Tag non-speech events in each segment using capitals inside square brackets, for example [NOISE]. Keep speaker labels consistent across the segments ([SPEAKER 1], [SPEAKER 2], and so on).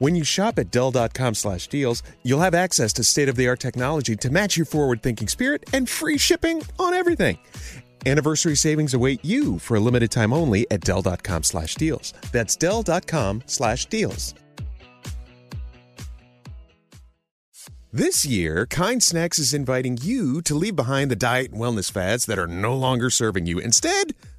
[SPEAKER 1] When you shop at Dell.com slash deals, you'll have access to state of the art technology to match your forward thinking spirit and free shipping on everything. Anniversary savings await you for a limited time only at Dell.com slash deals. That's Dell.com slash deals. This year, Kind Snacks is inviting you to leave behind the diet and wellness fads that are no longer serving you. Instead,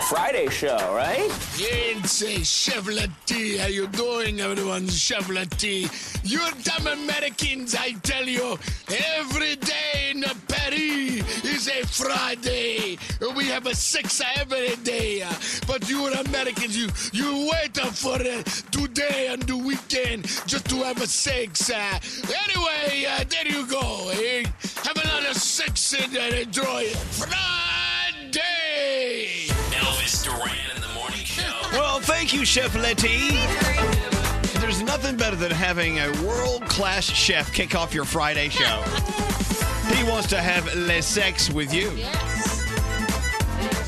[SPEAKER 2] Friday show, right?
[SPEAKER 3] Jane say Chevrolet, how you going, everyone? Chevrolet, you dumb Americans, I tell you, every day in Paris is a Friday. We have a six every day, but you Americans, you you wait for uh, today and the weekend just to have a six. Uh, anyway, uh, there you go. eh? have another six and uh, enjoy it. Friday.
[SPEAKER 4] Elvis Duran in the morning show.
[SPEAKER 5] Well, thank you, Chef Letty. There's nothing better than having a world class chef kick off your Friday show. he wants to have les sex with you.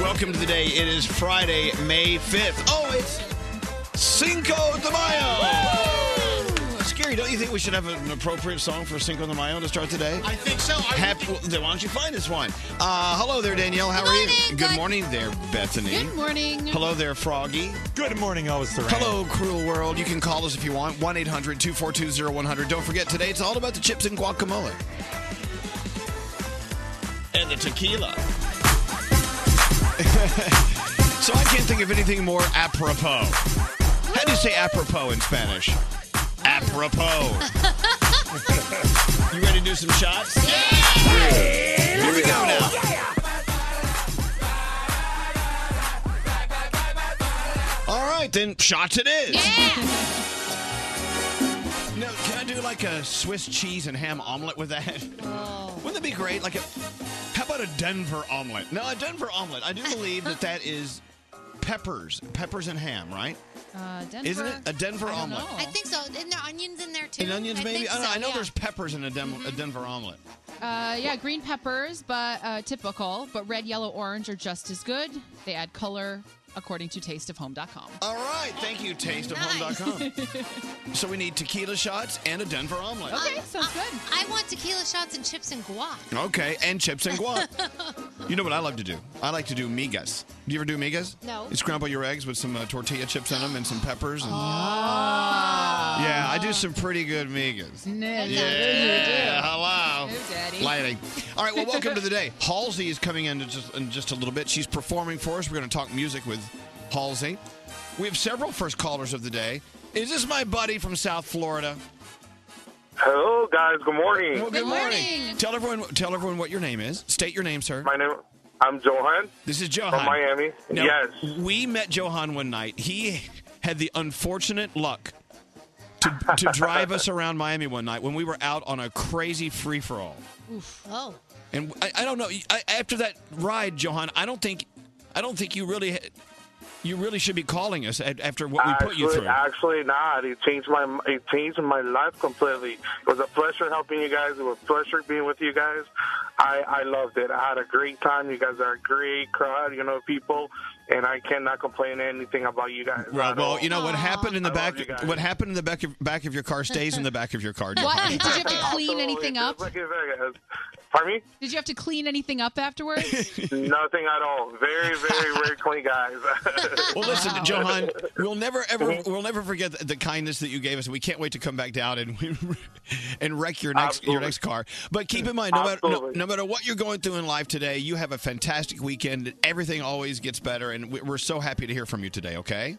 [SPEAKER 5] Welcome to the day. It is Friday, May 5th. Oh, it's Cinco de Mayo. Scary, don't you think we should have an appropriate song for Cinco de Mayo to start today?
[SPEAKER 3] I think so. I
[SPEAKER 5] Hap- well, then why don't you find us one? Uh, hello there, Danielle. How are you?
[SPEAKER 6] Morning,
[SPEAKER 5] Good
[SPEAKER 6] guy-
[SPEAKER 5] morning there, Bethany.
[SPEAKER 6] Good morning.
[SPEAKER 5] Hello there, Froggy.
[SPEAKER 7] Good morning, Elvis Duran.
[SPEAKER 5] Hello, cruel world. You can call us if you want. 1 800 242 0100. Don't forget, today it's all about the chips and guacamole. And the tequila. [LAUGHS] so I can't think of anything more apropos. How do you say apropos in Spanish? Apropos. you ready to do some shots? Here we go now. All right, then shots it is.
[SPEAKER 6] Yeah.
[SPEAKER 5] No, can I do like a Swiss cheese and ham omelet with that?
[SPEAKER 8] Oh.
[SPEAKER 5] Wouldn't that be great? Like a, how about a Denver omelet? No, a Denver omelet. I do believe that that is peppers, peppers and ham, right?
[SPEAKER 6] Uh, Denver.
[SPEAKER 5] Isn't it a Denver omelet?
[SPEAKER 8] I think so. Isn't there onions in there too?
[SPEAKER 5] And onions,
[SPEAKER 8] I
[SPEAKER 5] maybe.
[SPEAKER 8] think
[SPEAKER 5] I, don't know.
[SPEAKER 8] so,
[SPEAKER 5] I know
[SPEAKER 8] yeah. Mm-hmm.
[SPEAKER 5] there's peppers in a, Dem- a Denver omelet.
[SPEAKER 6] Uh, yeah, green peppers, but uh, typical. But red, yellow, orange are just as good. They add color according to tasteofhome.com.
[SPEAKER 5] All right, thank you,
[SPEAKER 8] [LAUGHS]
[SPEAKER 5] tasteofhome.com. so we need tequila shots and a Denver omelet.
[SPEAKER 8] Um, I, I want tequila shots and chips and guac.
[SPEAKER 5] Okay, and chips and guac.
[SPEAKER 8] [LAUGHS]
[SPEAKER 5] You know what I love to do? I like to do migas. Do you ever do migas?
[SPEAKER 8] No.
[SPEAKER 5] You scramble your eggs with some uh, tortilla chips in them and some peppers. And...
[SPEAKER 6] Oh.
[SPEAKER 5] Yeah, I do some pretty good migas.
[SPEAKER 6] Nice.
[SPEAKER 5] Yeah, hello.
[SPEAKER 6] Hello, Daddy.
[SPEAKER 5] Lighting. All right, well, welcome to the day. Halsey is coming in just, in just a little bit. She's performing for us. We're going to talk music with Halsey. We have several first callers of the day. Is this my buddy from South Florida?
[SPEAKER 9] Hello, guys. Good morning.
[SPEAKER 5] Well, good, morning. Tell everyone, tell everyone what your name is. State your name, sir. My
[SPEAKER 9] name, I'm Johan.
[SPEAKER 5] This is Johan
[SPEAKER 9] From Miami.
[SPEAKER 5] Now,
[SPEAKER 9] Yes.
[SPEAKER 5] We met Johan one night. He had the unfortunate luck to
[SPEAKER 9] [LAUGHS]
[SPEAKER 5] to drive us around Miami one night when we were out on a crazy free for all.
[SPEAKER 8] Oof. Oh.
[SPEAKER 5] And I, I don't know. I, after that ride, Johan, I don't think, I don't think you really, you really should be calling us a- after what we put
[SPEAKER 9] actually,
[SPEAKER 5] you through.
[SPEAKER 9] Actually, not. It changed my it changed my life completely. It was a pleasure helping you guys. It was a pleasure being with you guys. I I loved it. I had a great time. You guys are a great crowd. You know, people, and I cannot complain anything about you guys.
[SPEAKER 5] Well,
[SPEAKER 9] at all.
[SPEAKER 5] well, you know what happened in the
[SPEAKER 9] I love
[SPEAKER 5] back.
[SPEAKER 9] you guys.
[SPEAKER 5] What happened in the back of, back of your car stays in the back of your [LAUGHS] car. Johan.
[SPEAKER 6] What? Did you have to clean anything up?
[SPEAKER 9] Pardon
[SPEAKER 5] [LAUGHS]
[SPEAKER 9] me?
[SPEAKER 6] Did you have to clean anything up afterwards?
[SPEAKER 9] Nothing at all. Very, very, very clean guys.
[SPEAKER 5] [LAUGHS] Well, listen, Johan, we'll never
[SPEAKER 9] Uh-huh.
[SPEAKER 5] ever we'll never forget the, the kindness that you gave us. We can't wait to come back down and [LAUGHS] and wreck your next your next car. But keep in mind, no matter no,
[SPEAKER 9] Absolutely.
[SPEAKER 5] no matter what you're going through in life today, you have a fantastic weekend. Everything always gets better, and we- we're so happy to hear from you today. Okay.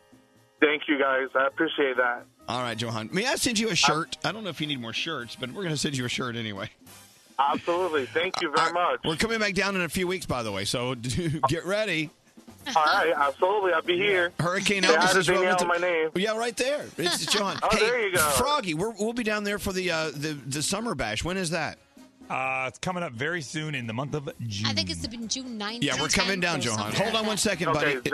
[SPEAKER 9] Thank you guys. I appreciate that.
[SPEAKER 5] All right, Johan. May I send
[SPEAKER 9] Uh,
[SPEAKER 5] you a shirt? I don't know if you need more shirts, but we're going to send you a shirt anyway.
[SPEAKER 9] Absolutely. Thank you very much.
[SPEAKER 5] We're coming back down in a few weeks, by the way, so [LAUGHS] get ready.
[SPEAKER 9] All right, absolutely. I'll be here.
[SPEAKER 5] Hurricane
[SPEAKER 9] Say hi
[SPEAKER 5] Elvis
[SPEAKER 9] to
[SPEAKER 5] is rolling
[SPEAKER 9] Danielle,
[SPEAKER 5] through-
[SPEAKER 9] my name.
[SPEAKER 5] Yeah, right there. It's
[SPEAKER 9] [LAUGHS]
[SPEAKER 5] John.
[SPEAKER 9] Oh,
[SPEAKER 5] hey,
[SPEAKER 9] there you go.
[SPEAKER 5] Froggy, we're, we'll be down there for the uh, the the summer bash. When is that?
[SPEAKER 10] Uh, it's coming up very soon in the month of June.
[SPEAKER 8] I think it's been June 9th.
[SPEAKER 5] Yeah, we're coming down, Johan. Hold on one second, buddy. It-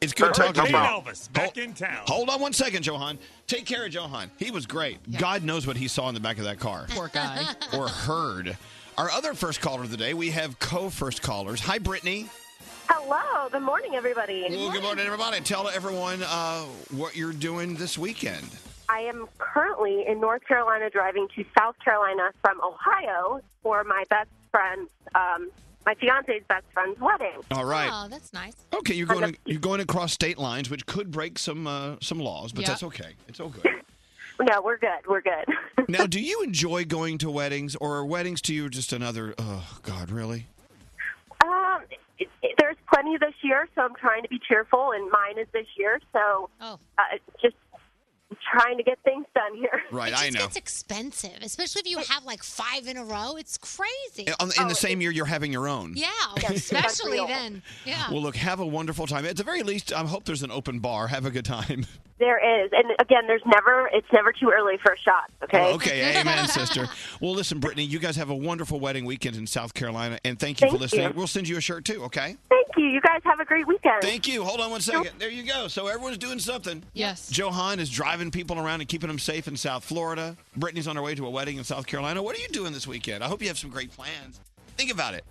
[SPEAKER 5] It's good
[SPEAKER 10] Perfect.
[SPEAKER 5] talking to you.
[SPEAKER 10] Dave Elvis, back in town.
[SPEAKER 5] Hold on one second, Johan. Take care of Johan. He was great. God knows what he saw in the back of that
[SPEAKER 9] [LAUGHS]
[SPEAKER 5] car.
[SPEAKER 10] Poor guy.
[SPEAKER 5] or heard. Our other first caller of the day, we have co-first callers. Hi, Brittany.
[SPEAKER 11] [LAUGHS] Hello. Good morning, everybody.
[SPEAKER 5] Well, good morning, everybody. Tell everyone uh, what you're doing this weekend.
[SPEAKER 11] I am currently in North Carolina driving to South Carolina from Ohio for my best friend's, um, my fiance's best friend's wedding.
[SPEAKER 5] All right.
[SPEAKER 8] Oh, that's nice.
[SPEAKER 5] Okay, you're
[SPEAKER 11] I'm
[SPEAKER 5] going you're going across state lines, which could break some uh, some laws, but
[SPEAKER 11] Yeah.
[SPEAKER 5] that's okay. It's all good.
[SPEAKER 11] [LAUGHS] No, we're good. We're good. [LAUGHS]
[SPEAKER 5] now, do you enjoy going to weddings, or are weddings to you just another? Oh God, really?
[SPEAKER 11] Um, it- it- there's plenty this year, so I'm trying to be cheerful, and mine is this year, so
[SPEAKER 8] Oh.
[SPEAKER 11] uh, just trying to get things done here.
[SPEAKER 5] Right,
[SPEAKER 8] It just
[SPEAKER 5] I know.
[SPEAKER 8] gets expensive, especially if you have like five in a row. It's crazy.
[SPEAKER 5] In, in the same year, you're having your own.
[SPEAKER 8] Oh, Yeah,
[SPEAKER 5] Oh, Yes, that's
[SPEAKER 8] especially
[SPEAKER 5] real.
[SPEAKER 8] then. Yeah.
[SPEAKER 5] Well, look, have a wonderful time. At the very least, I hope there's an open bar. Have a good time.
[SPEAKER 11] There is, and again, there's never it's never too early for a shot. [LAUGHS] Okay.
[SPEAKER 5] Oh, [LAUGHS]
[SPEAKER 8] [LAUGHS]
[SPEAKER 5] okay.
[SPEAKER 11] [LAUGHS]
[SPEAKER 5] Amen, sister. Well, listen, Brittany, you guys have a wonderful wedding weekend in South Carolina, and thank you
[SPEAKER 11] Thank
[SPEAKER 5] for listening.
[SPEAKER 11] you.
[SPEAKER 5] We'll send you a shirt too. Okay.
[SPEAKER 11] Thank you. You guys have a great weekend.
[SPEAKER 5] Thank you. Hold on one second. There you go. So everyone's doing something.
[SPEAKER 6] Yes.
[SPEAKER 5] Johan is driving people around and keeping them safe in South Florida. Brittany's on her way to a wedding in South Carolina. What are you doing this weekend? I hope you have some great plans. Think about it.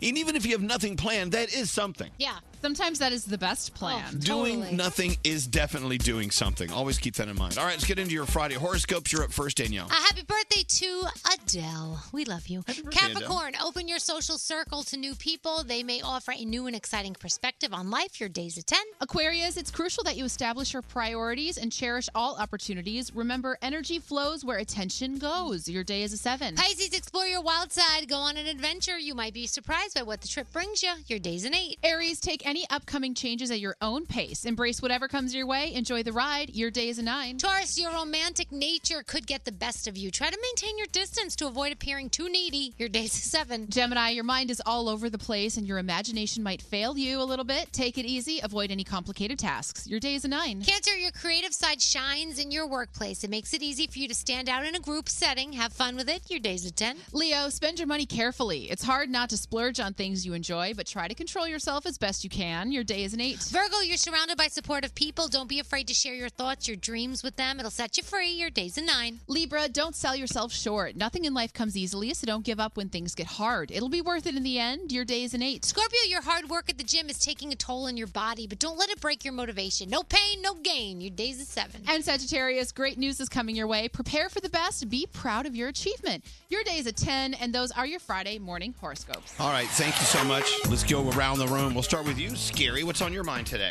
[SPEAKER 5] And even if you have nothing planned, that is something.
[SPEAKER 6] yeah. Sometimes that is the best
[SPEAKER 5] Oh,
[SPEAKER 6] plan.
[SPEAKER 5] Doing nothing is definitely doing something. Always keep that in mind. All right, let's get into your Friday horoscopes. You're up first, Danielle.
[SPEAKER 8] Uh, happy birthday to Adele. We love you.
[SPEAKER 5] birthday,
[SPEAKER 8] Capricorn, open your social circle to new people. They may offer a new and exciting perspective on life. Your day's a 10.
[SPEAKER 6] Aquarius, it's crucial that you establish your priorities and cherish all opportunities. Remember, energy flows where attention goes. Your day is a seven.
[SPEAKER 8] Pisces, explore your wild side. Go on an adventure. You might be surprised by what the trip brings you. Your day's an 8.
[SPEAKER 6] Aries, take any upcoming changes at your own pace. Embrace whatever comes your way. Enjoy the ride. Your day is a nine.
[SPEAKER 8] Taurus, your romantic nature could get the best of you. Try to maintain your distance to avoid appearing too needy. Your day's a seven.
[SPEAKER 6] Gemini, your mind is all over the place and your imagination might fail you a little bit. Take it easy. Avoid any complicated tasks. Your day is a nine.
[SPEAKER 8] Cancer, your creative side shines in your workplace. It makes it easy for you to stand out in a group setting. Have fun with it. Your day's a 10.
[SPEAKER 6] Leo, spend your money carefully. It's hard not to splurge on things you enjoy, but try to control yourself as best you can. Your day is an eight.
[SPEAKER 8] Virgo, you're surrounded by supportive people. Don't be afraid to share your thoughts, your dreams with them. It'll set you free. Your day's a nine.
[SPEAKER 6] Libra, don't sell yourself short. Nothing in life comes easily, so don't give up when things get hard. It'll be worth it in the end. Your day is an eight.
[SPEAKER 8] Scorpio, your hard work at the gym is taking a toll on your body, but don't let it break your motivation. No pain, no gain. Your day's a seven.
[SPEAKER 6] And Sagittarius, great news is coming your way. Prepare for the best. Be proud of your achievement. Your day is a 10, and those are your Friday morning horoscopes.
[SPEAKER 5] All right, thank you so much. Let's go around the room. We'll start with you, Scary. What's on your mind today?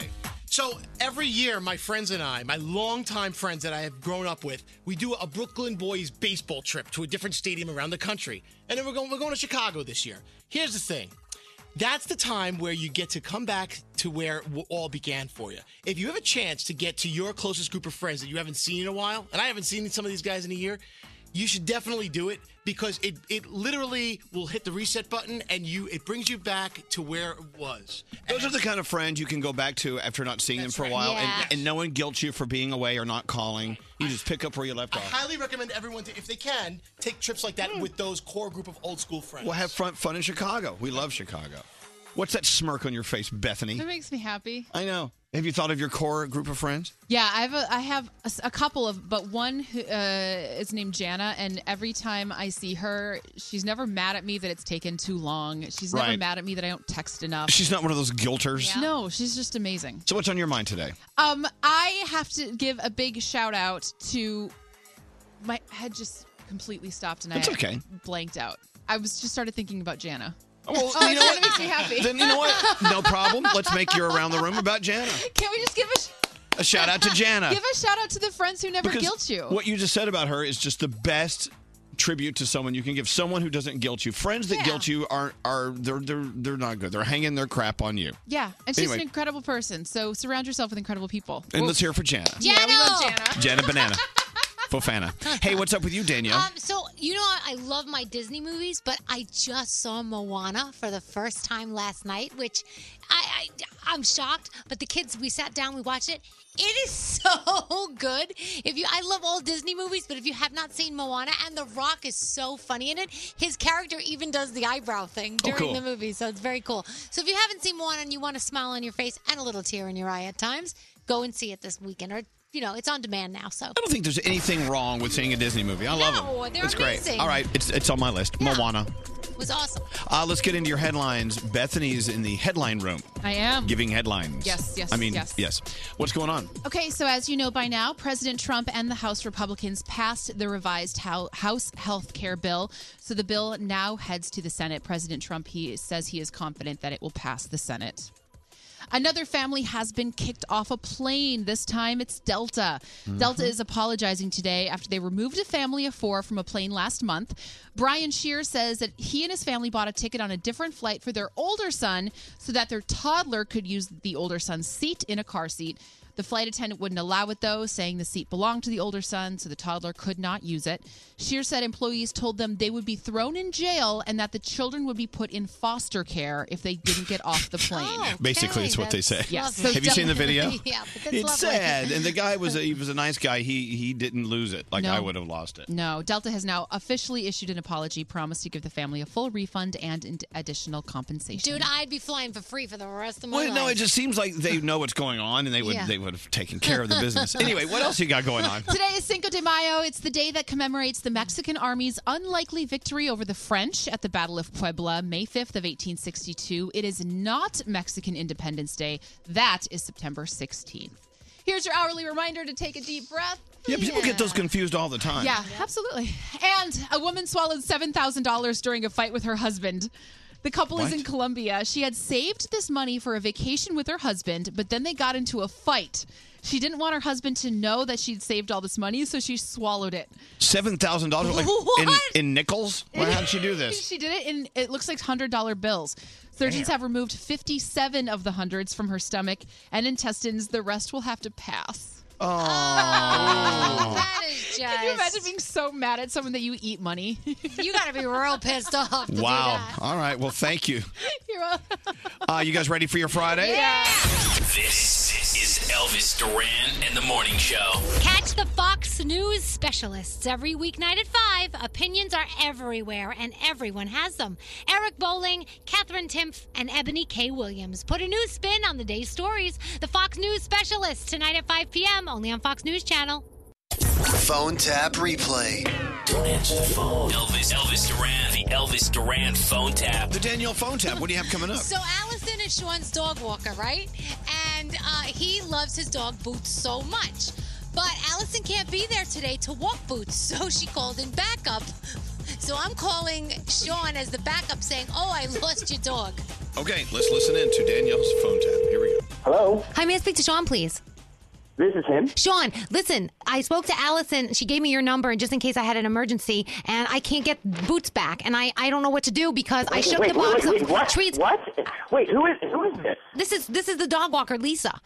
[SPEAKER 7] So every year, my friends and I, my longtime friends that I have grown up with, we do a Brooklyn Boys baseball trip to a different stadium around the country, and then we're going we're going to Chicago this year. Here's the thing. That's the time where you get to come back to where it all began for you. If you have a chance to get to your closest group of friends that you haven't seen in a while, and I haven't seen some of these guys in a year, you should definitely do it because it it literally will hit the reset button and you it brings you back to where it was.
[SPEAKER 5] Those are the kind of friends you can go back to after not seeing them for a while,
[SPEAKER 7] Yeah.
[SPEAKER 5] and, and no one guilts you for being away or not calling. You just pick up where you left
[SPEAKER 7] I
[SPEAKER 5] off.
[SPEAKER 7] highly recommend everyone to, if they can, take trips like that with those core group of old school friends.
[SPEAKER 5] Hmm. We'll have fun, fun in Chicago. We love Chicago. What's that smirk on your face, Bethany?
[SPEAKER 6] That makes me happy.
[SPEAKER 5] I know. Have you thought of your core group of friends?
[SPEAKER 6] Yeah, I have a, I have a, s- a couple of, but one who, uh, is named Jana, and every time I see her, she's never mad at me that it's taken too long. She's never
[SPEAKER 5] Right.
[SPEAKER 6] mad at me that I don't text enough.
[SPEAKER 5] She's not one of those guilters.
[SPEAKER 6] No, she's just amazing.
[SPEAKER 5] So what's on your mind today?
[SPEAKER 6] Um, I have to give a big shout out to my head just completely stopped and
[SPEAKER 5] That's
[SPEAKER 6] I
[SPEAKER 5] okay.
[SPEAKER 6] blanked out. I was just started thinking about Jana.
[SPEAKER 5] Well,
[SPEAKER 6] [LAUGHS] oh,
[SPEAKER 5] you know
[SPEAKER 6] that
[SPEAKER 5] what?
[SPEAKER 6] makes me happy.
[SPEAKER 5] Then you know what? No
[SPEAKER 6] [LAUGHS]
[SPEAKER 5] problem. Let's make your around the room about Jana.
[SPEAKER 6] Can we just give a sh-
[SPEAKER 5] A shout out to Jana.
[SPEAKER 6] give a shout out to the friends who never
[SPEAKER 5] Because
[SPEAKER 6] guilt you?
[SPEAKER 5] What you just said about her is just the best tribute to someone you can give. Someone who doesn't guilt you. Friends that guilt you are are they're they're they're not good. They're hanging their crap on you.
[SPEAKER 6] yeah, and she's an
[SPEAKER 5] Anyway.
[SPEAKER 6] incredible person. So surround yourself with incredible people.
[SPEAKER 5] And let's hear it for Jana.
[SPEAKER 6] Yeah, we love Jana.
[SPEAKER 5] Jana Banana. Fofana. Hey, what's up with you, Danielle?
[SPEAKER 8] Um, so you know, I I love my Disney movies, but I just saw Moana for the first time last night, which I, I I'm shocked. But the kids, we sat down, we watched it. It is [LAUGHS] so good. If you, I love all Disney movies, but if you have not seen Moana, and The Rock is so funny in it, his character even does the eyebrow thing
[SPEAKER 12] Oh,
[SPEAKER 8] during
[SPEAKER 12] cool.
[SPEAKER 8] the movie, so it's very cool. So if you haven't seen Moana and you want a smile on your face and a little tear in your eye at times, go and see it this weekend, or you know, it's on demand now. So
[SPEAKER 5] I don't think there's anything wrong with seeing a Disney movie. I love
[SPEAKER 8] No,
[SPEAKER 5] them.
[SPEAKER 8] they're
[SPEAKER 5] it's
[SPEAKER 8] amazing.
[SPEAKER 5] great. All right, it's it's on my list. Moana.
[SPEAKER 8] it was awesome.
[SPEAKER 5] Uh, let's get into your headlines. Bethany's in the headline room,
[SPEAKER 6] I am.
[SPEAKER 5] giving headlines.
[SPEAKER 6] Yes, yes,
[SPEAKER 5] I mean,
[SPEAKER 6] yes.
[SPEAKER 5] What's going on?
[SPEAKER 6] Okay, so as you know by now, President Trump and the House Republicans passed the revised Hou- House health care bill. So the bill now heads to the Senate. President Trump he says he is confident that it will pass the Senate. Another family has been kicked off a plane. This time it's Delta.
[SPEAKER 8] Hmm.
[SPEAKER 6] Delta is apologizing today after they removed a family of four from a plane last month. Brian Shear says that he and his family bought a ticket on a different flight for their older son so that their toddler could use the older son's seat in a car seat. The flight attendant wouldn't allow it, though, saying the seat belonged to the older son, so the toddler could not use it. Shear said employees told them they would be thrown in jail and that the children would be put in foster care if they didn't get off the plane.
[SPEAKER 5] Basically, it's what they say.
[SPEAKER 6] Yes.
[SPEAKER 5] Have you seen the video?
[SPEAKER 6] [LAUGHS]
[SPEAKER 8] yeah, but that's
[SPEAKER 5] it's
[SPEAKER 8] lovely.
[SPEAKER 5] sad, and the guy was a, he was a nice guy. He he didn't lose it like
[SPEAKER 6] No.
[SPEAKER 5] I would have lost it.
[SPEAKER 6] No, Delta has now officially issued an apology, promised to give the family a full refund and in- additional compensation.
[SPEAKER 8] Dude, I'd be flying for free for the rest of my
[SPEAKER 5] Well,
[SPEAKER 8] life.
[SPEAKER 5] no, it just seems like they know what's going on, and they would
[SPEAKER 6] Yeah.
[SPEAKER 5] they would have taken care of the
[SPEAKER 6] [LAUGHS]
[SPEAKER 5] business. anyway, what else you got going on?
[SPEAKER 6] Today is Cinco de Mayo. It's the day that commemorates the Mexican army's unlikely victory over the French at the Battle of Puebla, May 5th of 1862. It is not Mexican Independence Day. That is September 16th. Here's your hourly [LAUGHS] reminder to take a deep breath.
[SPEAKER 5] Yeah, people get those confused all the time.
[SPEAKER 6] Yeah, absolutely. And a woman swallowed $7,000 during a fight with her husband. The couple is
[SPEAKER 12] What?
[SPEAKER 6] in Colombia. She had saved this money for a vacation with her husband, but then they got into a fight. She didn't want her husband to know that she'd saved all this money, so she swallowed it.
[SPEAKER 5] Seven thousand dollars, like in,
[SPEAKER 6] What?
[SPEAKER 5] in nickels. Why, how did she do this?
[SPEAKER 6] she did it in it looks like hundred dollar bills. Surgeons
[SPEAKER 5] Damn.
[SPEAKER 6] have removed fifty seven of the hundreds from her stomach and intestines. The rest will have to pass.
[SPEAKER 8] [LAUGHS] Oh.
[SPEAKER 6] Can you imagine being so mad at someone that you eat money?
[SPEAKER 8] you gotta be real pissed off.
[SPEAKER 5] Wow. All right. Well, thank you.
[SPEAKER 6] You're a-
[SPEAKER 5] Uh, you guys ready for your
[SPEAKER 6] [LAUGHS]
[SPEAKER 5] Friday?
[SPEAKER 13] This is Elvis Duran and the Morning Show.
[SPEAKER 8] Catch the Fox News specialists every weeknight at 5. Opinions are everywhere, and everyone has them. Eric Bowling, Catherine Timpf, and Ebony K. Williams put a new spin on the day's stories. The Fox News specialists tonight at 5 p.m. only on Fox News Channel.
[SPEAKER 14] Phone tap replay.
[SPEAKER 13] Don't answer the phone. Elvis, Elvis Duran, the Elvis Duran phone tap.
[SPEAKER 5] The Danielle phone tap. What do you have
[SPEAKER 13] [LAUGHS]
[SPEAKER 5] coming up?
[SPEAKER 8] So Allison is Sean's dog walker, right? And uh, he loves his dog Boots so much. But Allison can't be there today to walk Boots, [LAUGHS] so she called in backup. So I'm calling Sean as the backup saying, Oh, I lost your dog.
[SPEAKER 15] [LAUGHS]
[SPEAKER 5] Okay, let's listen in to Danielle's phone tap. Here we go.
[SPEAKER 8] Hello. Hi, may I speak to Sean, please?
[SPEAKER 15] This is him.
[SPEAKER 8] Sean, listen, I spoke to Allison. She gave me your number and just in case I had an emergency, and I can't get Boots back. And I, I don't know what to do because I
[SPEAKER 15] Wait,
[SPEAKER 8] shook the
[SPEAKER 15] wait,
[SPEAKER 8] box
[SPEAKER 15] wait, wait,
[SPEAKER 8] of
[SPEAKER 15] what?
[SPEAKER 8] treats.
[SPEAKER 15] What? Wait, who is who is this?
[SPEAKER 8] This is this is the dog walker, Lisa.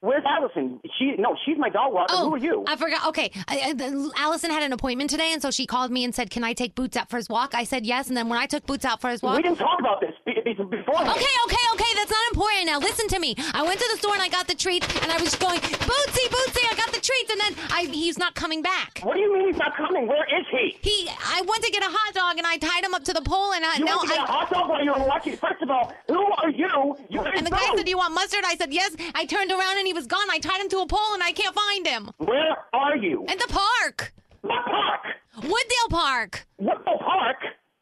[SPEAKER 15] Where's Allison? She no, she's my dog walker.
[SPEAKER 8] Oh,
[SPEAKER 15] Who are you?
[SPEAKER 8] I forgot. Okay, I, I, the- Allison had an appointment today, and so she called me and said, "Can I take Boots out for his walk?" I said yes, and then when I took Boots out for his walk,
[SPEAKER 15] we didn't talk about this be- be- beforehand.
[SPEAKER 8] Okay, okay, okay. That's not important. Now listen to me. I went to the store and I got the treats, and I was going, "Bootsy, Bootsy, I got the treats," and then I, he's not coming back.
[SPEAKER 15] What do you mean he's not coming? Where is he?
[SPEAKER 8] He, I went to get a hot dog, and I tied him up to the pole, and I
[SPEAKER 15] You
[SPEAKER 8] now
[SPEAKER 15] want to get
[SPEAKER 8] Uh, I-
[SPEAKER 15] a hot dog while you're lucky? First of all, who are you? You
[SPEAKER 8] and the guy said, "Do you want mustard?" I said yes. I turned around and he was gone. I tied him to a pole, and I can't find him.
[SPEAKER 15] Where are you?
[SPEAKER 8] At the park.
[SPEAKER 15] What park?
[SPEAKER 8] Wooddale Park.
[SPEAKER 15] Wooddale Park?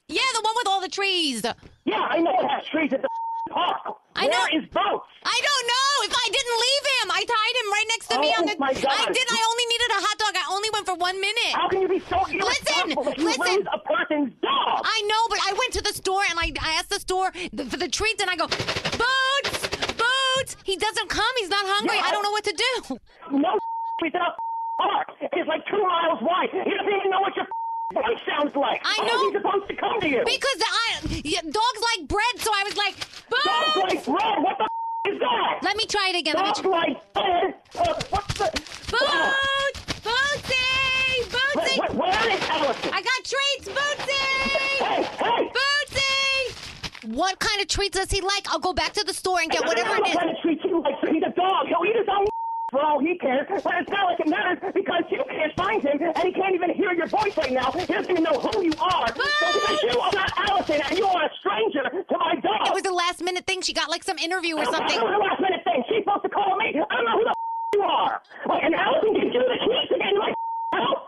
[SPEAKER 8] Yeah, the one with all the trees.
[SPEAKER 15] Yeah, I know it has trees at the park.
[SPEAKER 8] I know.
[SPEAKER 15] Where is Boots?
[SPEAKER 8] I don't know. If I didn't leave him, I tied him right next to me
[SPEAKER 15] Oh,
[SPEAKER 8] on the.
[SPEAKER 15] my God.
[SPEAKER 8] I did. I only needed a hot dog. I only went for one minute.
[SPEAKER 15] How can you be so irresponsible
[SPEAKER 8] Listen,
[SPEAKER 15] that you
[SPEAKER 8] listen.
[SPEAKER 15] lose a person's dog?
[SPEAKER 8] I know, but I went to the store and I, I asked the store th- for the treats, and I go, boots, boots. He doesn't come. He's not hungry. I don't know what to do.
[SPEAKER 15] No, [LAUGHS] it's not park. It's like two miles wide. He doesn't even know what your [LAUGHS] voice sounds like.
[SPEAKER 8] I
[SPEAKER 15] How
[SPEAKER 8] know.
[SPEAKER 15] is he supposed to come to you?
[SPEAKER 8] Because I yeah, dogs like bread, so I was like, boots.
[SPEAKER 15] Dogs like bread? What the f- is that?
[SPEAKER 8] Let me try it again. Let me
[SPEAKER 15] Dogs
[SPEAKER 8] try.
[SPEAKER 15] like [LAUGHS] bread? Uh, what the?
[SPEAKER 8] Boots, bootsy, bootsy.
[SPEAKER 15] Where- where- where is Allison?
[SPEAKER 8] I got treats, bootsy. Bootsy. What kind of treats does he like? I'll go back to the store and get whatever it
[SPEAKER 15] I'm
[SPEAKER 8] is.
[SPEAKER 15] trying to treat you like he's a dog. He'll eat his own [LAUGHS] for all he cares. But it's not like it matters because you can't find him and he can't even hear your voice right now. He doesn't even know who you are. So because you are not Allison and you are a stranger to my dog.
[SPEAKER 8] It was a last minute thing. She got like some interview or something.
[SPEAKER 15] That was a last minute thing. She's supposed to call me. I don't know who the f- you are. Like, and Allison gives you the keys to get into my f- house.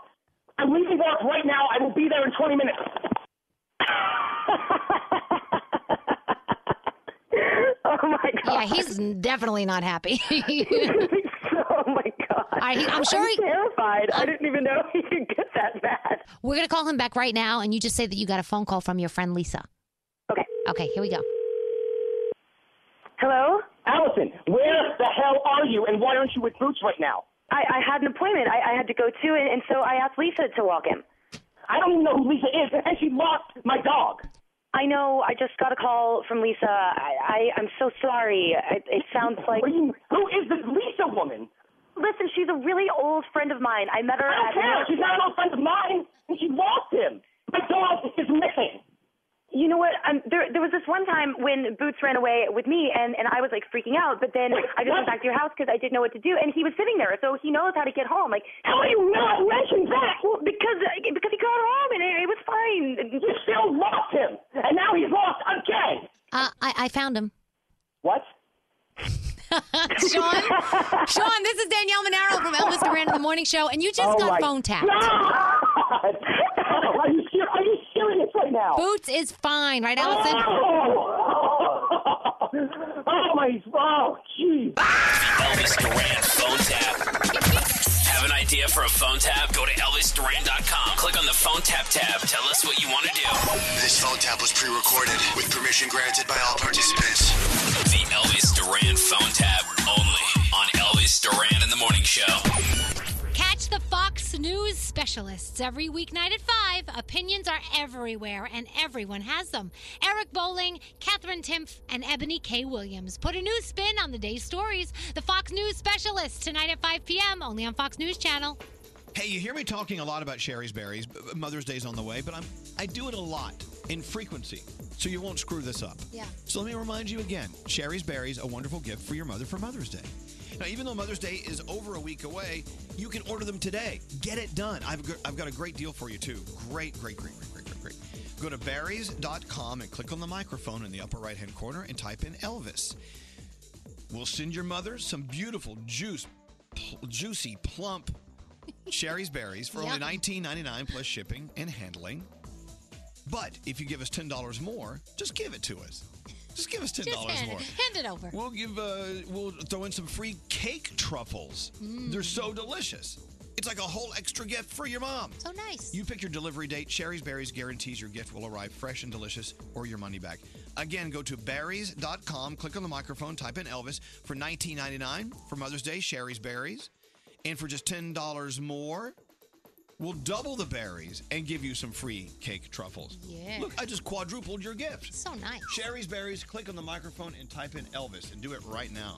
[SPEAKER 15] I'm leaving work right now. I will be there in 20 minutes. [LAUGHS] [LAUGHS] oh my
[SPEAKER 8] Yeah, he's definitely not
[SPEAKER 15] [LAUGHS]
[SPEAKER 8] happy. [LAUGHS]
[SPEAKER 15] oh my god!
[SPEAKER 8] I, I'm sure he.
[SPEAKER 15] terrified. I didn't even know [LAUGHS] he could get that bad.
[SPEAKER 8] We're gonna call him back right now, and you just say that you got a phone call from your friend Lisa.
[SPEAKER 15] Okay.
[SPEAKER 8] Okay. Here we go.
[SPEAKER 15] Hello? Allison, where the hell are you and why aren't you with Boots right now?
[SPEAKER 16] I, I had an appointment I, I had to go to, and, and so I asked Lisa to walk him.
[SPEAKER 15] I don't even know who Lisa is, and she lost my dog.
[SPEAKER 16] I know. I just got a call from Lisa. I, I I'm so sorry. It, it sounds like.
[SPEAKER 15] who is this Lisa woman?
[SPEAKER 16] Listen, she's a really old friend of mine. I met her.
[SPEAKER 15] I
[SPEAKER 16] at
[SPEAKER 15] don't care. She's not an old friend of mine, and she lost him. My dog is missing.
[SPEAKER 16] You know what? Um, there there was this one time when Boots ran away with me, and and I was like freaking out. But then I just went back to your house because I didn't know what to do, and he was sitting there, so he knows how to get home. Like
[SPEAKER 15] How do you not mention that?
[SPEAKER 16] Well, because uh, because he got home and it, it was fine.
[SPEAKER 15] You still lost him, and now he's lost again.
[SPEAKER 8] Uh, I, I found him.
[SPEAKER 15] What?
[SPEAKER 8] [LAUGHS] Sean, Sean, this is Danielle Monaro from Elvis Duran in the Morning Show, and you just
[SPEAKER 15] Oh my
[SPEAKER 8] got phone tapped.
[SPEAKER 15] are you ser- are you serious right now?
[SPEAKER 8] Boots is fine, right, Allison?
[SPEAKER 15] Oh, oh my! Oh, jeez.
[SPEAKER 13] Elvis Duran phone tap. Have an idea for a phone tap? Go to ElvisDuran.com. Click on the phone tap tab. Tell us what you want to do.
[SPEAKER 14] This phone tap was pre recorded with permission granted by all participants.
[SPEAKER 13] The Elvis Duran phone tap only on Elvis Duran in the Morning Show.
[SPEAKER 8] Catch the Fox News specialists every weeknight at 5. Opinions are everywhere, and everyone has them. Eric Bowling, Catherine Timpf, and Ebony K. Williams put a new spin on the day's stories. The Fox News specialists tonight at 5 p.m., only on Fox News Channel.
[SPEAKER 5] Hey, you hear me talking a lot about Sherry's Berries. b- b- Mother's Day's on the way, but I'm I do it a lot in frequency, so you won't screw this up.
[SPEAKER 8] Yeah.
[SPEAKER 5] So let me remind you again: Sherry's Berries, a wonderful gift for your mother for Mother's Day. Now, even though Mother's Day is over a week away, you can order them today. Get it done. I've got, I've got a great deal for you too. Great, great, great, great, great, great, great. Go to berries.com and click on the microphone in the upper right hand corner and type in Elvis. We'll send your mother some beautiful juice, pl- juicy,
[SPEAKER 8] [LAUGHS]
[SPEAKER 5] plump Sherry's berries for only
[SPEAKER 12] Yum.
[SPEAKER 5] $19.99 plus shipping and handling. But if you give us $10 more, just give it to us. Just give us $10
[SPEAKER 8] Just hand,
[SPEAKER 5] more.
[SPEAKER 8] hand it over.
[SPEAKER 5] We'll give uh we'll throw in some free cake truffles. They're so delicious. It's like a whole extra gift for your mom.
[SPEAKER 8] Mm. So nice.
[SPEAKER 5] You pick your delivery date. Sherry's Berries guarantees your gift will arrive fresh and delicious or your money back. Again, go to berries.com, click on the microphone, type in Elvis for $19.99 for Mother's Day, Sherry's Berries. And for just $10 more, we'll double the berries and give you some free cake truffles.
[SPEAKER 8] Yeah.
[SPEAKER 5] Look, I just quadrupled your gift.
[SPEAKER 8] So nice.
[SPEAKER 5] Sherry's Berries, click on the microphone and type in Elvis and do it right now.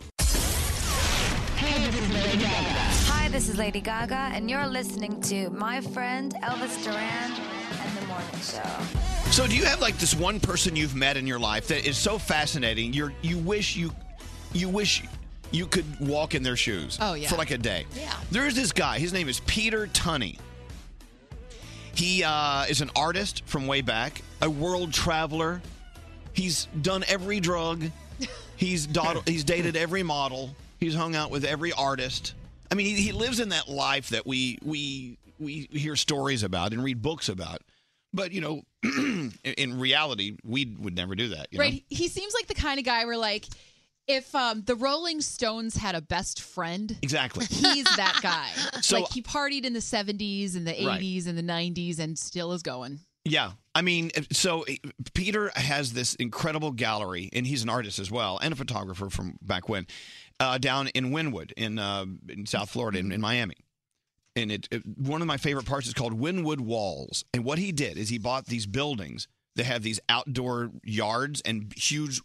[SPEAKER 17] Hi, this is Lady Gaga, and you're listening to my friend Elvis Duran and the Morning Show.
[SPEAKER 5] So, do you have like this one person you've met in your life that is so fascinating? You you wish you you wish you could walk in their shoes.
[SPEAKER 12] Oh, yeah.
[SPEAKER 5] for like a day.
[SPEAKER 12] Yeah.
[SPEAKER 5] There's this guy. His name is Peter Tunney. He uh, is an artist from way back, a world traveler. He's done every drug. He's dod- he's dated every model. He's hung out with every artist. I mean, he, he lives in that life that we we we hear stories about and read books about. But you know, [CLEARS THROAT] in, in reality, we would never do that. You
[SPEAKER 6] right.
[SPEAKER 5] Know?
[SPEAKER 6] He seems like the kind of guy where like if um, the Rolling Stones had a best friend,
[SPEAKER 5] Exactly. [LAUGHS]
[SPEAKER 6] he's that guy.
[SPEAKER 5] So-
[SPEAKER 6] like he partied in the 70s and the
[SPEAKER 5] Right.
[SPEAKER 6] 80s and the 90s and still is going.
[SPEAKER 5] Yeah. I mean, eh, so Peter has this incredible gallery, and he's an artist as well and a photographer from back when, uh, down in Wynwood in, uh, in South Florida, in, in Miami. And it, it- one of my favorite parts is called Wynwood Walls. And what he did is he bought these buildings that have these outdoor yards and huge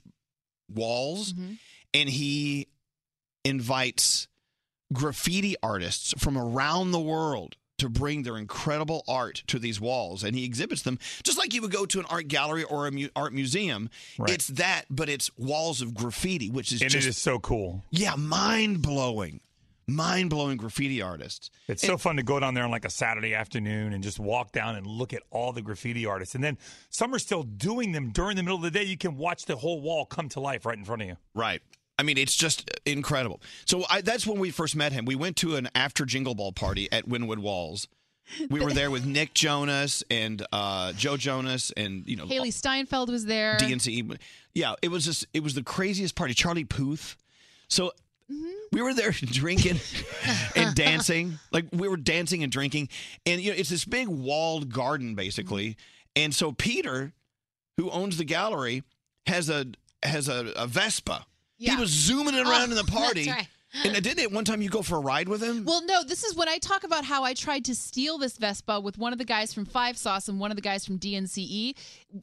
[SPEAKER 5] walls, and he invites graffiti artists from around the world to bring their incredible art to these walls and he exhibits them just like you would go to an art gallery or a mu- art museum it's that but it's walls of graffiti which is
[SPEAKER 10] And
[SPEAKER 5] just
[SPEAKER 10] it is so cool.
[SPEAKER 5] yeah mind-blowing mind-blowing graffiti artists
[SPEAKER 10] It's so fun to go down there on like a Saturday afternoon and just walk down and look at all the graffiti artists. And then some are still doing them during the middle of the day. You can watch the whole wall come to life right in front of you.
[SPEAKER 5] Right. I mean, it's just incredible. So I, that's when we first met him. We went to an after Jingle Ball party at Wynwood Walls. We were there with Nick Jonas and uh, Joe Jonas and you know
[SPEAKER 6] Haley Steinfeld was there.
[SPEAKER 5] DNC. E, Yeah, it was just it was the craziest party. Charlie Puth. So
[SPEAKER 6] Mm-hmm.
[SPEAKER 5] we were there [LAUGHS]
[SPEAKER 6] [LAUGHS]
[SPEAKER 5] drinking and dancing. Like we were dancing and drinking, and you know it's this big walled garden basically.
[SPEAKER 6] Mm-hmm.
[SPEAKER 5] And so Peter, who owns the gallery, has a has a, a Vespa. He
[SPEAKER 6] Yeah. Oh,
[SPEAKER 5] was zooming it around in the
[SPEAKER 6] that's
[SPEAKER 5] party.
[SPEAKER 6] right.
[SPEAKER 5] And didn't it one time you go for a ride with him?
[SPEAKER 6] Well, no, this is what I talk about how I tried to steal this Vespa with one of the guys from Five Sauce and one of the guys from DNCE. E.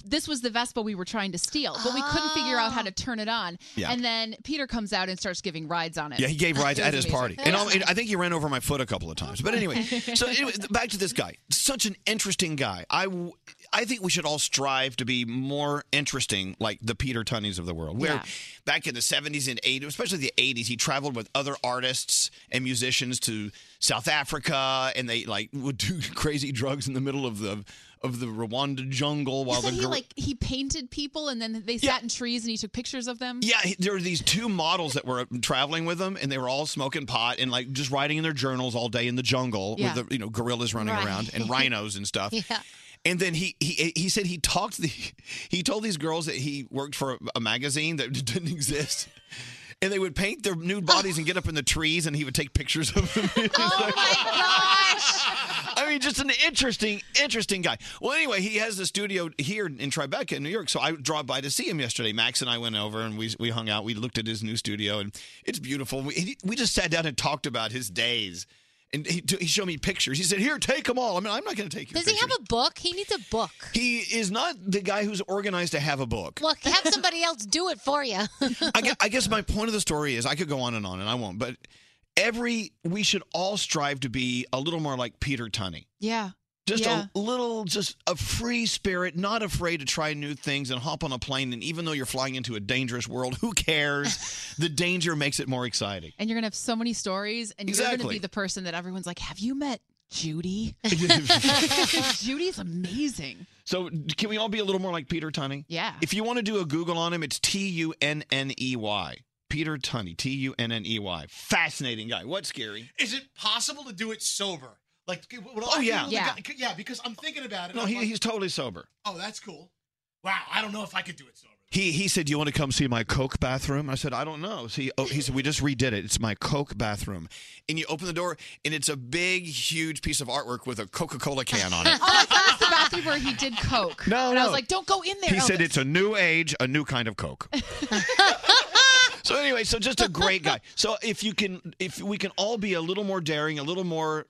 [SPEAKER 6] This was the Vespa we were trying to steal, but we couldn't figure out how to turn it on.
[SPEAKER 5] Ah. Yeah.
[SPEAKER 6] And then Peter comes out and starts giving rides on it.
[SPEAKER 5] Yeah, he gave rides
[SPEAKER 6] [LAUGHS] It was
[SPEAKER 5] at his
[SPEAKER 6] amazing.
[SPEAKER 5] party, and I, and I think he ran over my foot a couple of times. But
[SPEAKER 6] [LAUGHS]
[SPEAKER 5] anyway, so anyway, back to this guy. Such an interesting guy. I, w- I think we should all strive to be more interesting, like the Peter Tunneys of the world. Where
[SPEAKER 12] Yeah.
[SPEAKER 5] back in the seventies and eighties, especially the eighties, he traveled with other artists and musicians to South Africa, and they like would do [LAUGHS] crazy drugs in the middle of the of the Rwanda jungle
[SPEAKER 6] He
[SPEAKER 5] while
[SPEAKER 6] said
[SPEAKER 5] the
[SPEAKER 6] he
[SPEAKER 5] gor-
[SPEAKER 6] like he painted people and then they sat in trees and he took pictures of them.
[SPEAKER 5] Yeah, he- there were these two models that were traveling with him, and they were all smoking pot and like just writing in their journals all day in the jungle
[SPEAKER 12] Yeah.
[SPEAKER 5] with the you know gorillas running
[SPEAKER 12] Right.
[SPEAKER 5] around and rhinos and
[SPEAKER 12] [LAUGHS]
[SPEAKER 5] stuff. And then he, he he said he [LAUGHS] [LAUGHS] talked the he told these girls that he worked for a magazine that didn't exist, And they would paint their nude bodies and get up in the trees, and he would take pictures of them. [LAUGHS] oh
[SPEAKER 8] my
[SPEAKER 5] gosh! I mean, just an interesting, interesting guy. Well, anyway, he has the studio here in Tribeca, in New York. So I drove by to see him yesterday. Max and I went over and we we hung out. We looked at his new studio, and it's beautiful. We he- we just sat down and talked about his days. And he, he showed me pictures. He said, "Here, take them all." I mean, I'm not going to take your
[SPEAKER 8] Does he have a book? He needs a book.
[SPEAKER 5] He is not the guy who's organized to have a book.
[SPEAKER 8] Well, have somebody else do it for you.
[SPEAKER 5] I, gue- I guess my point of the story is I could go on and on, and I won't. But every we should all strive to be a little more like Peter Tunney.
[SPEAKER 6] Yeah.
[SPEAKER 5] Just
[SPEAKER 6] yeah.
[SPEAKER 5] a little, just a free spirit, not afraid to try new things and hop on a plane. And even though you're flying into a dangerous world, who
[SPEAKER 6] [LAUGHS]
[SPEAKER 5] cares? the danger makes it more exciting.
[SPEAKER 6] and you're gonna have so many stories, and you're gonna
[SPEAKER 5] Exactly.
[SPEAKER 6] be the person that everyone's like, "Have you
[SPEAKER 5] [LAUGHS]
[SPEAKER 6] met [LAUGHS] Judy? Judy's amazing."
[SPEAKER 5] So, can we all be a little more like Peter Tunney?
[SPEAKER 6] Yeah.
[SPEAKER 5] If you want to do a Google on him, it's T U N N E Y. Peter Tunney, T U N N E Y. Fascinating guy. What's scary?
[SPEAKER 7] Is it possible to do it sober? Like, would
[SPEAKER 5] Oh,
[SPEAKER 7] I be
[SPEAKER 5] yeah.
[SPEAKER 7] able to-
[SPEAKER 5] Yeah.
[SPEAKER 7] yeah, because I'm thinking about it.
[SPEAKER 5] No,
[SPEAKER 7] I'm
[SPEAKER 5] he,
[SPEAKER 7] like,
[SPEAKER 5] he's totally sober.
[SPEAKER 7] Oh, that's cool. Wow, I don't know if I could do it sober.
[SPEAKER 5] He he said, "You want to come see my Coke bathroom?" I said, "I don't know." So he, oh, he said, "We just redid it. It's my Coke bathroom." And you open the door, and it's a big, huge piece of artwork with a Coca-Cola can on
[SPEAKER 6] [LAUGHS] oh, I
[SPEAKER 5] it.
[SPEAKER 6] thought it was the bathroom where he did coke.
[SPEAKER 5] No,
[SPEAKER 6] and I was
[SPEAKER 5] no.
[SPEAKER 6] like, "Don't go in there." Oh,
[SPEAKER 5] He said
[SPEAKER 6] Elvis."
[SPEAKER 5] it's a new age, a new kind of
[SPEAKER 6] [LAUGHS]
[SPEAKER 5] Coke. so anyway, so just a great guy. So if you can, if we can all be a little more daring, a little more,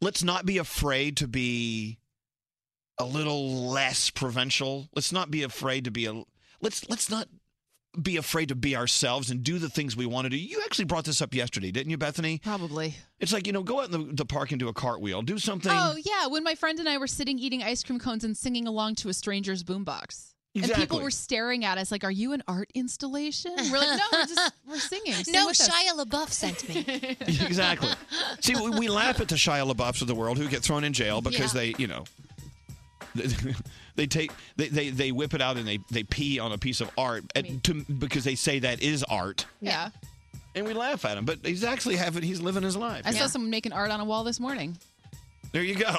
[SPEAKER 5] let's not be afraid to be a little less provincial. Let's not be afraid to be a. Let's let's not be afraid to be ourselves and do the things we want to do. You actually brought this up yesterday, didn't you, Bethany?
[SPEAKER 6] Probably.
[SPEAKER 5] It's like you know, go out in the, the park and do a cartwheel, do something.
[SPEAKER 6] Oh yeah, when my friend and I were sitting eating ice cream cones and singing along to a stranger's boombox. And people
[SPEAKER 5] Exactly.
[SPEAKER 6] were staring at us like, "Are you an art installation?" We're like, "No, we're just we're
[SPEAKER 5] [LAUGHS]
[SPEAKER 6] singing." Sing
[SPEAKER 8] No,
[SPEAKER 6] with us."
[SPEAKER 8] Shia LaBeouf sent
[SPEAKER 6] [LAUGHS]
[SPEAKER 8] me.
[SPEAKER 5] exactly. See, we, we laugh at the Shia LaBeoufs of the world who get thrown in jail because
[SPEAKER 8] Yeah.
[SPEAKER 5] they, you know, [LAUGHS] they, they take they, they they whip it out and they they pee on a piece of art at, to, because they say that is art,
[SPEAKER 6] Yeah.
[SPEAKER 5] and we laugh at him. But he's actually having he's living his life.
[SPEAKER 6] I saw someone making art on a wall this morning.
[SPEAKER 5] There you go.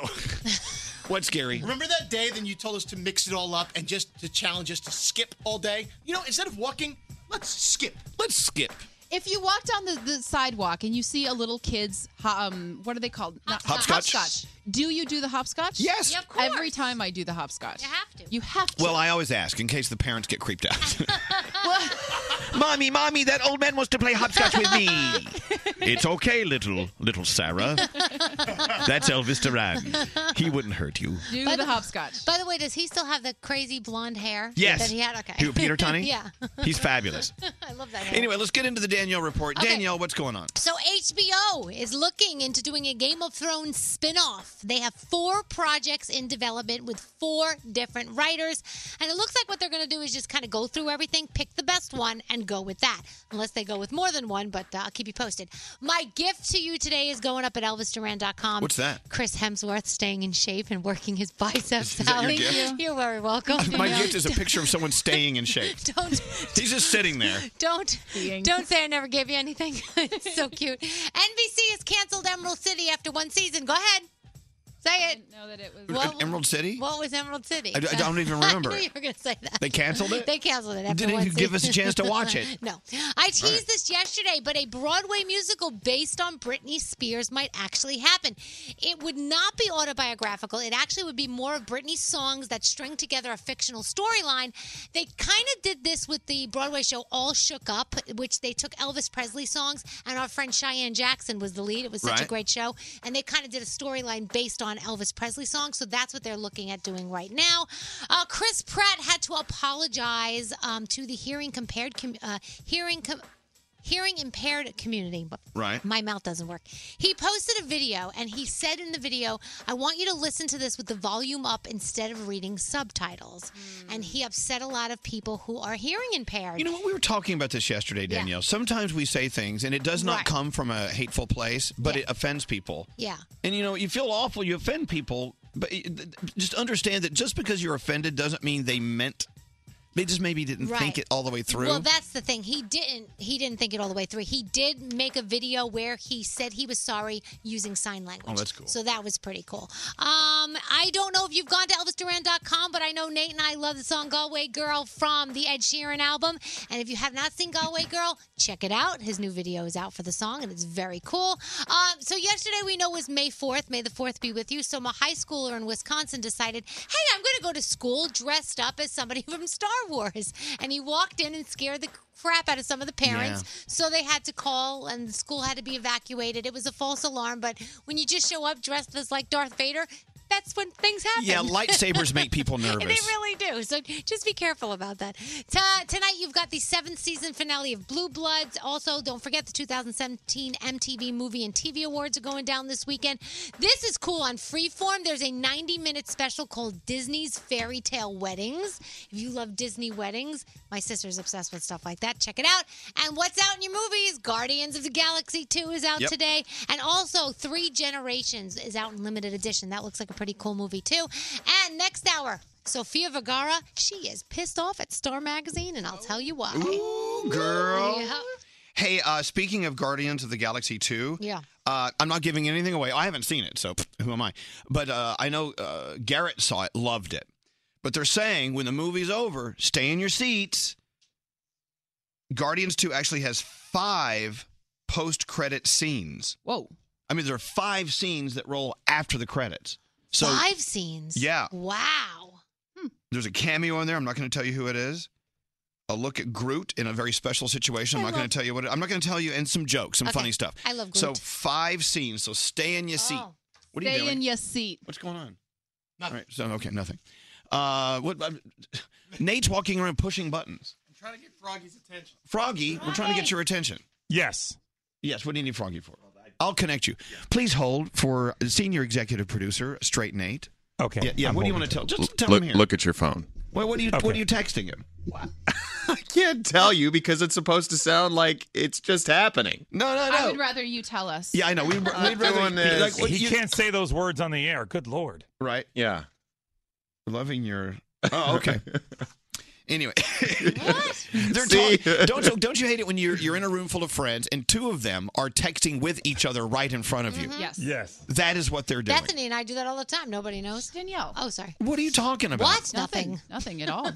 [SPEAKER 5] What's scary?
[SPEAKER 7] Remember that day then you told us to mix it all up and just to challenge us to skip all day? You know, instead of walking, let's skip.
[SPEAKER 5] Let's skip.
[SPEAKER 6] If you walk down the, the sidewalk and you see a little kid's, ho- um, what are they called? Not-
[SPEAKER 5] Hopscotch.
[SPEAKER 6] Do you do the hopscotch?
[SPEAKER 5] Yes. Yeah, of course.
[SPEAKER 6] Every time I do the hopscotch. You have to. You have to.
[SPEAKER 5] Well, I always ask in case the parents get creeped out. mommy, mommy, that old man wants to play hopscotch with me. it's okay, little little Sarah.
[SPEAKER 8] [LAUGHS]
[SPEAKER 5] That's Elvis Duran. He wouldn't hurt you.
[SPEAKER 6] Do
[SPEAKER 8] by
[SPEAKER 6] the hopscotch.
[SPEAKER 8] By the way, does he still have the crazy blonde hair?
[SPEAKER 5] Yes.
[SPEAKER 8] That he had? Okay.
[SPEAKER 5] Who, Peter Tunney?
[SPEAKER 8] [LAUGHS] yeah.
[SPEAKER 5] He's fabulous.
[SPEAKER 8] [LAUGHS] I love that hair.
[SPEAKER 5] Anyway, let's get into the Danielle report.
[SPEAKER 8] Okay.
[SPEAKER 5] Danielle, what's going on?
[SPEAKER 8] So HBO is looking into doing a Game of Thrones spin-off. They have four projects in development with four different writers, and it looks like what they're going to do is just kind of go through everything, pick the best one, and go with that. Unless they go with more than one, but uh, I'll keep you posted. My gift to you today is going up at ElvisDuran.com.
[SPEAKER 5] What's that?
[SPEAKER 8] Chris Hemsworth staying in shape and working his biceps
[SPEAKER 5] Is that
[SPEAKER 8] out.
[SPEAKER 5] your gift?
[SPEAKER 8] You're very welcome.
[SPEAKER 5] [LAUGHS]
[SPEAKER 8] [LAUGHS]
[SPEAKER 5] My gift is a picture of someone staying in shape.
[SPEAKER 8] Don't.
[SPEAKER 5] He's just sitting there.
[SPEAKER 8] [LAUGHS] Don't
[SPEAKER 6] Being.
[SPEAKER 8] don't say I never gave you anything. [LAUGHS] it's so cute. NBC has canceled Emerald City after one season. Go ahead, say it.
[SPEAKER 6] know that it was
[SPEAKER 5] Emerald City?
[SPEAKER 8] What was Emerald City?
[SPEAKER 5] I d- I don't
[SPEAKER 8] [LAUGHS]
[SPEAKER 5] even remember
[SPEAKER 8] I knew
[SPEAKER 5] it.
[SPEAKER 8] you were going to say that.
[SPEAKER 5] They canceled it?
[SPEAKER 8] They canceled it. After
[SPEAKER 5] Didn't
[SPEAKER 8] one
[SPEAKER 5] you give us a
[SPEAKER 8] season. [LAUGHS]
[SPEAKER 5] chance to watch it?
[SPEAKER 8] no, I teased
[SPEAKER 5] All right.
[SPEAKER 8] this yesterday, but a Broadway musical based on Britney Spears might actually happen. It would not be autobiographical. It actually would be more of Britney's songs that string together a fictional storyline. They kind of did this with the Broadway show All Shook Up, which they took Elvis Presley songs, and our friend Cheyenne Jackson was the lead. It was such a
[SPEAKER 12] Right.
[SPEAKER 8] great great show. And they kind of did a storyline based on Elvis Presley songs. So that's what they're looking at doing right now. Uh, Chris Pratt had to apologize um, to the hearing compared com- uh, hearing com- hearing impaired community. But
[SPEAKER 5] Right.
[SPEAKER 8] My mouth doesn't work. He posted a video and he said in the video, I want you to listen to this with the volume up instead of reading subtitles. And he upset a lot of people who are hearing impaired.
[SPEAKER 5] Hmm. You know what? We were talking about this yesterday,
[SPEAKER 8] Yeah.
[SPEAKER 5] Danielle. Sometimes we say things and it does not
[SPEAKER 8] Right.
[SPEAKER 5] come from a hateful place, but it offends people.
[SPEAKER 8] yeah.
[SPEAKER 5] And you know, you feel awful, you offend people, but it- just understand that just because you're offended doesn't mean they meant They just maybe didn't
[SPEAKER 8] Right.
[SPEAKER 5] think it all the way through.
[SPEAKER 8] Well, that's the thing. He didn't. He didn't think it all the way through. He did make a video where he said he was sorry using sign language.
[SPEAKER 5] Oh, that's cool.
[SPEAKER 8] So that was pretty cool. Um, I don't know if you've gone to ElvisDuran.com, but I know Nate and I love the song "Galway Girl" from the Ed Sheeran album. And if you have not seen "Galway Girl," check it out. His new video is out for the song, and it's very cool. Um, so yesterday we know was May fourth. May the fourth be with you. So my high schooler in Wisconsin decided, hey, I'm going to go to school dressed up as somebody [LAUGHS] from Star Wars, and he walked in and scared the crap out of some of the parents.
[SPEAKER 12] Yeah.
[SPEAKER 8] So they had to call, and the school had to be evacuated. It was a false alarm, but when you just show up dressed as like Darth Vader, that's when things happen.
[SPEAKER 5] Yeah, lightsabers make people
[SPEAKER 8] [LAUGHS] And they
[SPEAKER 5] nervous.
[SPEAKER 8] really do. So just be careful about that. Ta tonight, you've got the seventh season finale of Blue Bloods. Also, don't forget the 2017 MTV Movie and TV Awards are going down this weekend. This is cool on Freeform. There's a 90 minute special called Disney's Fairy Tale Weddings. If you love Disney weddings, my sister's obsessed with stuff like that. Check it out. And what's out in your movies? Guardians of the Galaxy 2 is out
[SPEAKER 12] Yep.
[SPEAKER 8] today today. And also, Three Generations is out in limited edition. That looks like a pretty cool movie, too. And next hour, Sofia Vergara, she is pissed off at Star Magazine, and I'll tell you why.
[SPEAKER 5] Ooh, girl.
[SPEAKER 8] Yeah.
[SPEAKER 5] Hey, uh, speaking of Guardians of the Galaxy 2,
[SPEAKER 8] Yeah.
[SPEAKER 5] uh, I'm not giving anything away. I haven't seen it, so pff, who am I? But uh, I know uh, Garrett saw it, loved it. But they're saying when the movie's over, stay in your seats. Guardians 2 actually has five post credit scenes.
[SPEAKER 6] Whoa.
[SPEAKER 5] I mean, there are five scenes that roll after the credits. So
[SPEAKER 8] Five scenes.
[SPEAKER 5] Yeah.
[SPEAKER 8] Wow.
[SPEAKER 5] There's a cameo in there. I'm not going to tell you who it is. A look at Groot in a very special situation. I'm
[SPEAKER 8] I
[SPEAKER 5] not going
[SPEAKER 8] love-
[SPEAKER 5] to tell you what. It, I'm not going to tell you, and some jokes, some
[SPEAKER 6] Okay.
[SPEAKER 5] funny stuff.
[SPEAKER 6] I love
[SPEAKER 5] So
[SPEAKER 6] Groot. Oh.
[SPEAKER 5] five scenes. So stay in your seat. What are
[SPEAKER 6] Stay
[SPEAKER 5] you doing?
[SPEAKER 6] in your seat.
[SPEAKER 5] What's going on? All right. So okay, nothing. Uh, what? I'm- Nate's walking around pushing buttons.
[SPEAKER 7] Trying to get Froggy's attention.
[SPEAKER 5] Froggy, we're trying to get your attention. Yes. Yes. What do you need Froggy for? I'll connect you. Please hold for senior executive producer Straight Nate. Okay. Yeah. yeah,
[SPEAKER 18] I'm
[SPEAKER 5] What do you want
[SPEAKER 18] holding.
[SPEAKER 5] to tell? Just tell
[SPEAKER 18] look,
[SPEAKER 5] him here.
[SPEAKER 18] look at your phone.
[SPEAKER 5] Well, what are you? What
[SPEAKER 18] Okay.
[SPEAKER 5] are you texting him?
[SPEAKER 18] [LAUGHS] I can't tell you because it's supposed to sound like it's just happening.
[SPEAKER 5] No, no,
[SPEAKER 6] I would rather you tell us.
[SPEAKER 18] Yeah, I know. We-
[SPEAKER 6] Uh,
[SPEAKER 18] we'd rather- Doing this.
[SPEAKER 10] Like,
[SPEAKER 18] Well,
[SPEAKER 10] he
[SPEAKER 18] you-
[SPEAKER 10] can't say those words on the air. Good lord.
[SPEAKER 5] Right.
[SPEAKER 18] Yeah.
[SPEAKER 5] Loving your. Oh,
[SPEAKER 18] [LAUGHS]
[SPEAKER 5] okay. anyway, [LAUGHS] They're
[SPEAKER 18] See?
[SPEAKER 5] talk- don't
[SPEAKER 18] [LAUGHS]
[SPEAKER 5] you, don't you hate it when you're you're in a room full of friends and two of them are texting with each other right in front of you?
[SPEAKER 8] Mhm. Yes.
[SPEAKER 5] Yes. That is what they're doing.
[SPEAKER 8] Bethany and I do that all the time. Nobody knows. Danielle. Oh, sorry.
[SPEAKER 5] what are you talking about?
[SPEAKER 8] What? Nothing.
[SPEAKER 6] Nothing at
[SPEAKER 8] [LAUGHS]
[SPEAKER 6] all.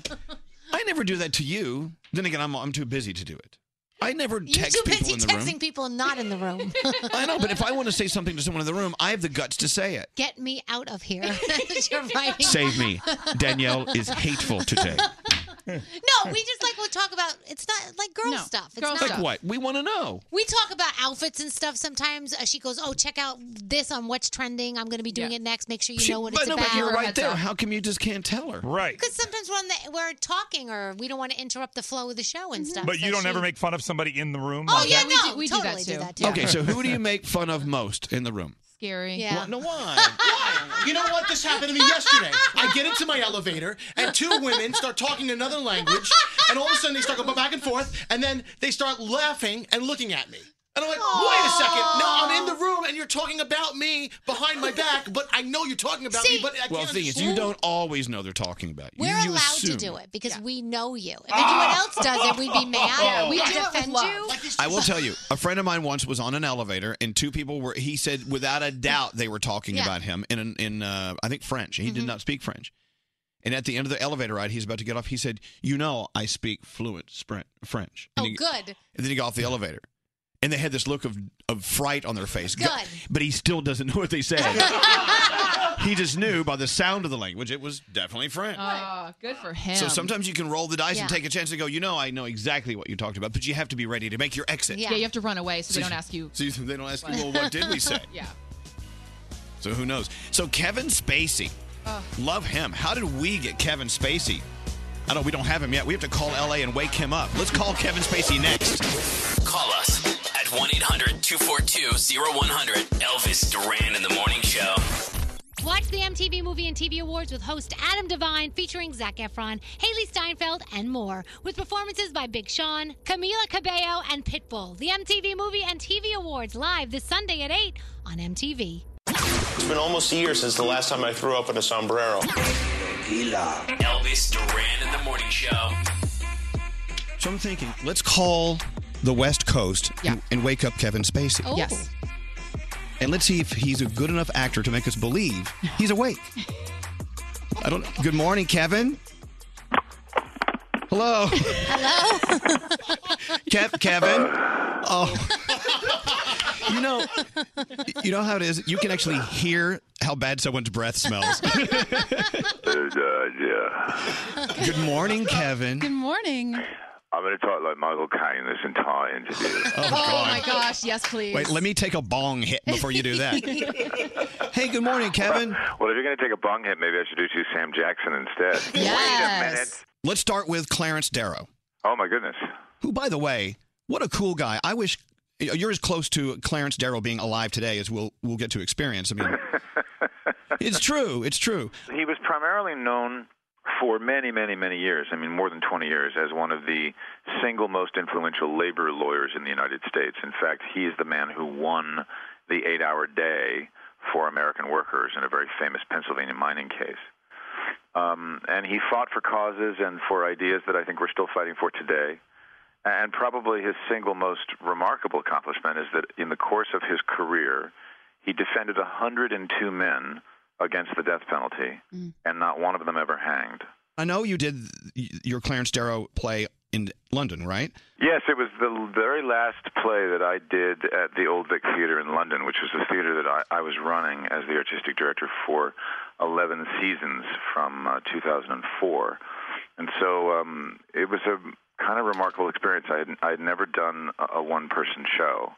[SPEAKER 5] I never do that to you. Then again, I'm I'm too busy to do it. I never
[SPEAKER 8] You're
[SPEAKER 5] text
[SPEAKER 8] too busy
[SPEAKER 5] people in the
[SPEAKER 8] texting
[SPEAKER 5] room.
[SPEAKER 8] people not in the room.
[SPEAKER 5] [LAUGHS] I know, but if I want to say something to someone in the room, I have the guts to say it.
[SPEAKER 8] Get me out
[SPEAKER 5] [LAUGHS]
[SPEAKER 8] of here. [LAUGHS] That's what you're writing.
[SPEAKER 5] Save me. Danielle is hateful today.
[SPEAKER 8] No, we just like we'll talk about. It's not like girl stuff. It's not
[SPEAKER 5] like what? We want to know.
[SPEAKER 8] We talk about outfits and stuff sometimes. Uh, she goes, "Oh, check out this on what's trending. I'm going to be doing it next. Make sure you
[SPEAKER 5] She-
[SPEAKER 8] know what
[SPEAKER 5] but
[SPEAKER 8] it's
[SPEAKER 5] no,
[SPEAKER 8] about."
[SPEAKER 5] but you're right there. How come you just can't tell her? Right.
[SPEAKER 8] Because sometimes we're, on the, we're talking or we don't want to interrupt the flow of the show
[SPEAKER 5] Mm-hmm.
[SPEAKER 8] and stuff.
[SPEAKER 10] But
[SPEAKER 8] so
[SPEAKER 10] you don't
[SPEAKER 8] she-
[SPEAKER 10] ever make fun of somebody in the room.
[SPEAKER 8] Oh
[SPEAKER 10] like
[SPEAKER 8] yeah,
[SPEAKER 10] that?
[SPEAKER 8] no, we
[SPEAKER 6] do that
[SPEAKER 8] totally
[SPEAKER 6] too.
[SPEAKER 5] Okay, so who do
[SPEAKER 8] [LAUGHS]
[SPEAKER 5] you make fun of most in the room?
[SPEAKER 6] Scary.
[SPEAKER 8] Yeah.
[SPEAKER 7] No, why?
[SPEAKER 8] [LAUGHS]
[SPEAKER 7] why? You know what? This happened to me yesterday. I get into my elevator, and two women start talking another language, and all of a sudden they start going back and forth, and then they start laughing and looking at me. And I'm like, wait a second. No, I'm in the room, and you're talking about me behind my back, but I know you're talking about me, but I
[SPEAKER 5] well, the
[SPEAKER 7] can't
[SPEAKER 5] thing is, you
[SPEAKER 7] understand.
[SPEAKER 5] don't always know they're talking about you.
[SPEAKER 8] We're
[SPEAKER 5] you
[SPEAKER 8] allowed
[SPEAKER 5] assume. Ah!
[SPEAKER 8] to do it because we know you. If anyone else does it, we'd be mad.
[SPEAKER 5] [LAUGHS] Yeah, we
[SPEAKER 8] We'd
[SPEAKER 5] do it with
[SPEAKER 8] defend you.
[SPEAKER 5] I will tell you, a friend of mine once was on an elevator, and two people were. He said, without a doubt, they were talking
[SPEAKER 8] Yeah. Mm-hmm.
[SPEAKER 5] about him in an, in uh, I think French. He did not speak French. And at the end of the elevator ride, he's about to get off. He said, "You know, I speak fluent spr- French." And
[SPEAKER 8] Oh,
[SPEAKER 5] he-
[SPEAKER 8] good.
[SPEAKER 5] And then he got off the elevator, and they had this look of of fright on their face. Go-
[SPEAKER 8] Good.
[SPEAKER 5] But he still doesn't know what they
[SPEAKER 8] [LAUGHS]
[SPEAKER 5] said. [LAUGHS] he just knew by the sound of the language it was definitely French.
[SPEAKER 6] Oh, good for him.
[SPEAKER 5] So sometimes you can roll the dice and
[SPEAKER 6] Yeah.
[SPEAKER 5] take a chance and go, you know, I know exactly what you talked about, but you have to be ready to make your exit.
[SPEAKER 6] Yeah. you have to run away so, they don't ask you.
[SPEAKER 5] So you- they don't ask you, well, what did we say?
[SPEAKER 6] [LAUGHS] yeah.
[SPEAKER 5] So who knows? So Kevin Spacey,
[SPEAKER 6] Ugh.
[SPEAKER 5] love him. How did we get Kevin Spacey? I don't. We don't have him yet. We have to call LA and wake him up. Let's call Kevin Spacey next.
[SPEAKER 13] Call us at 1 800 242 0100. Elvis Duran in the Morning Show.
[SPEAKER 8] Watch the MTV Movie and TV Awards with host Adam Devine featuring Zach Efron, Haley Steinfeld, and more. With performances by Big Sean, Camila Cabello, and Pitbull. The MTV Movie and TV Awards live this Sunday at 8 on MTV. [LAUGHS]
[SPEAKER 2] It's been almost a year since the last time I threw up in a sombrero.
[SPEAKER 19] tequila.
[SPEAKER 13] Elvis Duran in the morning show.
[SPEAKER 5] So I'm thinking, let's call the West Coast
[SPEAKER 13] Yeah.
[SPEAKER 5] and, and wake up Kevin Spacey.
[SPEAKER 6] Oh. Yes.
[SPEAKER 5] And let's see if he's a good enough actor to make us believe he's awake. I don't. Good morning, Kevin. Hello,
[SPEAKER 6] [LAUGHS]
[SPEAKER 15] Hello?
[SPEAKER 5] Kev, Kevin. Oh, you know, you know how it is. You can actually hear how bad someone's breath
[SPEAKER 6] [LAUGHS]
[SPEAKER 5] smells.
[SPEAKER 12] uh,
[SPEAKER 5] Good morning, Kevin.
[SPEAKER 6] Good morning. Oh,
[SPEAKER 12] I'm going to talk like Michael Caine this entire interview.
[SPEAKER 6] Oh, my gosh. Yes, please.
[SPEAKER 5] Oh, Wait, let me take a bong hit before you do that. [LAUGHS] hey, good morning, Kevin.
[SPEAKER 12] well, if you're going to take a bung hit, maybe I should do two Sam Jackson instead. Wait a minute.
[SPEAKER 5] Let's start with Clarence Darrow,
[SPEAKER 12] Oh my goodness.
[SPEAKER 5] who, by the way, what a cool guy. I wish you're as close to Clarence Darrow being alive today as we'll we'll get to experience. I
[SPEAKER 6] [LAUGHS]
[SPEAKER 5] mean, it's true. It's true.
[SPEAKER 12] He was primarily known for many, many, many years. I mean, more than 20 years as one of the single most influential labor lawyers in the United States. In fact, he is the man who won the 8-hour day for American workers in a very famous Pennsylvania mining case. Um, and he fought for causes and for ideas that I think we're still fighting for today. And probably his single most remarkable accomplishment is that in the course of his career, he defended 102 men against the death penalty, and not one of them ever hanged.
[SPEAKER 5] I know you did your Clarence Darrow play in London, right?
[SPEAKER 12] Yes, it was the very last play that I did at the Old Vic Theatre in London, which was the theatre that I, I was running as the artistic director for 11 seasons from uh, 2004. And so um, it was a kind of remarkable experience. I had, I had never done a, a one person show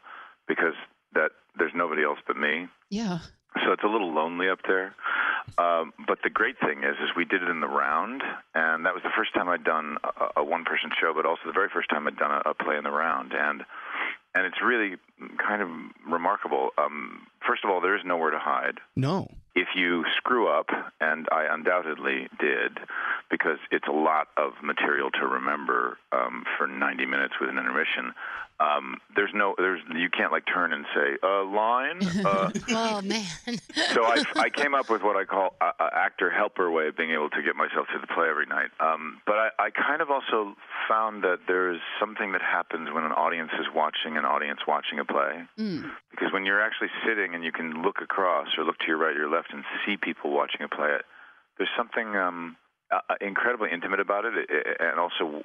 [SPEAKER 12] because that there's nobody else but me
[SPEAKER 6] Yeah.
[SPEAKER 12] so it's a little lonely up there. Um, but the great thing is, is we did it in the round, and that was the first time I'd done a, a one-person show, but also the very first time I'd done a, a play in the round, and and it's really kind of remarkable. Um, first of all, there is nowhere to hide
[SPEAKER 5] No.
[SPEAKER 12] if you screw up, and I undoubtedly did, because it's a lot of material to remember um, for 90 minutes with an intermission. Um, there's no, there's you can't like turn and say a uh, line. Uh,
[SPEAKER 8] [LAUGHS]
[SPEAKER 15] oh, man.
[SPEAKER 12] so I, I came up with what I call a, a actor helper way of being able to get myself to the play every night. Um, but I, I kind of also found that there's something that happens when an audience is watching an audience watching a play. Because when you're actually sitting and you can look across or look to your right or your left and see people watching a play, there's something um, uh, uh, incredibly intimate about it, uh, and also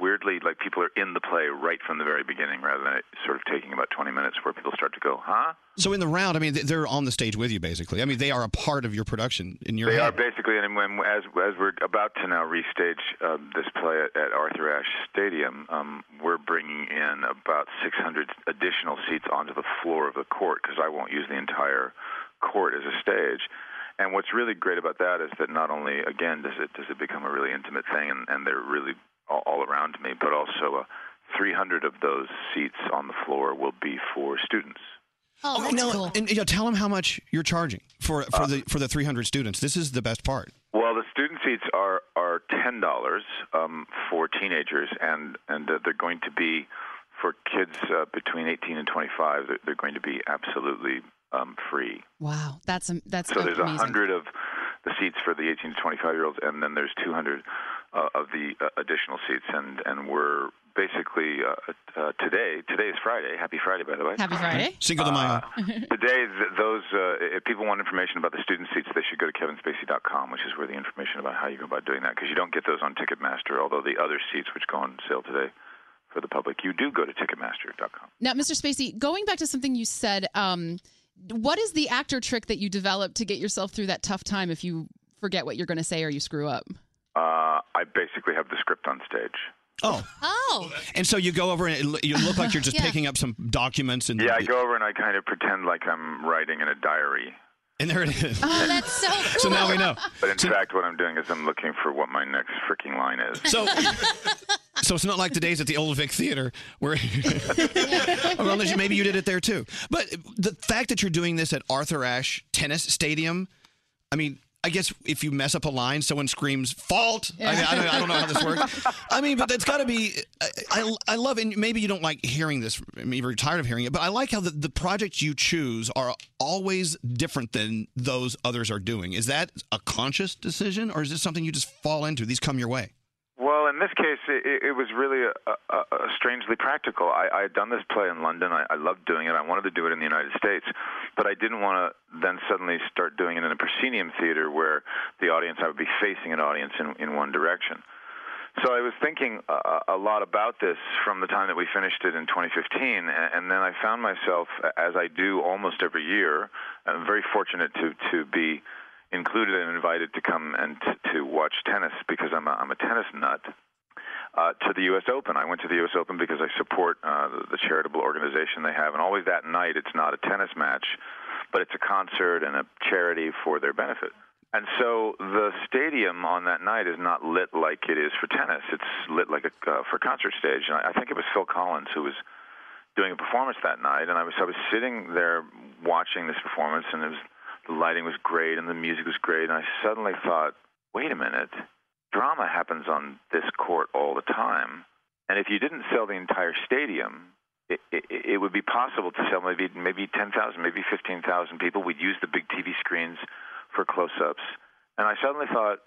[SPEAKER 12] weirdly, like people are in the play right from the very beginning, rather than it sort of taking about 20 minutes where people start to go, huh?
[SPEAKER 5] So in the round, I mean, th- they're on the stage with you, basically. I mean, they are a part of your production in your
[SPEAKER 12] they
[SPEAKER 5] head.
[SPEAKER 12] are basically, and when, as as we're about to now restage uh, this play at, at Arthur Ashe Stadium, um, we're bringing in about 600 additional seats onto the floor of the court because I won't use the entire court as a stage. And what's really great about that is that not only again does it does it become a really intimate thing, and, and they're really all, all around me, but also uh, 300 of those seats on the floor will be for students.
[SPEAKER 15] Oh,
[SPEAKER 5] that's cool. And you know, tell them how much you're charging for for the for the 300 students. This is the best part.
[SPEAKER 12] Well, the student seats are are ten dollars um, for teenagers, and and uh, they're going to be for kids uh, between eighteen and twenty five. They're, they're going to be absolutely um, free.
[SPEAKER 6] [LAUGHS] Wow. That's am- that's
[SPEAKER 12] so there's a
[SPEAKER 6] amazing.
[SPEAKER 12] hundred of the seats for the eighteen to twenty five year olds, and then there's two hundred uh, of the uh, additional seats, and and we're basically uh, uh, today. Today is Friday. Happy Friday, by the way.
[SPEAKER 6] Happy Friday.
[SPEAKER 5] Cinco de Mayo.
[SPEAKER 20] [LAUGHS]
[SPEAKER 12] Today, th- those uh, if people want information about the student seats, they should go to kevinspacey.com, which is where the information about how you go about doing that, because you don't get those on Ticketmaster. Although the other seats, which go on sale today for the public, you do go to Ticketmaster.com.
[SPEAKER 6] Now, Mr. Spacey, going back to something you said, um, what is the actor trick that you developed to get yourself through that tough time if you forget what you're going to say or you screw up?
[SPEAKER 12] Uh, I basically have the script on stage.
[SPEAKER 5] Oh.
[SPEAKER 15] Oh.
[SPEAKER 5] And so you go over and it lo- you look like you're just
[SPEAKER 12] Yeah.
[SPEAKER 5] picking up some documents and
[SPEAKER 12] Yeah, I go over and I kind of pretend like I'm writing in a diary.
[SPEAKER 5] and there it is.
[SPEAKER 15] Oh, that's so cool.
[SPEAKER 5] So now we know.
[SPEAKER 12] But in fact, what I'm doing is I'm looking for what my next freaking line is.
[SPEAKER 5] So so it's not like the days at the Old Vic Theater where Or unless you, maybe you did it there too. But the fact that you're doing this at Arthur Ashe Tennis Stadium, I mean, I guess if you mess up a line, someone screams "fault." I, mean, I, don't, I don't know how this works. I mean, but that's got to be. I, I, I love, and maybe you don't like hearing this. Maybe you're tired of hearing it, but I like how the, the projects you choose are always different than those others are doing. Is that a conscious decision, or is this something you just fall into? These come your way.
[SPEAKER 12] Well, in this case, it, it was really a, a, a strangely practical. I, I had done this play in London. I, I loved doing it. I wanted to do it in the United States, but I didn't want to then suddenly start doing it in a proscenium theater where the audience, I would be facing an audience in, in one direction. So I was thinking a, a lot about this from the time that we finished it in 2015, and, and then I found myself, as I do almost every year, I'm very fortunate to to be included and invited to come and t- to watch tennis because I'm a, I'm a tennis nut. Uh, to the U.S. Open, I went to the U.S. Open because I support uh, the, the charitable organization they have, and always that night it's not a tennis match, but it's a concert and a charity for their benefit. And so the stadium on that night is not lit like it is for tennis; it's lit like a uh, for a concert stage. And I, I think it was Phil Collins who was doing a performance that night, and I was I was sitting there watching this performance, and it was the lighting was great and the music was great and i suddenly thought wait a minute drama happens on this court all the time and if you didn't sell the entire stadium it, it, it would be possible to sell maybe maybe 10,000 maybe 15,000 people we'd use the big tv screens for close-ups and i suddenly thought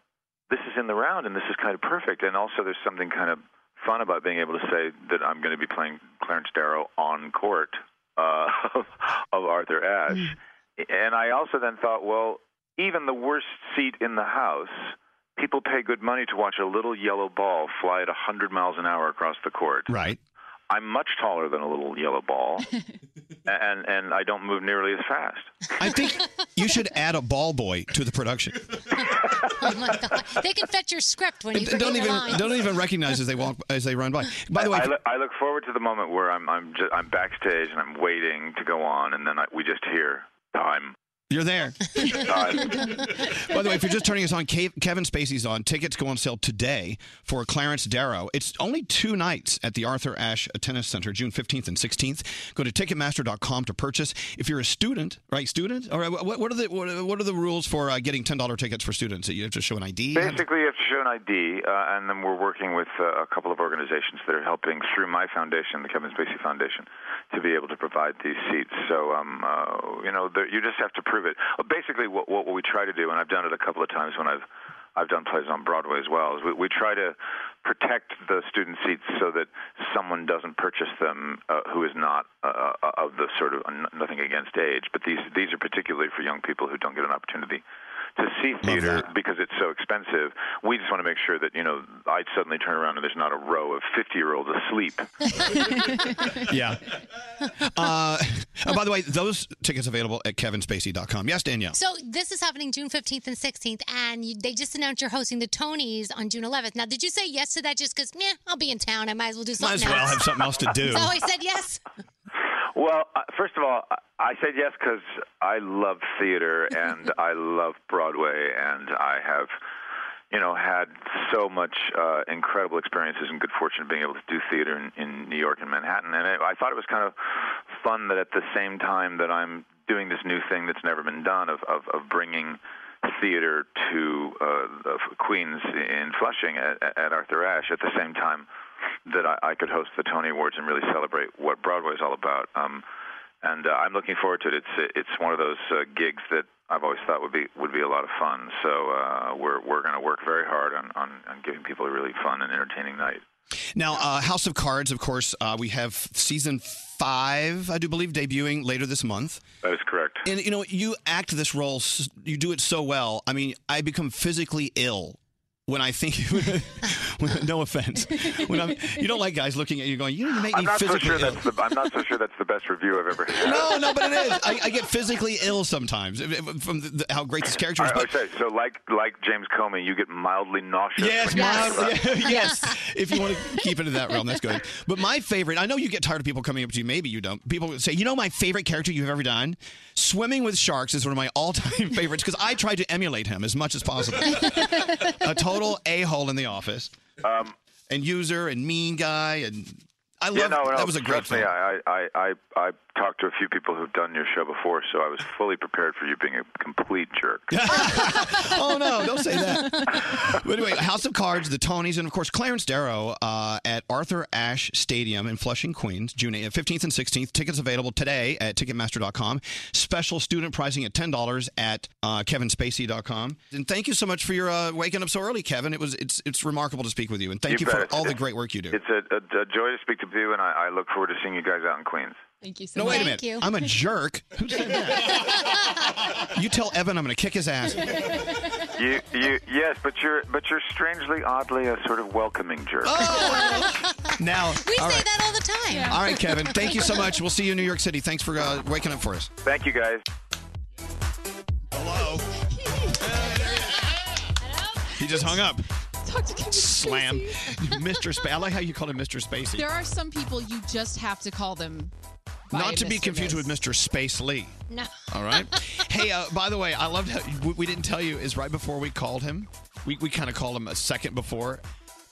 [SPEAKER 12] this is in the round and this is kind of perfect and also there's something kind of fun about being able to say that i'm going to be playing clarence darrow on court uh, [LAUGHS] of, of arthur ashe and I also then thought, well, even the worst seat in the house, people pay good money to watch a little yellow ball fly at 100 miles an hour across the court.
[SPEAKER 5] Right.
[SPEAKER 12] I'm much taller than a little yellow ball, and and I don't move nearly as fast.
[SPEAKER 5] I think you should add a ball boy to the production.
[SPEAKER 8] Oh my god! They can fetch your script when you
[SPEAKER 5] They don't
[SPEAKER 8] forget the
[SPEAKER 5] even
[SPEAKER 8] lines.
[SPEAKER 5] don't even recognize as they walk as they run by. By the way,
[SPEAKER 12] I, look, I look forward to the moment where I'm I'm just, I'm backstage and I'm waiting to go on, and then I, we just hear
[SPEAKER 5] [LAUGHS]
[SPEAKER 12] time,
[SPEAKER 5] you're there.
[SPEAKER 12] time.
[SPEAKER 5] By the way, if you're just turning us on, Ke- Kevin Spacey's on. Tickets go on sale today for Clarence Darrow. It's only two nights at the Arthur Ashe Tennis Center, June 15th and 16th. Go to Ticketmaster.com to purchase. If you're a student, right? Student, all right. What, what are the what, what are the rules for uh, getting ten dollar tickets for students? You have to show an ID.
[SPEAKER 12] Basically, you have to show an ID, uh, and then we're working with uh, a couple of organizations that are helping through my foundation, the Kevin Spacey Foundation, to be able to provide these seats. So, um, uh, you know, there, you just have to prove it. Uh, Basically, what, what we try to do, and I've done it a couple of times when I've I've done plays on Broadway as well. Is we, we try to protect the student seats so that someone doesn't purchase them uh, who is not uh, uh, of the sort of n- nothing against age. But these these are particularly for young people who don't get an opportunity to see theater because it's so expensive. We just want to make sure that you know I suddenly turn around and there's not a row of 50 year olds asleep.
[SPEAKER 5] [LAUGHS]
[SPEAKER 8] [LAUGHS]
[SPEAKER 5] yeah. Uh, and by the way, those tickets available at KevinSpacey.com. Yes, Danielle.
[SPEAKER 8] So this is happening June 15th and 16th, and you, they just announced you're hosting the Tonys on June 11th. Now, did you say yes to that just because, meh, I'll be in town. I might as well do
[SPEAKER 5] Might
[SPEAKER 8] something
[SPEAKER 5] as well
[SPEAKER 8] else.
[SPEAKER 5] have something else to
[SPEAKER 8] [LAUGHS]
[SPEAKER 5] do.
[SPEAKER 8] So I said yes.
[SPEAKER 12] Well, uh, first of all, I- I said yes because I love theater and I love Broadway, and I have, you know, had so much uh, incredible experiences and good fortune of being able to do theater in, in New York and Manhattan. And I I thought it was kind of fun that at the same time that I'm doing this new thing that's never been done of of, of bringing theater to uh, of Queens in Flushing at, at Arthur Ashe at the same time that I, I could host the Tony Awards and really celebrate what Broadway is all about. Um, and uh, I'm looking forward to it. It's it's one of those uh, gigs that I've always thought would be would be a lot of fun. So uh, we're we're going to work very hard on, on on giving people a really fun and entertaining night.
[SPEAKER 5] Now, uh, House of Cards, of course, uh, we have season five, I do believe, debuting later this month.
[SPEAKER 12] That is correct.
[SPEAKER 5] And you know, you act this role, s- you do it so well. I mean, I become physically ill when I think. [LAUGHS] when- no offense, when I'm, you don't like guys looking at you going, "You make me
[SPEAKER 12] I'm not so
[SPEAKER 5] physically
[SPEAKER 12] sure
[SPEAKER 5] ill."
[SPEAKER 12] that's the I'm not so sure that's the best review I've ever had.
[SPEAKER 5] [LAUGHS] No, no, but it is. I, I get physically ill sometimes if- if- from the, the- how great this character is.
[SPEAKER 12] I,
[SPEAKER 5] But
[SPEAKER 12] okay, so like like James Comey, you get mildly nauseous.
[SPEAKER 5] Yes,
[SPEAKER 12] when you
[SPEAKER 5] mild-
[SPEAKER 12] think about
[SPEAKER 5] [LAUGHS]
[SPEAKER 12] it. [LAUGHS]
[SPEAKER 5] yeah, yes. If you want to keep it in that realm, that's good. But my favorite, I know you get tired of people coming up to you. Maybe you don't. People say, you know, my favorite character you've ever done? Swimming with Sharks is one of my all time [LAUGHS] favorites because I try to emulate him as much as possible. A total a hole in the office.
[SPEAKER 12] Um,
[SPEAKER 5] and user and mean guy. And I love
[SPEAKER 12] yeah, no, no,
[SPEAKER 5] that was a great
[SPEAKER 12] trust me,
[SPEAKER 5] film.
[SPEAKER 12] I, I, I, I talked to a few people who've done your show before, so I was fully prepared for you being a complete jerk.
[SPEAKER 5] [LAUGHS] [LAUGHS] oh no, don't say
[SPEAKER 12] [LAUGHS]
[SPEAKER 5] that. But anyway, House of Cards, the Tonys, and of course Clarence Darrow uh, at Arthur Ashe Stadium in Flushing, Queens, June 8th, 15th and 16th. Tickets available today at Ticketmaster.com. Special student pricing at ten dollars at uh, KevinSpacey.com. And thank you so much for your uh, waking up so early, Kevin. It was it's it's remarkable to speak with you, and thank you,
[SPEAKER 12] bet.
[SPEAKER 5] for
[SPEAKER 12] It's-
[SPEAKER 5] all the
[SPEAKER 12] it's-
[SPEAKER 5] great work you do.
[SPEAKER 12] It's a, a, a joy to speak to you, and I, I look forward to seeing you guys out in Queens.
[SPEAKER 6] Thank you so
[SPEAKER 5] No,
[SPEAKER 6] much.
[SPEAKER 5] wait a minute. I'm a jerk. Who said that? you tell Evan I'm going to kick his
[SPEAKER 8] [LAUGHS]
[SPEAKER 5] ass.
[SPEAKER 12] You, you, yes, but you're, but you're strangely, oddly, a sort of welcoming jerk.
[SPEAKER 5] Oh! Now,
[SPEAKER 8] We
[SPEAKER 5] all
[SPEAKER 8] say
[SPEAKER 5] right.
[SPEAKER 8] that all the time.
[SPEAKER 5] All right, Kevin. Thank
[SPEAKER 8] [LAUGHS]
[SPEAKER 5] you so much. We'll see you in New York City. Thanks for uh, waking up for us.
[SPEAKER 12] Thank you, guys.
[SPEAKER 5] Hello. He just hung up.
[SPEAKER 6] Talk to Kevin
[SPEAKER 5] Slam.
[SPEAKER 6] Spacey.
[SPEAKER 5] [LAUGHS] Mr. Spacey. I like how you called him Mr. Spacey.
[SPEAKER 6] There are some people you just have to call them. by
[SPEAKER 5] Not to be
[SPEAKER 6] Mr.
[SPEAKER 5] confused
[SPEAKER 6] Biz.
[SPEAKER 5] with Mr. Space Lee.
[SPEAKER 6] No.
[SPEAKER 5] All right.
[SPEAKER 6] [LAUGHS]
[SPEAKER 5] hey, uh, by the way, I loved how we, we didn't tell you is right before we called him. We, we kind of called him a second before,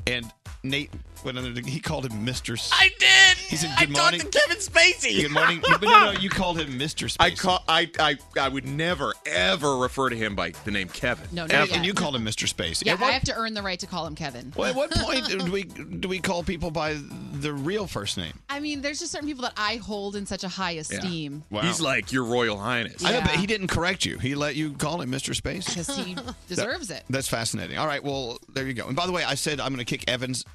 [SPEAKER 5] and Nate went under. He called him Mr. S-
[SPEAKER 2] I did.
[SPEAKER 5] He said,
[SPEAKER 2] I
[SPEAKER 5] "Good morning."
[SPEAKER 2] talked to Kevin Spacey.
[SPEAKER 5] Good morning. But no, no, you called him Mr. Spacey.
[SPEAKER 18] I call I, I I would never ever refer to him by the name Kevin.
[SPEAKER 6] No, not Ever. yet. And you
[SPEAKER 5] called him Mr. Spacey.
[SPEAKER 6] Yeah,
[SPEAKER 5] At what-
[SPEAKER 6] I have to earn the right to call him Kevin.
[SPEAKER 5] Well,
[SPEAKER 6] [LAUGHS]
[SPEAKER 5] at what point do we do we call people by the real first name?
[SPEAKER 6] I mean, there's just certain people that I hold in such a high esteem.
[SPEAKER 18] He's like your Royal Highness.
[SPEAKER 5] I know, but he didn't correct you. He let you call him Mr. Space
[SPEAKER 6] because
[SPEAKER 5] [LAUGHS]
[SPEAKER 6] he deserves it.
[SPEAKER 5] That's fascinating. All right, well, there you go. And by the way, I said I'm going to kick Evan's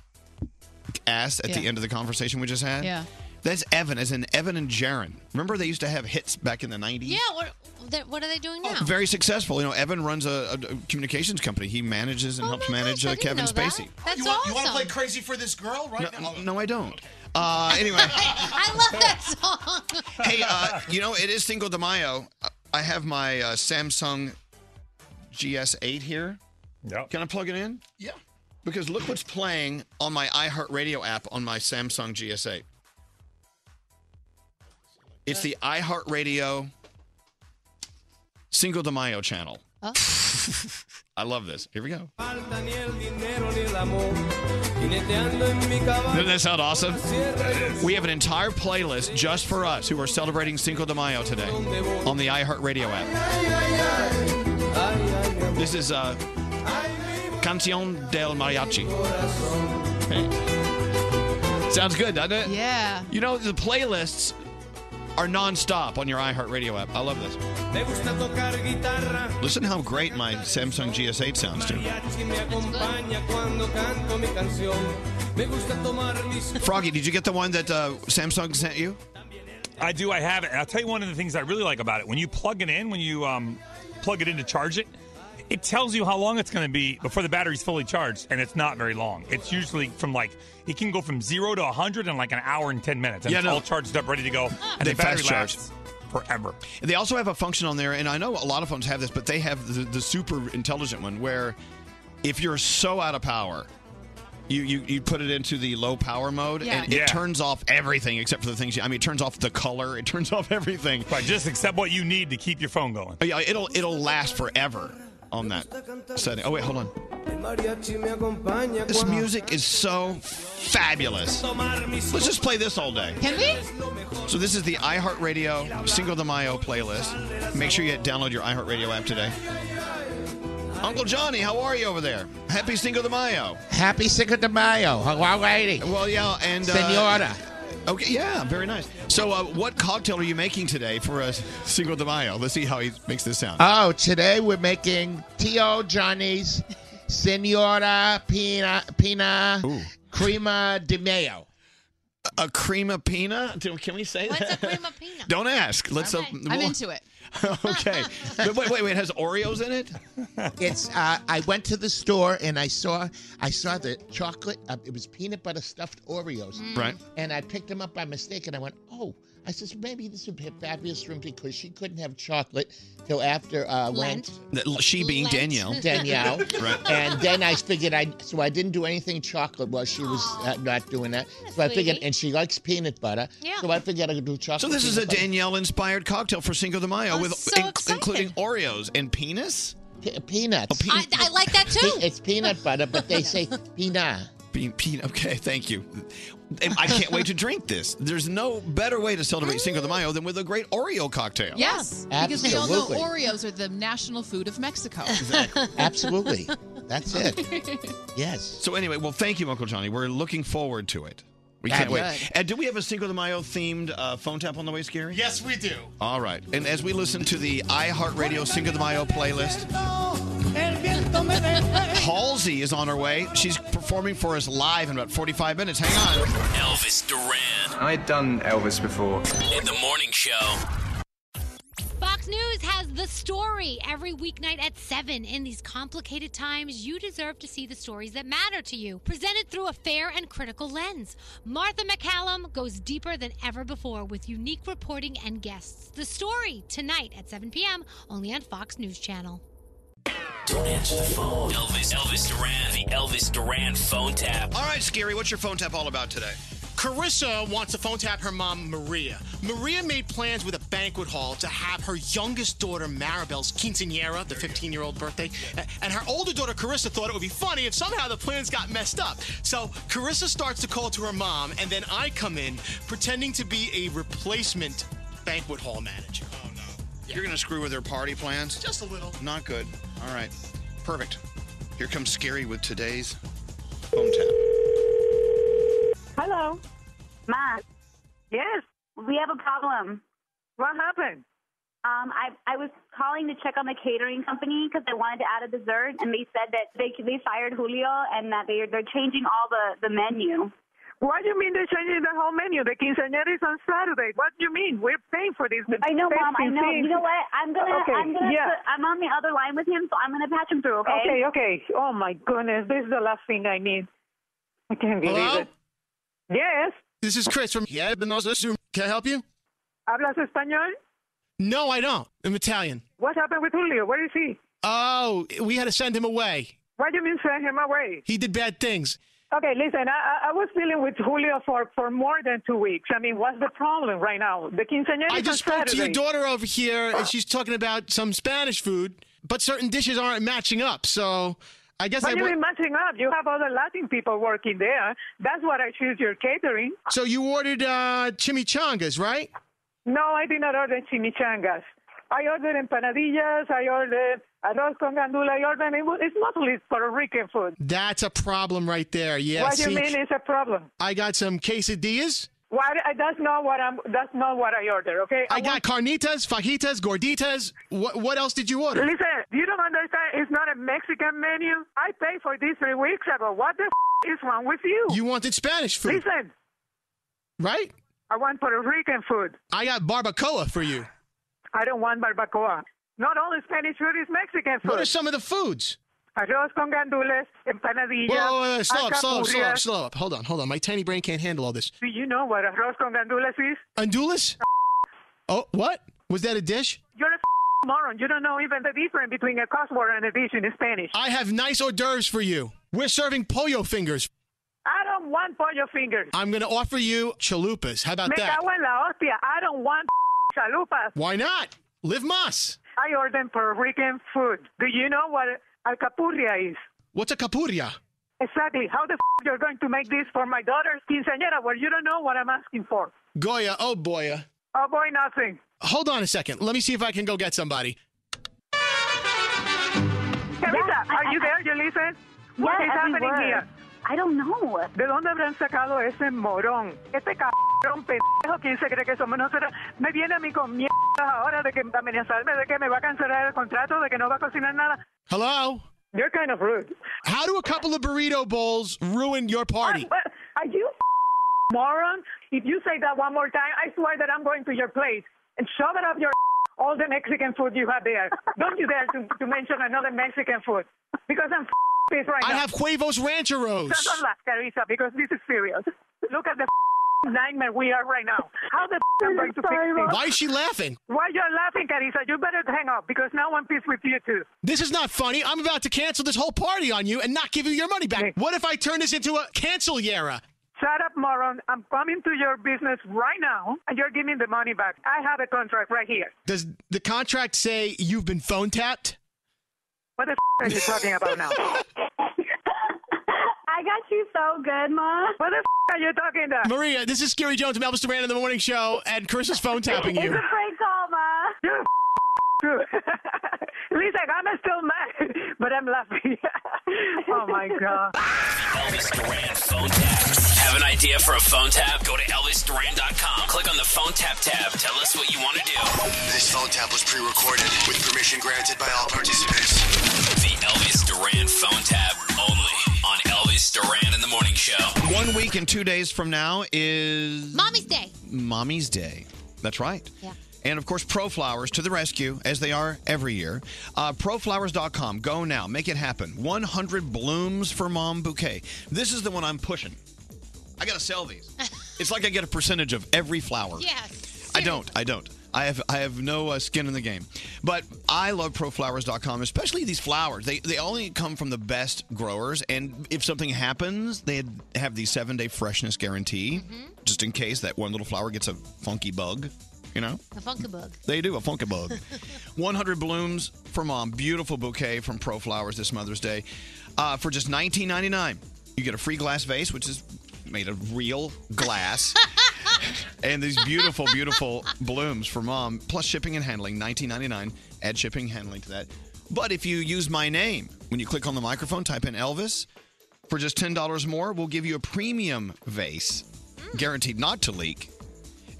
[SPEAKER 5] ass at the
[SPEAKER 6] Yeah.
[SPEAKER 5] end of the conversation we just had.
[SPEAKER 6] Yeah.
[SPEAKER 5] That's Evan, as in Evan and Jaron. Remember they used to have hits back in the 90s?
[SPEAKER 8] Yeah, what, that- what are they doing now?
[SPEAKER 5] Very successful. You know, Evan runs a, a communications company. He manages and helps manage uh, Kevin Spacey.
[SPEAKER 8] That's
[SPEAKER 2] you want, You want to
[SPEAKER 8] awesome.
[SPEAKER 2] play crazy for this girl right now?
[SPEAKER 5] No, no, I don't. Uh,
[SPEAKER 2] [LAUGHS]
[SPEAKER 5] anyway.
[SPEAKER 8] I love that [LAUGHS] song.
[SPEAKER 5] hey, uh, you know, it is Cinco de Mayo. I have my uh, Samsung GS8 here. Can I plug it in? Yeah. Because look what's playing on my iHeartRadio app on my Samsung GS8. It's the iHeartRadio Cinco de Mayo channel. [LAUGHS] I love this. Here we go. Doesn't that sound awesome? We have an entire playlist just for us who are celebrating Cinco de Mayo today on the iHeartRadio app. This is uh, Canción del Mariachi. Hey. Sounds good, doesn't it?
[SPEAKER 6] Yeah.
[SPEAKER 5] You know, the playlists are nonstop on your iHeartRadio app. I love this. Listen how great my Samsung GS8 sounds to. Froggy, did you get the one that uh, Samsung sent you?
[SPEAKER 10] I do. I have it. And I'll tell you one of the things I really like about it. When you plug it in, when you um, plug it in to charge it, it tells you how long it's going to be before the battery's fully charged, and it's not very long. It's usually from like it can go from zero to hundred in like an hour and ten minutes, and
[SPEAKER 5] Yeah,
[SPEAKER 10] it's
[SPEAKER 5] no.
[SPEAKER 10] all charged up, ready to go.
[SPEAKER 8] Ah.
[SPEAKER 10] And
[SPEAKER 5] They
[SPEAKER 10] the battery
[SPEAKER 5] fast charge.
[SPEAKER 10] lasts forever.
[SPEAKER 5] They also have a function on there, and I know a lot of phones have this, but they have the, the super intelligent one where if you're so out of power, you, you, you put it into the low power mode
[SPEAKER 10] Yeah.
[SPEAKER 5] and it
[SPEAKER 10] Yeah.
[SPEAKER 5] turns off everything except for the things you, I mean, it turns off the color, it turns [LAUGHS] off everything.
[SPEAKER 10] Right, just accept what you need to keep your phone going.
[SPEAKER 5] Yeah, it'll, it'll last forever on that setting. Oh, wait, hold on. This music is so fabulous. Let's just play this all day.
[SPEAKER 6] Can we?
[SPEAKER 5] So this is the iHeartRadio Single de Mayo playlist. Make sure you download your iHeartRadio app today. Uncle Johnny, how are you over there? Happy Cinco de Mayo.
[SPEAKER 2] Happy Cinco de Mayo. Hello, lady.
[SPEAKER 5] Well, yeah, and uh,
[SPEAKER 2] Senora.
[SPEAKER 5] Okay, yeah, very nice. So, uh, what cocktail are you making today for uh, Cinco de Mayo? Let's see how he makes this sound.
[SPEAKER 2] Oh, today we're making T.O. Johnny's Senora Pina Pina Crema de Mayo.
[SPEAKER 5] A crema pina? Do- Can we say What's that? a crema
[SPEAKER 8] pina?
[SPEAKER 5] Don't ask. Let's. Uh,
[SPEAKER 6] I'm
[SPEAKER 5] we'll-
[SPEAKER 6] into it.
[SPEAKER 5] [LAUGHS] okay. But [LAUGHS] wait, wait, wait. It has Oreos in it?
[SPEAKER 2] It's. Uh, I went to the store and I saw. I saw the chocolate. Uh, it was peanut butter stuffed Oreos.
[SPEAKER 5] Mm. Right.
[SPEAKER 2] And I picked them up by mistake, and I went, oh. I says maybe this would be fabulous for him because she couldn't have chocolate till after uh, Lent.
[SPEAKER 5] That- She being Danielle.
[SPEAKER 2] [LAUGHS] Danielle.
[SPEAKER 5] [LAUGHS] Right.
[SPEAKER 2] And then I figured I so I didn't do anything chocolate while she was uh, not doing that. So I figured,
[SPEAKER 5] sweetie.
[SPEAKER 2] and she likes peanut butter.
[SPEAKER 5] Yeah.
[SPEAKER 2] So I figured I could do chocolate.
[SPEAKER 5] So this is a
[SPEAKER 2] peanut butter.
[SPEAKER 5] Danielle inspired cocktail for Cinco de Mayo with in- including Oreos and penis.
[SPEAKER 2] peanuts.
[SPEAKER 8] I, I like that too.
[SPEAKER 2] It's peanut butter, but they say peanut.
[SPEAKER 5] Pe- pe- okay, thank you. And I can't wait to drink this. There's no better way to celebrate Cinco de Mayo than with a great Oreo cocktail.
[SPEAKER 6] Yes, because we all know Oreos are the national food of Mexico. [LAUGHS]
[SPEAKER 5] Absolutely. That's
[SPEAKER 2] Yes.
[SPEAKER 5] So anyway, well, thank you, Uncle Johnny. We're looking forward to it. We
[SPEAKER 2] Yeah,
[SPEAKER 5] can't wait.
[SPEAKER 2] good.
[SPEAKER 5] And do we have a Cinco de Mayo themed uh, phone tap on the way, Scary?
[SPEAKER 7] Yes, we do.
[SPEAKER 5] All right. And as we listen to the iHeartRadio Cinco de Mayo playlist,
[SPEAKER 2] [LAUGHS]
[SPEAKER 5] Halsey is on her way. She's performing for us live in about 45 minutes. Hang on.
[SPEAKER 13] Elvis Duran
[SPEAKER 5] I'd done Elvis before.
[SPEAKER 13] in the morning show.
[SPEAKER 8] Fox News has the story every weeknight at 7. In these complicated times, you deserve to see the stories that matter to you, presented through a fair and critical lens. Martha McCallum goes deeper than ever before with unique reporting and guests. The story tonight at 7 p.m. only on Fox News Channel.
[SPEAKER 13] Don't answer the phone. Elvis, Elvis Duran, the Elvis Duran phone tap.
[SPEAKER 5] All right, Scary, what's your phone tap all about today?
[SPEAKER 7] Carissa wants to phone tap her mom, Maria. Maria made plans with a banquet hall to have her youngest daughter, Maribel's quinceanera, the 15 year old birthday. A- And her older daughter, Carissa, thought it would be funny if somehow the plans got messed up. So Carissa starts to call to her mom, and then I come in pretending to be a replacement banquet hall manager.
[SPEAKER 5] You're going to screw with their party plans? Just
[SPEAKER 7] a little.
[SPEAKER 5] Not good. All right. Perfect. Here comes Scary with today's phone tap.
[SPEAKER 21] Hello. Ma. Yes. We have a problem. What happened? Um, I, I was calling to check on the catering company because I wanted to add a dessert, and they said that they they fired Julio and that they they're changing all the the menu.
[SPEAKER 22] What do you mean they're changing the whole menu? The quinceañera is on Saturday. What do you mean? We're paying for this.
[SPEAKER 21] I know, Mom. I
[SPEAKER 22] fancy
[SPEAKER 21] know.
[SPEAKER 22] thing.
[SPEAKER 21] You know what? I'm gonna
[SPEAKER 22] Okay,
[SPEAKER 21] I'm gonna
[SPEAKER 22] yeah.
[SPEAKER 21] put- I'm on the other line with him, so I'm gonna patch him through. Okay.
[SPEAKER 22] Okay, okay. Oh my goodness, this is the last thing I need. I can't believe
[SPEAKER 20] Hello?
[SPEAKER 22] it. Yes.
[SPEAKER 20] This is Chris from Yeah, but no, Zoom. Can I help you?
[SPEAKER 22] ¿Hablas español?
[SPEAKER 7] No, I don't. I'm Italian.
[SPEAKER 22] [LAUGHS] What happened with Julio? Where is he?
[SPEAKER 7] Oh, we had to send him away.
[SPEAKER 22] What do you mean send him away?
[SPEAKER 7] He did bad things.
[SPEAKER 22] Okay, listen, I, I I was dealing with Julio for, for more than two weeks. I mean, what's the problem right now? The quinceañera
[SPEAKER 20] I
[SPEAKER 22] is on
[SPEAKER 20] just spoke to your
[SPEAKER 22] Saturday.
[SPEAKER 20] daughter over here, and she's talking about some Spanish food, but certain dishes aren't matching up. So I guess
[SPEAKER 22] What
[SPEAKER 20] I
[SPEAKER 22] do you
[SPEAKER 20] wa-
[SPEAKER 22] mean matching up? You have other Latin people working there. That's what I choose your catering.
[SPEAKER 20] so you ordered uh, chimichangas, right?
[SPEAKER 22] No, I did not order chimichangas. I ordered empanadillas. I ordered arroz con gandula. I ordered it, wa- it's mostly Puerto Rican food.
[SPEAKER 20] That's a problem right there. Yeah.
[SPEAKER 22] what do you
[SPEAKER 20] see,
[SPEAKER 22] mean it's a problem?
[SPEAKER 20] I got some quesadillas.
[SPEAKER 22] What, I- that's not what I'm. That's not what I order. Okay.
[SPEAKER 20] I got carnitas, fajitas, gorditas. What what else did you order?
[SPEAKER 22] Listen, you don't understand. It's not a Mexican menu. I paid for this three weeks ago. What the f- is wrong with you?
[SPEAKER 20] You wanted Spanish food,
[SPEAKER 22] Listen,
[SPEAKER 20] right?
[SPEAKER 22] I want Puerto Rican food.
[SPEAKER 20] I got barbacoa for you.
[SPEAKER 22] I don't want barbacoa. Not all Spanish food is Mexican food.
[SPEAKER 20] What are some of the foods?
[SPEAKER 22] Arroz con gandules, empanadillas.
[SPEAKER 20] Whoa, whoa, whoa, slow up, slow up, slow
[SPEAKER 22] alcapurrias.
[SPEAKER 20] up, slow up. Hold on, hold on. My tiny brain can't handle all this.
[SPEAKER 22] Do you know what arroz con gandules is?
[SPEAKER 20] Undulas? [LAUGHS] Oh, what? Was that a dish?
[SPEAKER 22] You're a [LAUGHS] f- moron. You don't know even the difference between a crossword and [LAUGHS] a dish in Spanish.
[SPEAKER 20] I have nice hors d'oeuvres for you. We're serving pollo fingers.
[SPEAKER 22] I don't want pollo fingers.
[SPEAKER 20] I'm going to offer you chalupas. How about
[SPEAKER 22] Me
[SPEAKER 20] that?
[SPEAKER 22] cago en la hostia. I don't want f- chalupas.
[SPEAKER 20] Why not? Live mas.
[SPEAKER 22] I order Puerto [LAUGHS] Rican food. Do you know what alcapurria is?
[SPEAKER 20] What's a capuria?
[SPEAKER 22] Exactly. How the [LAUGHS] f- you're going to make this for my daughter's quinceañera where you don't know what I'm asking for?
[SPEAKER 20] Goya, oh boya.
[SPEAKER 22] Oh boy, nothing.
[SPEAKER 20] Hold on a second. Let me see if I can go get somebody.
[SPEAKER 22] Carita, are you there? You listen? What
[SPEAKER 21] Yeah,
[SPEAKER 22] is
[SPEAKER 21] every
[SPEAKER 22] happening
[SPEAKER 21] word.
[SPEAKER 22] here?
[SPEAKER 21] I don't know.
[SPEAKER 22] ¿De dónde habrán sacado ese morón? Este cabrón pendejo, ¿quién se cree que somos nosotros? Me viene a mí con mierda ahora de que amenazarme, de que me va a cancelar el contrato, de que no va a cocinar nada.
[SPEAKER 20] Hello?
[SPEAKER 22] You're kind of rude.
[SPEAKER 20] How do a couple of burrito bowls ruin your party?
[SPEAKER 22] What? Are you f- moron? If you say that one more time, I swear that I'm going to your place and shove it up your [LAUGHS] all the Mexican food you have there. Don't you dare to, to mention another Mexican food because I'm [LAUGHS] f- pissed right
[SPEAKER 20] I
[SPEAKER 22] now.
[SPEAKER 20] have huevos rancheros.
[SPEAKER 22] Shut up, Carissa, because this is serious. Look at the [LAUGHS] f- nightmare we are right now. How the [LAUGHS] f- I'm going to fix this?
[SPEAKER 20] Why is she laughing?
[SPEAKER 22] Why you're laughing, Carissa? You better hang up because now I'm pissed with you too.
[SPEAKER 20] This is not funny. I'm about to cancel this whole party on you and not give you your money back. What if I turn this into a cancel yera?
[SPEAKER 22] Shut up, moron. I'm coming to your business right now, and you're giving the money back. I have a contract right here. [LAUGHS]
[SPEAKER 20] Does the contract say you've been phone tapped? [LAUGHS]
[SPEAKER 22] What the f- are you talking about now?
[SPEAKER 21] I got you so
[SPEAKER 22] so good, Mom. What the f- are you talking about?
[SPEAKER 7] Maria, this
[SPEAKER 21] [LAUGHS]
[SPEAKER 7] is Scary Jones from Elvis Duran in the Morning Show, and Chris is phone tapping
[SPEAKER 22] It's a
[SPEAKER 7] you.
[SPEAKER 22] prank call, Ma. You're true. [LAUGHS] Lisa, I'm still mad, [LAUGHS] but I'm laughing. oh my god.
[SPEAKER 13] Elvis Duran phone taps. Have an idea for a phone tap? Go to ElvisDuran.com. Click on the phone tap tab. Tell us what you want to do.
[SPEAKER 14] This phone tap was pre-recorded with permission granted by all participants.
[SPEAKER 13] The Elvis Duran phone tap only on Elvis Duran in the Morning Show.
[SPEAKER 5] One week and two days from now is
[SPEAKER 8] Mommy's Day.
[SPEAKER 5] Mommy's Day. That's right.
[SPEAKER 8] Yeah.
[SPEAKER 5] And of course, ProFlowers to the rescue, as they are every year. Uh, ProFlowers.com. Go now. Make it happen. 100 blooms for mom bouquet. This is the one I'm pushing. I got to sell these. it's like I get a percentage of every flower.
[SPEAKER 8] Yes.
[SPEAKER 5] I don't. I don't. I have I have no uh, skin in the game, but I love ProFlowers.com, especially these flowers. They they only come from the best growers, and if something happens, they have the seven day freshness guarantee, just in case that one little flower gets a funky bug, you know.
[SPEAKER 8] The Funkabug.
[SPEAKER 5] They do a funky bug. 100 blooms for mom. Beautiful bouquet from Pro Flowers this Mother's Day uh, for just 19.99. You get a free glass vase, which is made of real glass, and these beautiful, beautiful blooms for mom. Plus shipping and handling. 19.99. Add shipping and handling to that. But if you use my name when you click on the microphone, type in Elvis. For just ten dollars more, we'll give you a premium vase, guaranteed not to leak,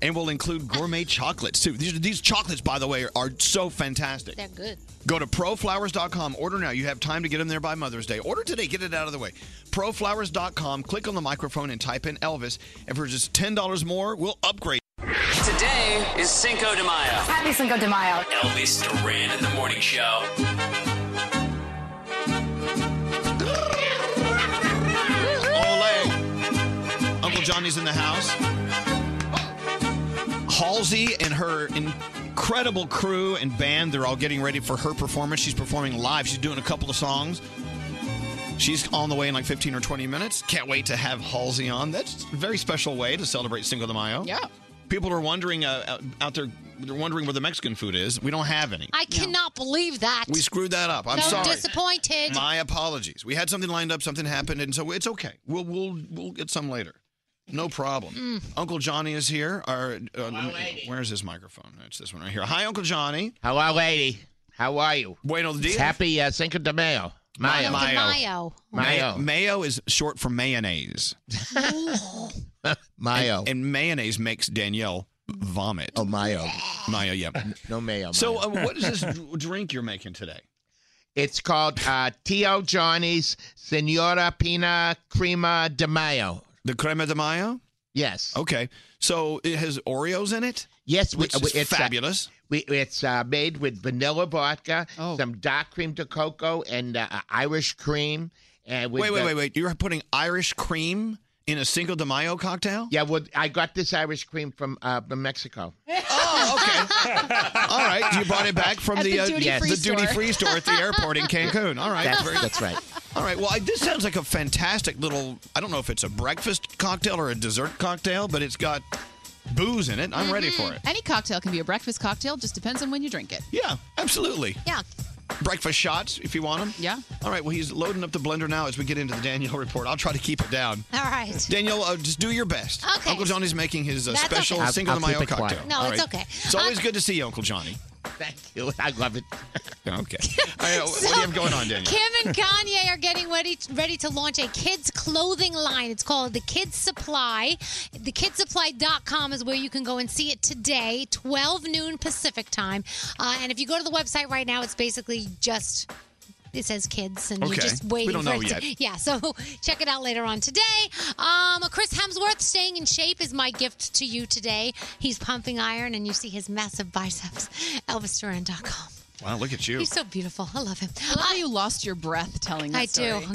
[SPEAKER 5] and we'll include gourmet chocolates too. These these chocolates, by the way, are, are so fantastic.
[SPEAKER 8] They're good.
[SPEAKER 5] Go to proflowers.com. Order now. You have time to get them there by Mother's Day. Order today. Get it out of the way. Proflowers.com. Click on the microphone and type in Elvis. And for just ten dollars more, we'll upgrade.
[SPEAKER 13] Today is Cinco de Mayo.
[SPEAKER 17] Happy Cinco de Mayo.
[SPEAKER 13] Elvis Duran in the Morning Show.
[SPEAKER 5] Ole. Uncle Johnny's in the house. Halsey and her incredible crew and band, they're all getting ready for her performance. She's performing live. She's doing a couple of songs. She's on the way in like 15 or 20 minutes. Can't wait to have Halsey on. That's a very special way to celebrate Cinco de Mayo.
[SPEAKER 8] Yeah.
[SPEAKER 5] People are wondering uh, out- out there, they're wondering where the Mexican food is. We don't have any.
[SPEAKER 8] I cannot believe that.
[SPEAKER 5] We screwed that up. I'm
[SPEAKER 8] so
[SPEAKER 5] sorry.
[SPEAKER 8] disappointed.
[SPEAKER 5] My apologies. We had something lined up, something happened, and so it's okay. We'll we'll we'll get some later. No problem.
[SPEAKER 8] Mm.
[SPEAKER 5] Uncle Johnny is here. Our, uh, where's his microphone? It's this one right here. Hi, Uncle Johnny.
[SPEAKER 2] Hello, lady. How are you?
[SPEAKER 5] Bueno
[SPEAKER 2] It's
[SPEAKER 5] dias.
[SPEAKER 2] happy uh, Cinco de Mayo. Mayo.
[SPEAKER 8] Mayo.
[SPEAKER 5] Mayo.
[SPEAKER 2] Mayo.
[SPEAKER 5] Mayo is short for mayonnaise.
[SPEAKER 2] [LAUGHS] Mayo.
[SPEAKER 5] And, and mayonnaise makes Danielle vomit. Oh,
[SPEAKER 2] mayo.
[SPEAKER 5] Mayo, yeah.
[SPEAKER 2] No mayo.
[SPEAKER 5] So,
[SPEAKER 2] mayo.
[SPEAKER 5] uh, what is
[SPEAKER 2] [LAUGHS]
[SPEAKER 5] this [LAUGHS] dr- drink you're making today?
[SPEAKER 2] It's called uh, Tio Johnny's Senora Pina Crema de Mayo.
[SPEAKER 5] The crema de mayo?
[SPEAKER 2] Yes.
[SPEAKER 5] Okay. So it has Oreos in it?
[SPEAKER 2] Yes, we,
[SPEAKER 5] Which is
[SPEAKER 2] we- it's uh,
[SPEAKER 5] fabulous. Oh.
[SPEAKER 2] we, it's uh, made with vanilla vodka, some dark cream de cocoa, and uh, Irish cream. And with
[SPEAKER 5] Wait, wait,
[SPEAKER 2] the-
[SPEAKER 5] wait, wait. You're putting Irish cream in a Cinco de Mayo cocktail?
[SPEAKER 2] Yeah, well, I got this Irish cream from uh, from Mexico.
[SPEAKER 5] All right, [LAUGHS] you brought it back from
[SPEAKER 2] At
[SPEAKER 5] the
[SPEAKER 2] the
[SPEAKER 5] uh,
[SPEAKER 2] duty-free
[SPEAKER 5] the
[SPEAKER 2] store.
[SPEAKER 5] duty free store at the airport in Cancun. All right,
[SPEAKER 2] That's- that's right.
[SPEAKER 5] All right, well, I, this sounds like a fantastic little. I don't know if it's a breakfast cocktail or a dessert cocktail, but it's got booze in it. I'm ready
[SPEAKER 8] Mm-hmm.
[SPEAKER 5] for it.
[SPEAKER 6] Any cocktail can be a breakfast cocktail, just depends on when you drink it.
[SPEAKER 5] Yeah, absolutely.
[SPEAKER 6] Yeah.
[SPEAKER 5] Breakfast shots if you want them. Yeah. All right, well, he's loading up the blender now as we get into the Danielle [LAUGHS] report. I'll try to keep it down.
[SPEAKER 8] All right.
[SPEAKER 5] Danielle, uh, just do your best.
[SPEAKER 8] Okay.
[SPEAKER 5] Uncle Johnny's making his uh,
[SPEAKER 8] That's
[SPEAKER 5] special
[SPEAKER 8] okay. I'll-
[SPEAKER 5] Cinco de
[SPEAKER 2] I'll keep
[SPEAKER 5] Mayo
[SPEAKER 2] it quiet.
[SPEAKER 5] cocktail.
[SPEAKER 8] No,
[SPEAKER 5] All
[SPEAKER 8] it's
[SPEAKER 5] right.
[SPEAKER 8] okay. Uh,
[SPEAKER 5] It's always good to see you, Uncle Johnny.
[SPEAKER 2] [LAUGHS] Thank you. I love it.
[SPEAKER 5] [LAUGHS]
[SPEAKER 8] [LAUGHS]
[SPEAKER 5] Okay. All right, what do you have going on, Danielle?
[SPEAKER 8] Kim and Kanye are getting ready ready to launch a kids clothing line. It's called the Kids Supply. The kidsupply.com is where you can go and see it today, 12 noon Pacific time. Uh, and if you go to the website right now, it's basically just it says kids and
[SPEAKER 1] Okay.
[SPEAKER 8] you're just
[SPEAKER 1] We
[SPEAKER 8] waiting
[SPEAKER 1] don't
[SPEAKER 8] for
[SPEAKER 1] know
[SPEAKER 8] it to-
[SPEAKER 1] yet.
[SPEAKER 8] [LAUGHS] yeah so check it out later on today um chris hemsworth staying in shape is my gift to you today he's pumping iron and you see his massive biceps elvisduran.com
[SPEAKER 5] Wow, look at you.
[SPEAKER 8] he's so beautiful i love him
[SPEAKER 6] I love how you lost your breath telling that
[SPEAKER 8] I do.
[SPEAKER 6] story.
[SPEAKER 8] I'm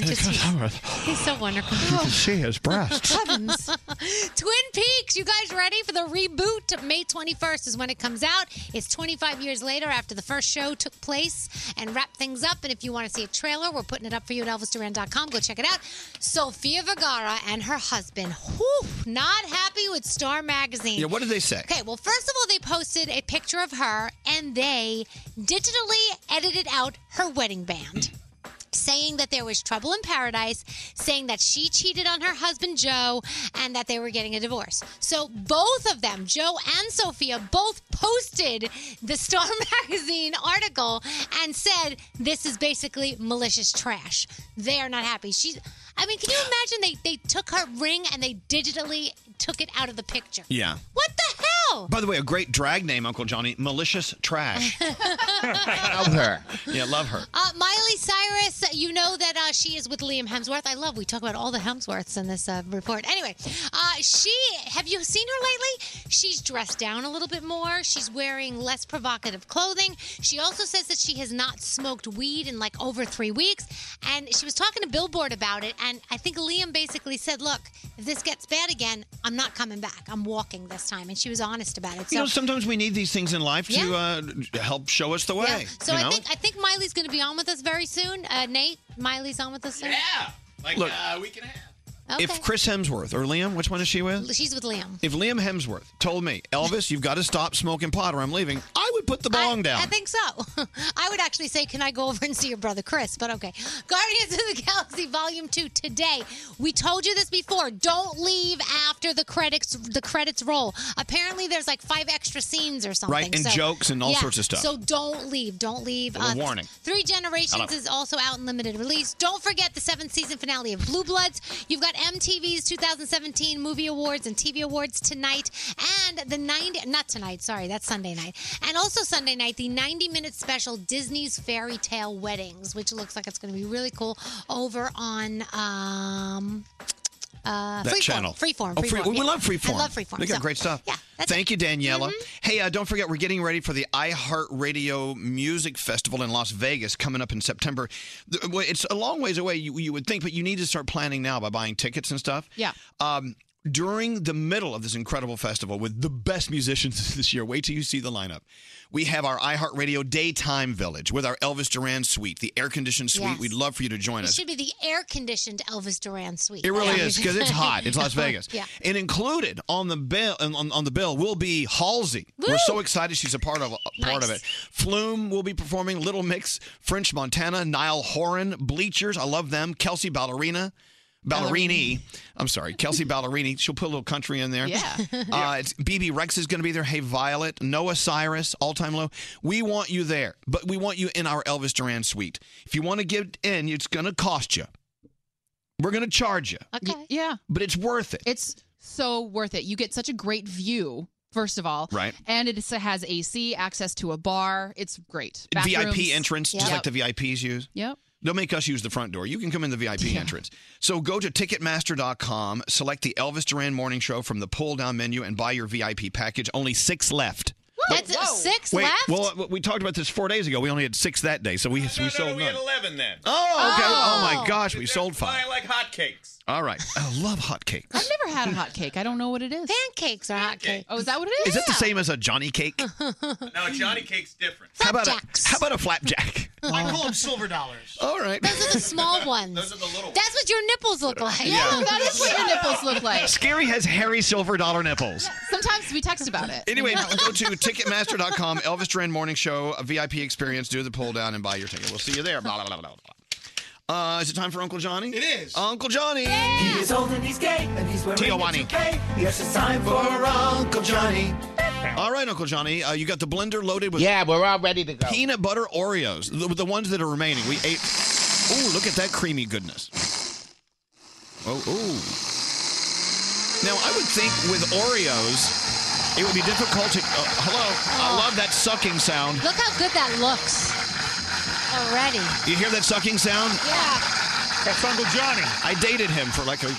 [SPEAKER 5] [LAUGHS]
[SPEAKER 8] just- He's so wonderful.
[SPEAKER 5] see his
[SPEAKER 8] [LAUGHS]
[SPEAKER 6] Heavens.
[SPEAKER 8] Twin Peaks, you guys ready for the reboot? May 21st is when it comes out. It's 25 years later after the first show took place and wrapped things up. And if you want to see a trailer, we're putting it up for you at ElvisDuran.com. Go check it out. Sophia Vergara and her husband, whew, not happy with Star Magazine.
[SPEAKER 5] Yeah, what did they say?
[SPEAKER 8] Okay, well, first of all, they posted a picture of her and they digitally edited out her wedding band. saying that there was trouble in paradise, saying that she cheated on her husband Joe, and that they were getting a divorce. So both of them, Joe and Sophia, both posted the Star [LAUGHS] Magazine article and said this is basically malicious trash. They are not happy. She's. I mean, can you imagine they, they took her ring and they digitally took it out of the picture?
[SPEAKER 5] Yeah.
[SPEAKER 8] What the hell?
[SPEAKER 5] By the way, a great drag name, Uncle Johnny. Malicious Trash.
[SPEAKER 8] [LAUGHS]
[SPEAKER 2] Love her.
[SPEAKER 5] Yeah, love her.
[SPEAKER 8] Uh, Miley Cyrus, you know that uh, she is with Liam Hemsworth. I love we talk about all the Hemsworths in this uh, report. Anyway, uh, she have you seen her lately? She's dressed down a little bit more. She's wearing less provocative clothing. She also says that she has not smoked weed in like over three weeks, and she was talking to Billboard about it. And I think Liam basically said, "Look, if this gets bad again, I'm not coming back. I'm walking this time." And she was honest about it. So
[SPEAKER 5] You know, sometimes we need these things in life to
[SPEAKER 8] Yeah.
[SPEAKER 5] uh, help show us the way.
[SPEAKER 8] yeah. So
[SPEAKER 5] you
[SPEAKER 8] I
[SPEAKER 5] know?
[SPEAKER 8] think I think Miley's going to be on with us very soon. Uh, Nate, Miley's on with us soon. Yeah.
[SPEAKER 5] like, Look,
[SPEAKER 8] uh,
[SPEAKER 5] we can have.
[SPEAKER 8] Okay.
[SPEAKER 5] If Chris Hemsworth or Liam, which one is she with?
[SPEAKER 8] She's with Liam.
[SPEAKER 5] If Liam Hemsworth told me, Elvis, you've got to stop smoking pot or I'm leaving, I would put the bong down.
[SPEAKER 8] I think so. [LAUGHS] I would actually say, can I go over and see your brother Chris? But okay. Guardians of the Galaxy Volume 2 today. We told you this before. Don't leave after the credits the credits roll. Apparently there's like five extra scenes or something.
[SPEAKER 5] Right, and
[SPEAKER 8] So-
[SPEAKER 5] jokes and all
[SPEAKER 8] Yeah.
[SPEAKER 5] sorts of stuff.
[SPEAKER 8] So don't leave. Don't leave. Uh,
[SPEAKER 5] A little warning.
[SPEAKER 8] Three Generations
[SPEAKER 5] Hello.
[SPEAKER 8] is also out in limited release. Don't forget the seventh season finale of Blue Bloods. You've got MTV's 2017 Movie Awards and TV Awards tonight, and the 90 not tonight, sorry, that's Sunday night, and also Sunday night the 90 minute special Disney's Fairy Tale Weddings, which looks like it's going to be really cool over on. Um, uh,
[SPEAKER 5] that
[SPEAKER 8] Freeform.
[SPEAKER 5] channel.
[SPEAKER 8] Freeform.
[SPEAKER 5] Oh, free,
[SPEAKER 8] Freeform,
[SPEAKER 5] we
[SPEAKER 8] yeah.
[SPEAKER 5] love Freeform.
[SPEAKER 8] I love Freeform.
[SPEAKER 5] They got
[SPEAKER 8] so-
[SPEAKER 5] great stuff. Yeah. Thank you, Daniela.
[SPEAKER 8] Mm-hmm.
[SPEAKER 5] Hey, uh, don't forget, we're getting ready for the iHeartRadio Music Festival in Las Vegas coming up in September. The- well, It's a long ways away, you, you would think, but you need to start planning now by buying tickets and stuff.
[SPEAKER 6] Yeah.
[SPEAKER 5] Um, during the middle of this incredible festival with the best musicians [LAUGHS] this year, wait till you see the lineup. We have our iHeartRadio Daytime Village with our Elvis Duran suite, the air conditioned suite.
[SPEAKER 8] Yes.
[SPEAKER 5] We'd love for you to join
[SPEAKER 8] It
[SPEAKER 5] us.
[SPEAKER 8] should be the air conditioned Elvis Duran suite.
[SPEAKER 5] It really
[SPEAKER 8] Yeah.
[SPEAKER 5] is because it's hot.
[SPEAKER 8] [LAUGHS]
[SPEAKER 5] It's Las Vegas.
[SPEAKER 8] Yeah.
[SPEAKER 5] And included on the bill on, on the bill will be Halsey. We're so excited she's a part of a part of
[SPEAKER 1] Nice.
[SPEAKER 5] it. Flume will be performing Little Mix, French Montana, Niall Horan, Bleachers. I love them. Kelsey Ballerina. Ballerini, I'm sorry, Kelsey Ballerini. She'll put a little country in there.
[SPEAKER 23] Yeah.
[SPEAKER 5] [LAUGHS] Uh, it's BB Rex is going to be there. Hey Violet, Noah Cyrus, all time low. We want you there, but we want you in our Elvis Duran suite. If you want to give in, it's going to cost you. We're going to charge you.
[SPEAKER 6] Okay. Yeah.
[SPEAKER 5] But it's worth it.
[SPEAKER 6] It's so worth it. You get such a great view, first of all.
[SPEAKER 5] Right.
[SPEAKER 6] And it is- has AC, access to a bar. It's great.
[SPEAKER 5] VIP entrance, just like the VIPs use.
[SPEAKER 6] Yep.
[SPEAKER 5] Don't make us use the front door. You can come in the VIP entrance. So go to Ticketmaster.com, select the Elvis Duran Morning Show from the pull down menu, and buy your VIP package. Only six left.
[SPEAKER 8] That's six
[SPEAKER 5] Wait,
[SPEAKER 8] left.
[SPEAKER 5] well, uh, we talked about this four days ago. We only had six that day, so we, we sold none.
[SPEAKER 1] eleven then.
[SPEAKER 5] Oh, okay. Oh. my gosh, we sold five.
[SPEAKER 1] like hotcakes.
[SPEAKER 5] All right. I love hotcakes.
[SPEAKER 6] I've never had a hot cake. I don't know what it is.
[SPEAKER 8] Pancakes are hot cake.
[SPEAKER 6] Oh, is that what it is?
[SPEAKER 5] Is that the same as a Johnny cake?
[SPEAKER 1] No, Johnny Cake's different.
[SPEAKER 5] How about a, how about a flapjack?
[SPEAKER 7] I call them silver dollars.
[SPEAKER 5] All right.
[SPEAKER 8] Those are the small ones. Those are the little. That's what your nipples look like.
[SPEAKER 5] Yeah.
[SPEAKER 6] that is what your nipples look like.
[SPEAKER 5] Scary has hairy silver dollar nipples.
[SPEAKER 6] Sometimes we text about it.
[SPEAKER 5] Anyway, go to Ticketmaster.com, Elvis Duran Morning Show, a VIP experience. Do the pull down and buy your ticket. We'll see you there. Blah, blah, blah, blah, blah. Uh, is it time for Uncle Johnny? It is. Uncle Johnny.
[SPEAKER 1] He is old and he's gay and he's wearing
[SPEAKER 5] Tijuana.
[SPEAKER 1] a toupee. Yes, it's time for Uncle Johnny.
[SPEAKER 5] All right, Uncle Johnny, uh, you got the blender loaded with.
[SPEAKER 2] Yeah, we're all ready to go.
[SPEAKER 5] Peanut butter Oreos, the, the ones that are remaining. We ate. Ooh, look at that creamy goodness. Oh, ooh. Now, I would think with Oreos, it would be difficult to. oh, hello. I love that sucking sound.
[SPEAKER 8] Look how good that looks already. [LAUGHS]
[SPEAKER 5] You hear that sucking sound?
[SPEAKER 8] Yeah.
[SPEAKER 5] That's Uncle Johnny. I dated him for like a.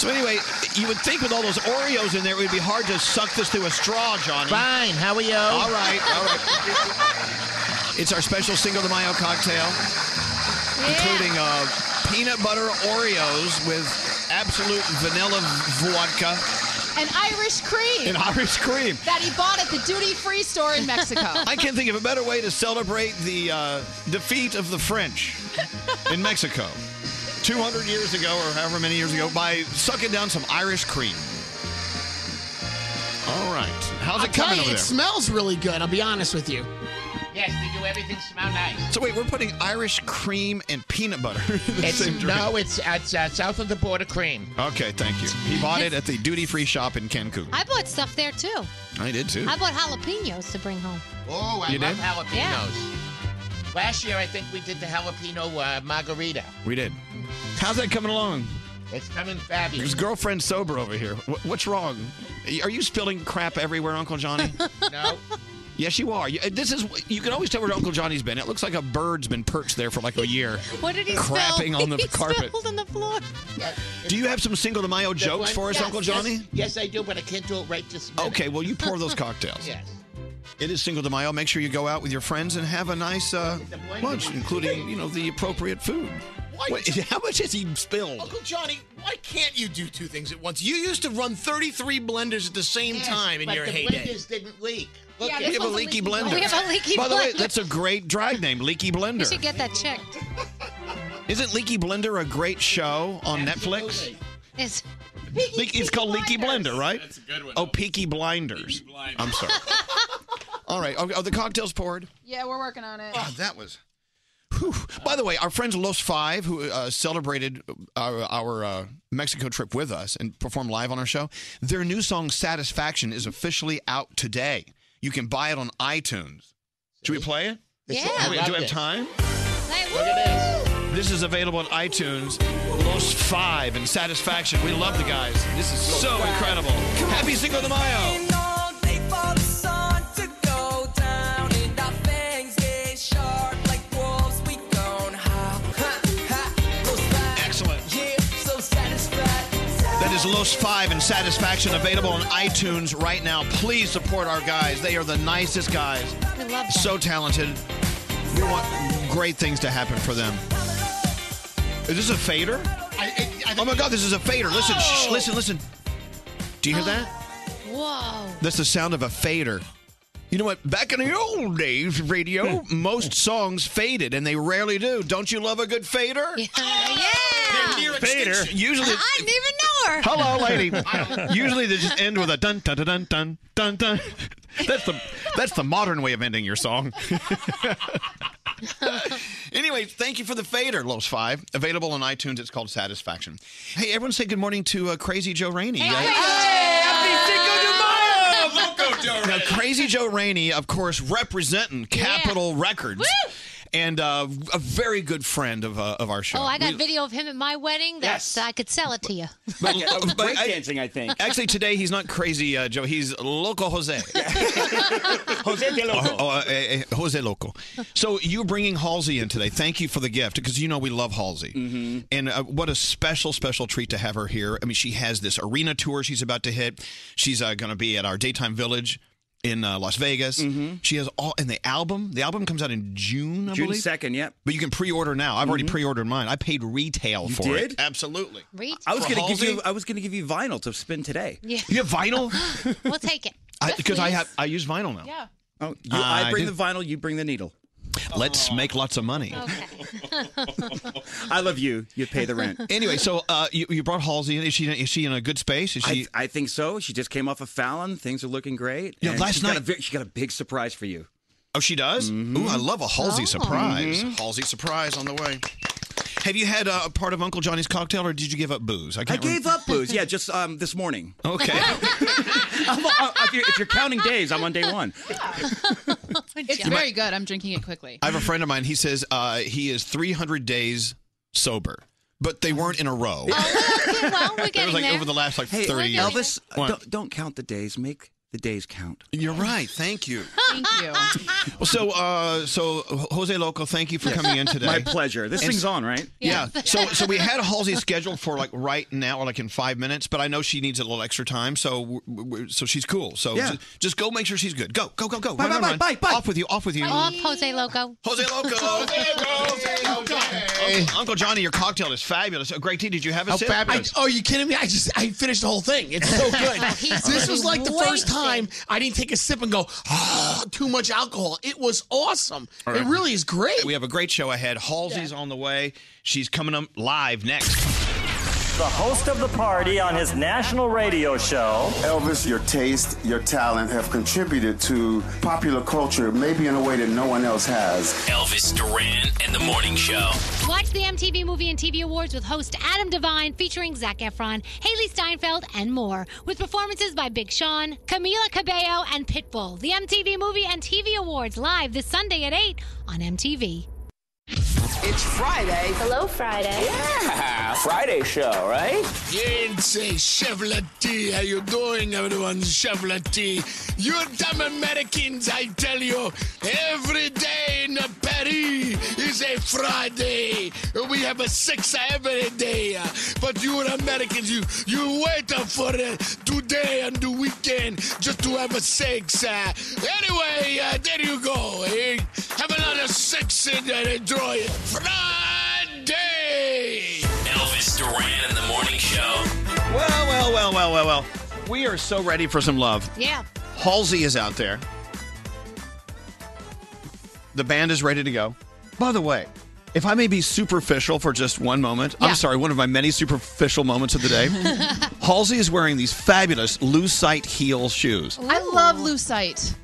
[SPEAKER 5] So anyway, you would think with all those Oreos in there, it would be hard to suck this through a straw, Johnny.
[SPEAKER 2] Fine. How are you?
[SPEAKER 5] All right. All right. it's our special Cinco de Mayo cocktail, including uh, peanut butter Oreos with absolute vanilla vodka
[SPEAKER 6] An Irish cream.
[SPEAKER 5] and Irish cream.
[SPEAKER 6] That he bought at the duty free store in Mexico.
[SPEAKER 5] [LAUGHS] I can't think of a better way to celebrate the uh, defeat of the French in Mexico 200 years ago or however many years ago by sucking down some Irish cream. All right. How's
[SPEAKER 20] I'll
[SPEAKER 5] it
[SPEAKER 20] tell
[SPEAKER 5] coming
[SPEAKER 20] you,
[SPEAKER 5] over
[SPEAKER 20] it
[SPEAKER 5] there?
[SPEAKER 20] smells really good. I'll be honest with you.
[SPEAKER 23] Yes, they do everything smell nice.
[SPEAKER 5] So wait, we're putting Irish cream and peanut butter [LAUGHS] in the
[SPEAKER 20] It's,
[SPEAKER 5] same drink.
[SPEAKER 20] no, it's, it's uh, south of the border cream.
[SPEAKER 5] Okay, thank you. He bought it at the duty free shop in Cancun.
[SPEAKER 8] I bought stuff there too.
[SPEAKER 5] I did too.
[SPEAKER 8] I bought jalapenos to bring home.
[SPEAKER 20] Oh,
[SPEAKER 23] I
[SPEAKER 5] You
[SPEAKER 23] love
[SPEAKER 5] did?
[SPEAKER 23] jalapenos.
[SPEAKER 8] Yeah.
[SPEAKER 20] Last year, I think we did the jalapeno uh, margarita.
[SPEAKER 5] We did. How's that coming along?
[SPEAKER 20] It's coming
[SPEAKER 5] His
[SPEAKER 20] fabulous.
[SPEAKER 5] girlfriend's sober over here. Wh- What's wrong? Are you spilling crap everywhere, Uncle
[SPEAKER 8] [LAUGHS]
[SPEAKER 5] Johnny?
[SPEAKER 20] no.
[SPEAKER 5] Yes, you are. You- This is. You can always tell where Uncle Johnny's been. It looks like a bird's been perched there for like a year.
[SPEAKER 8] [LAUGHS] What did [LAUGHS] he
[SPEAKER 5] Crapping [LAUGHS]
[SPEAKER 20] spill?
[SPEAKER 5] on the
[SPEAKER 20] He
[SPEAKER 5] carpet.
[SPEAKER 20] spilled
[SPEAKER 8] on the floor.
[SPEAKER 5] Do you have some single de Mayo
[SPEAKER 20] The
[SPEAKER 5] jokes
[SPEAKER 20] one-
[SPEAKER 5] for us,
[SPEAKER 20] yes,
[SPEAKER 5] Uncle
[SPEAKER 20] yes,
[SPEAKER 5] Johnny?
[SPEAKER 20] Yes, I do, but I can't do it right this minute.
[SPEAKER 5] Okay, well, you pour
[SPEAKER 20] [LAUGHS]
[SPEAKER 5] those cocktails.
[SPEAKER 20] Yes.
[SPEAKER 5] It is Cinco de Mayo. Make sure you go out with your friends and have a nice uh, lunch, including you know the appropriate food. Wait, [LAUGHS] how much has he spilled?
[SPEAKER 7] Uncle Johnny, why can't you do two things at once? You used to run 33 blenders at the same
[SPEAKER 20] Yes,
[SPEAKER 7] time in
[SPEAKER 20] but
[SPEAKER 7] your
[SPEAKER 20] the
[SPEAKER 7] heyday.
[SPEAKER 20] blenders didn't leak.
[SPEAKER 8] Yeah,
[SPEAKER 5] we
[SPEAKER 8] this
[SPEAKER 5] have a
[SPEAKER 8] one's
[SPEAKER 5] leaky blender.
[SPEAKER 8] We have a leaky
[SPEAKER 5] By the way,
[SPEAKER 8] blender.
[SPEAKER 5] that's a great drag name, Leaky
[SPEAKER 8] We
[SPEAKER 5] Blender.
[SPEAKER 8] should get that checked.
[SPEAKER 5] Isn't Leaky Blender a great show on Netflix?
[SPEAKER 8] It's,
[SPEAKER 5] Leak- it's called Leaky Blender, right? That's a
[SPEAKER 8] good one,
[SPEAKER 5] Oh, Peaky Blinders. I'm [LAUGHS] sorry. All right. Are, are the cocktails poured?
[SPEAKER 6] [LAUGHS] Yeah, we're working on it.
[SPEAKER 5] Oh,
[SPEAKER 6] [LAUGHS]
[SPEAKER 5] that was. Whew. By the way, our friends Los Five, who uh, celebrated our, our uh, Mexico trip with us and performed live on our show, their new song "Satisfaction" is officially out today. You can buy it on iTunes. Should we play it?
[SPEAKER 20] Yeah.
[SPEAKER 5] Do we, do we
[SPEAKER 20] Loved
[SPEAKER 5] have
[SPEAKER 20] it.
[SPEAKER 5] time?
[SPEAKER 20] Look at this.
[SPEAKER 5] This is available on iTunes. Los Five and Satisfaction. We love the guys. This is so incredible. Happy Cinco de Mayo. Excellent. That is Los Five and Satisfaction available on iTunes right now. Please support our guys. They are the nicest guys.
[SPEAKER 8] We love them.
[SPEAKER 5] So talented. We want great things to happen for them. Is this a fader? oh my God, this is a fader. Listen, shh, shh, listen, listen. Do you hear that?
[SPEAKER 8] Whoa.
[SPEAKER 5] That's the sound of a fader. You know what? Back in the old days of radio, most songs faded, and they rarely do. Don't you love a good fader? Yeah. Fader. Usually,
[SPEAKER 8] I didn't even know her.
[SPEAKER 5] hello, [LAUGHS]
[SPEAKER 15] [LAUGHS]
[SPEAKER 5] lady. Usually, they just end with a dun dun dun dun dun dun. [LAUGHS] That's the that's the modern way of ending your song. [LAUGHS] anyway, thank you for the fader, Los Five. Available on iTunes. It's called Satisfaction. Hey, everyone, say good morning to uh, Crazy Joe Rainey. I- [LAUGHS]
[SPEAKER 8] Oh,
[SPEAKER 5] now, Crazy Joe Rainey, of course, representing Capitol Records. And uh, a very good friend of, uh, of our show.
[SPEAKER 8] Oh, I got
[SPEAKER 5] We-
[SPEAKER 8] video of him at my wedding. That's I could sell it
[SPEAKER 5] [LAUGHS]
[SPEAKER 8] to you.
[SPEAKER 5] but,
[SPEAKER 24] break dancing, I think.
[SPEAKER 5] Actually, today he's not crazy, uh, Joe. He's Loco Jose.
[SPEAKER 24] [LAUGHS] Jose de Loco.
[SPEAKER 5] Oh, oh, uh, eh, eh, Jose Loco. So you're bringing Halsey in today. Thank you for the gift because you know we love Halsey.
[SPEAKER 24] Mm-hmm.
[SPEAKER 5] And uh, what a special, special treat to have her here. I mean, she has this arena tour she's about to hit. She's uh, going to be at our daytime village in uh, Las Vegas. She has all, and the album, the album comes out in June, I
[SPEAKER 24] Mm-hmm. June
[SPEAKER 5] believe.
[SPEAKER 24] 2nd, yep.
[SPEAKER 5] But you can pre order now. I've already
[SPEAKER 24] Mhm.
[SPEAKER 5] pre ordered mine. I paid retail
[SPEAKER 24] You
[SPEAKER 5] for
[SPEAKER 24] did?
[SPEAKER 5] it. Absolutely.
[SPEAKER 8] Read.
[SPEAKER 24] I was
[SPEAKER 5] For
[SPEAKER 24] gonna give
[SPEAKER 5] Halsey?
[SPEAKER 24] you. I was gonna give you vinyl to spin today.
[SPEAKER 8] Yeah.
[SPEAKER 5] You have vinyl?
[SPEAKER 8] We'll
[SPEAKER 5] [LAUGHS]
[SPEAKER 8] take it.
[SPEAKER 5] Because I, have I use vinyl now.
[SPEAKER 8] Yeah.
[SPEAKER 24] Oh, you,
[SPEAKER 5] I
[SPEAKER 24] I bring
[SPEAKER 5] do.
[SPEAKER 24] the vinyl. You bring the Oh. needle.
[SPEAKER 5] Uh, Let's make lots of money.
[SPEAKER 24] I love you. You pay the rent.
[SPEAKER 5] [LAUGHS] Anyway, so uh, you, you brought Halsey in. Is she is she in a good space? Is she?
[SPEAKER 24] I think so. She just came off of Fallon. Things are looking great.
[SPEAKER 5] Yeah,
[SPEAKER 24] And
[SPEAKER 5] last
[SPEAKER 24] she's got a
[SPEAKER 5] night-
[SPEAKER 24] ve- she got a big surprise for you.
[SPEAKER 5] oh, she does. Ooh, I love a Halsey
[SPEAKER 24] Oh.
[SPEAKER 5] surprise. Halsey surprise on the way. Have you had uh, a part of Uncle Johnny's cocktail, or did you give up booze?
[SPEAKER 24] I
[SPEAKER 5] rem-
[SPEAKER 24] gave up booze. Yeah, just um, this morning. [LAUGHS]
[SPEAKER 5] Okay.
[SPEAKER 24] I'm- I- if, you're, if you're counting days, I'm on day one.
[SPEAKER 6] It's
[SPEAKER 5] You might-
[SPEAKER 6] very good. I'm drinking it quickly.
[SPEAKER 5] I have a friend of mine. He says uh, he is 300 days sober, but they weren't in a row.
[SPEAKER 8] well, we're
[SPEAKER 5] it was
[SPEAKER 8] getting
[SPEAKER 5] like
[SPEAKER 8] there.
[SPEAKER 5] over the last like
[SPEAKER 24] Hey,
[SPEAKER 5] 30 years.
[SPEAKER 24] Elvis,
[SPEAKER 5] What?
[SPEAKER 24] don't, don't count the days. Make the days count.
[SPEAKER 5] You're right. Thank you.
[SPEAKER 6] Thank
[SPEAKER 5] [LAUGHS]
[SPEAKER 6] you.
[SPEAKER 5] Well, So, uh, so Jose Loco, thank you for
[SPEAKER 24] Yes.
[SPEAKER 5] coming in today.
[SPEAKER 24] My pleasure. This thing's on, right?
[SPEAKER 5] Yeah. So, so we had Halsey scheduled for like right now, or like in five minutes, but I know she needs a little extra time, so w- w- so she's cool. So
[SPEAKER 24] Yeah.
[SPEAKER 5] ju- just, go make sure she's good. Go, go, go, go.
[SPEAKER 24] Bye,
[SPEAKER 5] run,
[SPEAKER 24] bye,
[SPEAKER 5] run,
[SPEAKER 24] bye,
[SPEAKER 5] run. Off with you. Off with you.
[SPEAKER 8] Off Jose Loco.
[SPEAKER 5] [LAUGHS] Jose Loco. Uncle, Uncle Johnny, your cocktail is fabulous. Oh, Great tea. Did you have a
[SPEAKER 20] How
[SPEAKER 5] sip?
[SPEAKER 20] fabulous. I- oh, you kidding me? I just I finished the whole thing.
[SPEAKER 5] [LAUGHS]
[SPEAKER 20] It's so good.
[SPEAKER 5] He's
[SPEAKER 20] this was like the first
[SPEAKER 5] wasted.
[SPEAKER 20] time I didn't take a sip and go, oh, too much alcohol. It was awesome.
[SPEAKER 5] All right.
[SPEAKER 20] It really is great.
[SPEAKER 5] We have a great show ahead. Halsey's on the way. She's coming up live next.
[SPEAKER 3] the host of the party on his national radio show.
[SPEAKER 9] Elvis, your taste, your talent have contributed to popular culture, maybe in a way that no one else has.
[SPEAKER 13] Elvis Duran and the Morning Show.
[SPEAKER 8] Watch the MTV Movie and TV Awards with host Adam Devine featuring Zach Efron, Haley Steinfeld, and more. With performances by Big Sean, Camila Cabello, and Pitbull. The MTV Movie and TV Awards live this Sunday at 8 on MTV.
[SPEAKER 11] It's Friday. Hello, Friday. Yeah, [LAUGHS] Friday show, right?
[SPEAKER 25] Gente, Chevrolet, how you doing, everyone? Chevrolet, you dumb Americans, I tell you, every day in Paris is a Friday. We have a six every day, but you Americans, you you wait up for uh, today and the weekend just to have a six. Uh, anyway, uh, there you go. eh? Have another six in and enjoy it. Friday.
[SPEAKER 13] Elvis Duran and the Morning Show.
[SPEAKER 5] Well, well, well, well, well, well. We are so ready for some love.
[SPEAKER 8] Yeah.
[SPEAKER 5] Halsey is out there. The band is ready to go. By the way, if I may be superficial for just one moment,
[SPEAKER 8] Yeah.
[SPEAKER 5] I'm sorry, one of my many superficial moments of the day.
[SPEAKER 6] [LAUGHS]
[SPEAKER 5] Halsey is wearing these fabulous lucite heel shoes.
[SPEAKER 6] [LAUGHS]
[SPEAKER 5] [LAUGHS]
[SPEAKER 6] I love Lucite.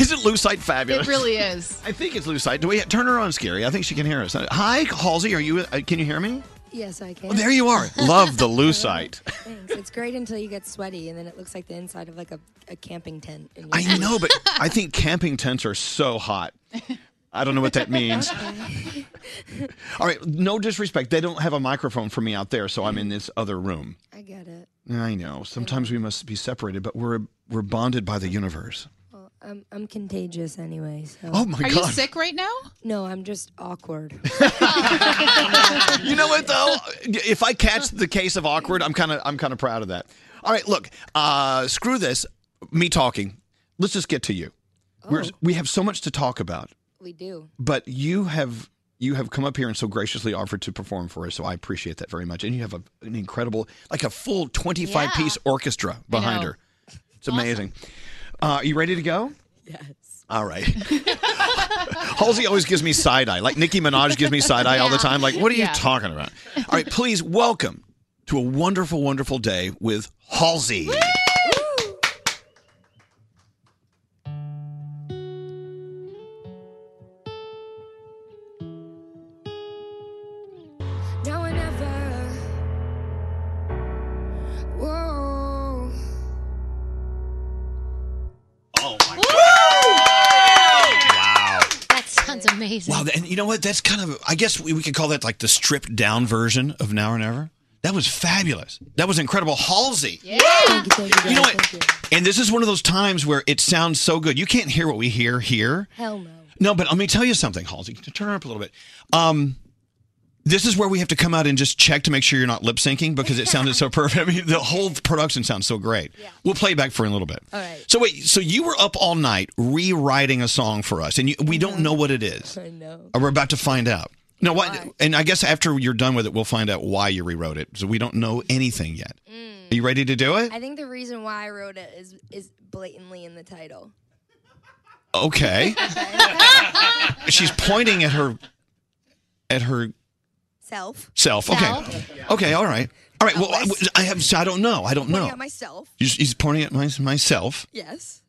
[SPEAKER 5] Isn't lucite fabulous?
[SPEAKER 6] It really is.
[SPEAKER 5] I think it's lucite. Do we turn her on, Scary? I think she can hear us. Hi, Halsey. Are you? uh, Can you hear me?
[SPEAKER 26] Yes, I can.
[SPEAKER 5] Oh, there you are. Love the lucite.
[SPEAKER 26] [LAUGHS] Thanks. It's great until you get sweaty, and then it looks like the inside of like a, a camping tent. And you-
[SPEAKER 5] I know, but I think camping tents are so hot. I don't know what that
[SPEAKER 26] [LAUGHS]
[SPEAKER 5] means. All right, no disrespect. They don't have a microphone for me out there, so I'm in this other room.
[SPEAKER 26] I get it.
[SPEAKER 5] I know. Sometimes we must be separated, but we're we're bonded by the universe.
[SPEAKER 26] Well, I'm I'm contagious anyway. So.
[SPEAKER 5] Oh, my Are you God.
[SPEAKER 26] sick right now? No, I'm just
[SPEAKER 5] [LAUGHS]
[SPEAKER 26] awkward.
[SPEAKER 5] You know what though? If I catch the case of awkward, I'm kind of I'm kind of proud of that. All right, look. Uh, screw this. Me talking. Let's just get to you. We're, we have so much to talk about.
[SPEAKER 26] we do.
[SPEAKER 5] but you have you have come up here and so graciously offered to perform for us so i appreciate that very much and you have a, an incredible like a full 25
[SPEAKER 26] Yeah.
[SPEAKER 5] piece orchestra behind
[SPEAKER 26] know.
[SPEAKER 5] her it's amazing uh, are you ready to go yes all right [LAUGHS] halsey always gives me side eye like nicki minaj gives me side eye all the
[SPEAKER 27] Yeah.
[SPEAKER 5] time like what are
[SPEAKER 27] Yeah.
[SPEAKER 5] you talking about all right please welcome to a wonderful wonderful day with halsey
[SPEAKER 26] Now and ever. Whoa.
[SPEAKER 5] Oh
[SPEAKER 26] my
[SPEAKER 5] wow
[SPEAKER 8] That sounds amazing.
[SPEAKER 5] Wow, and you know what? That's kind of I guess we, we could call that like the stripped down version of Now or Never. That was fabulous. That was incredible, Halsey.
[SPEAKER 26] Yeah. Thank you, thank you,
[SPEAKER 5] You know
[SPEAKER 26] guys,
[SPEAKER 5] what?
[SPEAKER 26] thank you.
[SPEAKER 5] And this is one of those times where it sounds so good. You can't hear what we hear here.
[SPEAKER 26] Hell no.
[SPEAKER 5] No, but let me tell you something, Halsey. Turn her up a little bit. Um, this is where we have to come out and just check to make sure you're not lip syncing because it sounded so [LAUGHS] perfect. I mean, the whole production sounds so great. We'll play it back for you in a little bit. All right. So wait, so you were up all night rewriting a song for us, and you, we don't know what it is. Uh,
[SPEAKER 26] I know.
[SPEAKER 5] We're about to find out. No, what? And I guess after you're done with it, we'll find out why you rewrote it. So we don't know anything yet. Are you ready to do it?
[SPEAKER 26] I think the reason why I wrote it is is blatantly in the title. [LAUGHS]
[SPEAKER 5] Okay. She's pointing at her, at her
[SPEAKER 26] Self.
[SPEAKER 5] self. Okay. Okay. All right. All right. Well, I, I have. I don't know. I don't
[SPEAKER 26] Pointing
[SPEAKER 5] know.
[SPEAKER 26] at myself.
[SPEAKER 5] He's, he's pointing at my, myself.
[SPEAKER 26] Yes.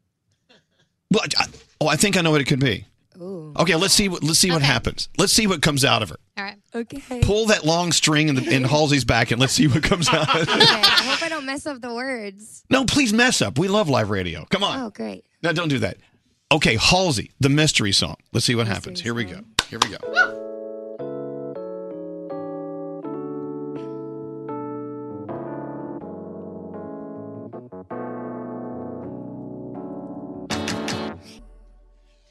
[SPEAKER 5] Well, I, oh, I think I know what it could be.
[SPEAKER 26] Ooh.
[SPEAKER 5] Okay. Let's see. what Let's see what happens. Let's see what comes out of her.
[SPEAKER 26] All right. Okay.
[SPEAKER 5] Pull that long string in, the, in Halsey's back and let's see what comes out.
[SPEAKER 26] [LAUGHS] Okay. I hope I don't mess up the words.
[SPEAKER 5] no, please mess up. We love live radio. Come on.
[SPEAKER 26] Oh, great.
[SPEAKER 5] No, don't do that. Okay, Halsey, the mystery song. Let's see what happens. Here we go. Here we go.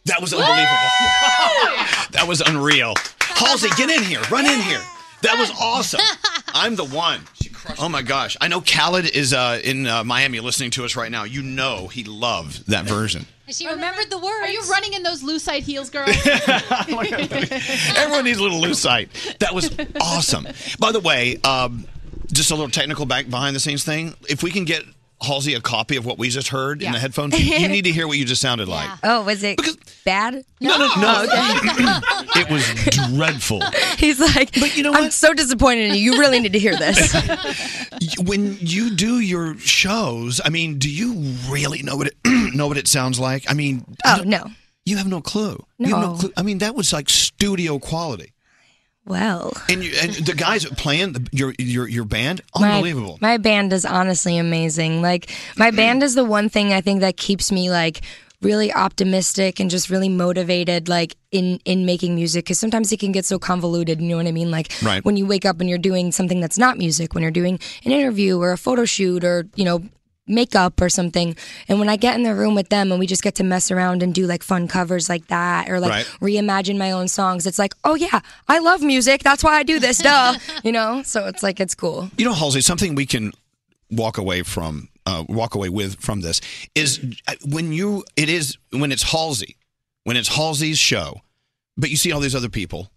[SPEAKER 5] That was unbelievable. [LAUGHS] that was unreal. Halsey, get in here. Run in here. That was awesome. I'm the one. Oh my gosh. I know Khaled is uh, in uh, Miami listening to us right now. You know he loved that version.
[SPEAKER 6] [LAUGHS] She remembered the words. Are you running in those Lucite heels, [LAUGHS] girl?
[SPEAKER 5] Everyone needs a little lucite. That was awesome. By the way, um, just a little technical back behind the scenes thing. If we can get Halsey a copy of what we just heard in
[SPEAKER 26] Yeah.
[SPEAKER 5] the headphones, you, you need to hear what you just sounded like.
[SPEAKER 26] Oh, was it bad?
[SPEAKER 5] No, no, no.
[SPEAKER 26] Okay.
[SPEAKER 5] [LAUGHS] it was dreadful.
[SPEAKER 26] He's like, but you know I'm so disappointed in you. You really need to hear
[SPEAKER 5] [LAUGHS]
[SPEAKER 26] this.
[SPEAKER 5] when you do your shows, I mean, do you really know what it [CLEARS THROAT] know what it sounds like? I mean,
[SPEAKER 26] oh no,
[SPEAKER 5] you have no clue. You have no
[SPEAKER 26] No.
[SPEAKER 5] clue. I mean, that was like studio quality.
[SPEAKER 26] Well,
[SPEAKER 5] And you, and the guys playing the, your your your band,
[SPEAKER 26] My-
[SPEAKER 5] unbelievable.
[SPEAKER 26] My, band is honestly amazing. Like my band is the one thing I think that keeps me like really optimistic and just really motivated like in in making music cuz sometimes it can get so convoluted, you know what I mean? Like
[SPEAKER 28] Right.
[SPEAKER 26] when you wake up and you're doing something that's not music, when you're doing an interview or a photo shoot or, you know, makeup or something. And when I get in the room with them and we just get to mess around and do like fun covers like that or like
[SPEAKER 12] Right.
[SPEAKER 26] reimagine my own songs, it's like, "Oh yeah, I love music. That's why I do this." Duh, you know? So it's like it's cool.
[SPEAKER 5] You know, Halsey, something we can walk away from, uh, walk away with from this is uh, when you, it is when it's Halsey, when it's Halsey's show, but you see all these other people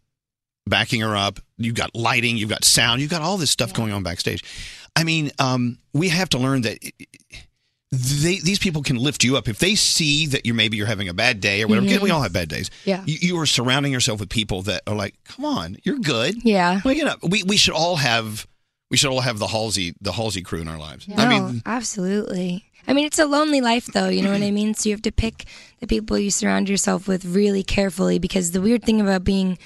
[SPEAKER 5] backing her up. You've got lighting, you've got sound, you've got all this stuff going on backstage. I mean, um, we have to learn that. They, these people can lift you up if they see that you're maybe you're having a bad day or whatever. 'cause We
[SPEAKER 26] Mhm.
[SPEAKER 5] all have bad days.
[SPEAKER 26] Yeah.
[SPEAKER 5] you, you are surrounding yourself with people that are like, "Come on, you're good."
[SPEAKER 26] Yeah.
[SPEAKER 5] Wake it up. We we should all have we should all have the Halsey the Halsey crew in our lives. I
[SPEAKER 26] No,
[SPEAKER 5] mean,
[SPEAKER 26] absolutely. I mean, it's a lonely life, though. You know what I mean. So you have to pick the people you surround yourself with really carefully, because the weird thing about being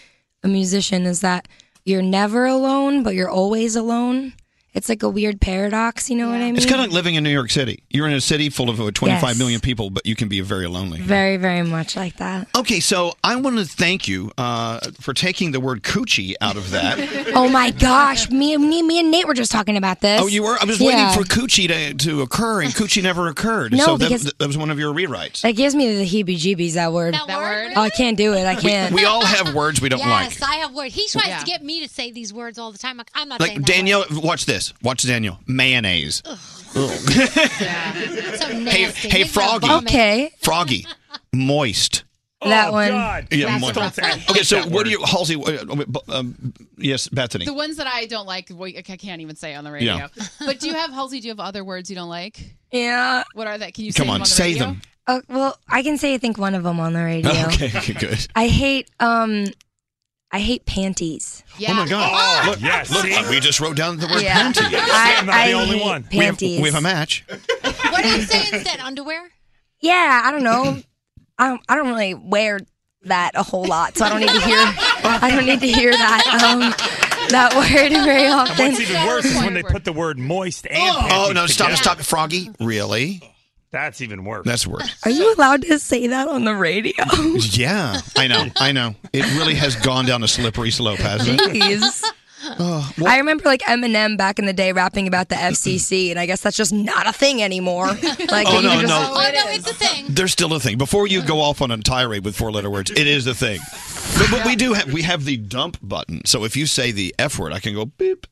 [SPEAKER 26] a musician is that you're never alone, but you're always alone. It's like a weird paradox. You know what I mean?
[SPEAKER 5] it's kind of like living in New York City. You're in a city full of uh, 25 million
[SPEAKER 26] Yes.
[SPEAKER 5] people, but you can be very lonely.
[SPEAKER 26] very, very much like that.
[SPEAKER 5] Okay, so I want to thank you uh, for taking the word coochie out of
[SPEAKER 26] [LAUGHS]
[SPEAKER 5] that.
[SPEAKER 26] oh my gosh, me, me, me and Nate were just talking about this.
[SPEAKER 5] Oh, you were? I was
[SPEAKER 26] Yeah.
[SPEAKER 5] waiting for coochie to, to occur, and coochie never occurred.
[SPEAKER 26] No,
[SPEAKER 5] so that,
[SPEAKER 26] because-
[SPEAKER 5] that was one of your rewrites.
[SPEAKER 26] That gives me the heebie-jeebies. That word. That, word. Oh, I can't do it. I can't.
[SPEAKER 5] We all have words we don't like.
[SPEAKER 8] yes, I have words. He tries
[SPEAKER 26] Yeah.
[SPEAKER 8] to get me to say these words all the time. Like, I'm not saying
[SPEAKER 5] Like Danielle, watch this. Watch Danielle. Mayonnaise. Ugh. [LAUGHS]
[SPEAKER 8] that. So
[SPEAKER 5] hey,
[SPEAKER 8] nasty.
[SPEAKER 5] hey,
[SPEAKER 8] Makes me
[SPEAKER 5] Froggy.
[SPEAKER 8] vomit.
[SPEAKER 5] Froggy. Moist.
[SPEAKER 6] Oh,
[SPEAKER 26] That one.
[SPEAKER 5] Yeah,
[SPEAKER 6] That's
[SPEAKER 5] moist.
[SPEAKER 6] a rough one.
[SPEAKER 5] Okay, so what do you, Halsey? uh, uh, bu- Um, yes, Bethany.
[SPEAKER 6] The ones that I don't like, well, I can't even say on the [LAUGHS] radio.
[SPEAKER 5] Yeah.
[SPEAKER 6] But do you have Halsey? Do you have other words you don't like?
[SPEAKER 26] Yeah.
[SPEAKER 6] What are that? Can you
[SPEAKER 5] Come on,
[SPEAKER 6] say them on the
[SPEAKER 5] say
[SPEAKER 6] radio?
[SPEAKER 5] them.
[SPEAKER 26] Oh, well, I can say I think one of them on the radio.
[SPEAKER 5] [LAUGHS] Okay, good.
[SPEAKER 26] I hate um I hate panties.
[SPEAKER 5] Oh my God!
[SPEAKER 26] Oh,
[SPEAKER 5] look,
[SPEAKER 26] yes,
[SPEAKER 5] look,
[SPEAKER 26] see?
[SPEAKER 5] we just wrote down the word
[SPEAKER 26] Yeah.
[SPEAKER 5] panty.
[SPEAKER 26] I- I'm not the I only hate one.
[SPEAKER 5] We have,
[SPEAKER 26] panties.
[SPEAKER 5] we have a match.
[SPEAKER 8] What did you say instead? Underwear?
[SPEAKER 26] Yeah, I don't know. I don't, I don't really wear that a whole lot, so I don't need to hear I don't need to hear that um that word very
[SPEAKER 10] And
[SPEAKER 26] often.
[SPEAKER 10] what's even worse is when they put the word moist and
[SPEAKER 5] Oh no! Stop!
[SPEAKER 10] together.
[SPEAKER 5] Stop, Froggy. Really?
[SPEAKER 10] That's even worse.
[SPEAKER 5] That's worse.
[SPEAKER 26] Are you allowed to say that on the radio?
[SPEAKER 10] [LAUGHS]
[SPEAKER 5] Yeah, I know. I know. It really has gone down a slippery slope, hasn't it?
[SPEAKER 26] Jeez.
[SPEAKER 5] Oh,
[SPEAKER 26] I remember like Eminem back in the day rapping about the FCC, and I guess that's just not a thing anymore. Like that
[SPEAKER 5] Oh,
[SPEAKER 26] you
[SPEAKER 5] no,
[SPEAKER 26] can just-
[SPEAKER 5] no. Oh,
[SPEAKER 8] no, it's a thing.
[SPEAKER 5] There's still a thing. Before you go off on a tirade with four-letter words, it is a thing. But, but we do have we have the dump button. So if you say the F word, I can go beep.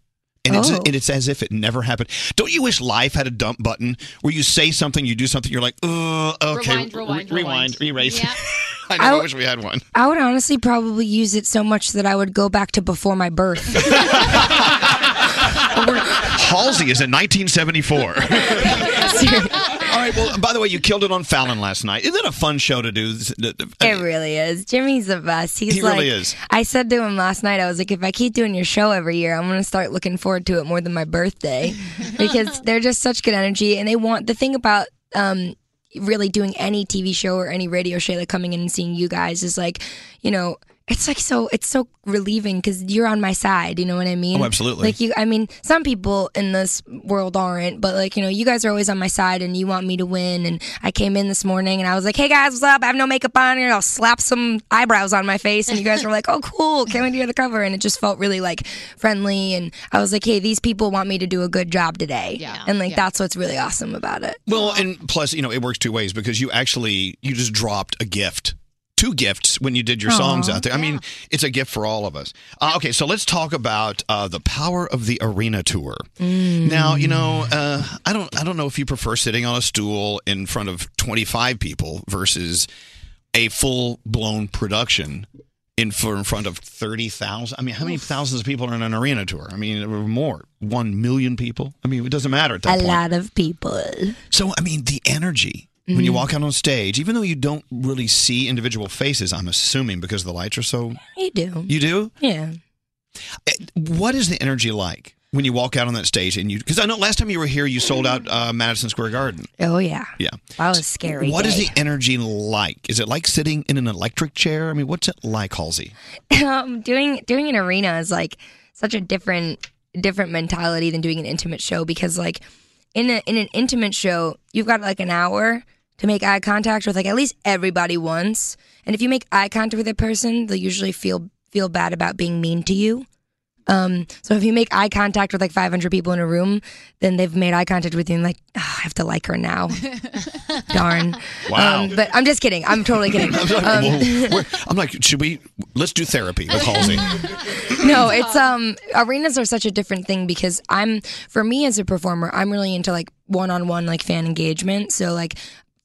[SPEAKER 5] And, it's,
[SPEAKER 26] Oh.
[SPEAKER 5] and it's as if it never happened. Don't you wish life had a dump button where you say something, you do something, you're like, uh, okay,
[SPEAKER 26] Rewind,
[SPEAKER 5] re-
[SPEAKER 26] rewind,
[SPEAKER 5] rewind, erase.
[SPEAKER 26] Yeah.
[SPEAKER 5] [LAUGHS] I know. I
[SPEAKER 26] I w-
[SPEAKER 5] wish we had one.
[SPEAKER 26] I would honestly probably use it so much that I would go back to before my birth.
[SPEAKER 5] Halsey is in 1974. All right. Well, by the way, you killed it on Fallon last night. Isn't that a fun show to do?
[SPEAKER 26] [LAUGHS] It really is. Jimmy's the best. He's
[SPEAKER 5] He
[SPEAKER 26] like,
[SPEAKER 5] really is.
[SPEAKER 26] I said to him last night, I was like, if I keep doing your show every year, I'm going to start looking forward to it more than my [LAUGHS] birthday because they're just such good energy. And they want the thing about, um, really doing any TV show or any radio show, like coming in and seeing you guys is like, you know, it's like so it's so relieving because you're on my side. You know what I mean?
[SPEAKER 5] Oh, absolutely.
[SPEAKER 26] Like you, I mean, some people in this world aren't, but like you know, you guys are always on my side, and you want me to win. And I came in this morning, and I was like, "Hey guys, what's up? I have no makeup on, and I'll slap some eyebrows on my face." And you guys were like, "Oh, cool! Can't wait to hear the cover." And it just felt really like friendly. And I was like, "Hey, these people want me to do a good job today." Yeah. And like that's what's really awesome about it.
[SPEAKER 5] Well, and plus, you know, it works two ways because you actually you just dropped a gift, two gifts when you did your songs
[SPEAKER 26] Aw.
[SPEAKER 5] out there. I mean, it's a gift for all of us. Uh, okay, so let's talk about uh, the power of the arena tour. Mm. Now,
[SPEAKER 26] Mm.
[SPEAKER 5] you know, uh, I don't, I don't know if you prefer sitting on a stool in front of 25 people versus a full blown production in for in front of 30,000. I mean, how many thousands of people are in an arena tour? I mean, or more, one million people. I mean, it doesn't matter at that
[SPEAKER 26] a
[SPEAKER 5] point.
[SPEAKER 26] lot of people.
[SPEAKER 5] So, I mean, the energy when you
[SPEAKER 26] Mhm.
[SPEAKER 5] walk out on stage, even though you don't really see individual faces, I'm assuming because the lights are so.
[SPEAKER 26] You do.
[SPEAKER 5] You do?
[SPEAKER 26] Yeah.
[SPEAKER 5] What is the energy like when you walk out on that stage and you? Because I know last time you were here, you sold out uh, Madison Square Garden.
[SPEAKER 26] Oh yeah,
[SPEAKER 5] Yeah.
[SPEAKER 26] that was scary.
[SPEAKER 5] What is
[SPEAKER 26] day.
[SPEAKER 5] the energy like? Is it like sitting in an electric chair? I mean, what's it like, Halsey?
[SPEAKER 26] [LAUGHS] um, doing doing an arena is like such a different different mentality than doing an intimate show because like in a, in an intimate show you've got like an hour to make eye contact with like at least everybody once and if you make eye contact with a person they'll usually feel feel bad about being mean to you um, so if you make eye contact with like 500 people in a room then they've made eye contact with you and like "Ah, i have to like her now darn
[SPEAKER 5] Wow.
[SPEAKER 26] um, but i'm just kidding i'm totally kidding
[SPEAKER 5] [LAUGHS] I'm like,
[SPEAKER 26] [LAUGHS] Um,
[SPEAKER 5] whoa, where- I'm like, should we? Let's do therapy
[SPEAKER 26] [LAUGHS]
[SPEAKER 5] with Halsey.
[SPEAKER 26] no, it's um arenas are such a different thing because I'm for me as a performer, I'm really into like one-on-one like fan engagement. So like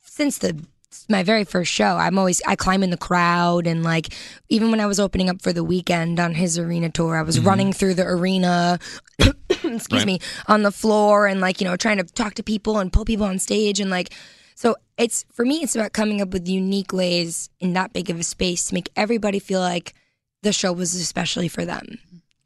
[SPEAKER 26] since the my very first show, I'm always I climb in the crowd and like even when I was opening up for the weekend on his arena tour, I was
[SPEAKER 28] Mhm.
[SPEAKER 26] running through the arena [COUGHS] excuse
[SPEAKER 28] Right.
[SPEAKER 26] me on the floor and like you know trying to talk to people and pull people on stage and like so it's for me it's about coming up with unique ways in that big of a space to make everybody feel like the show was especially for them You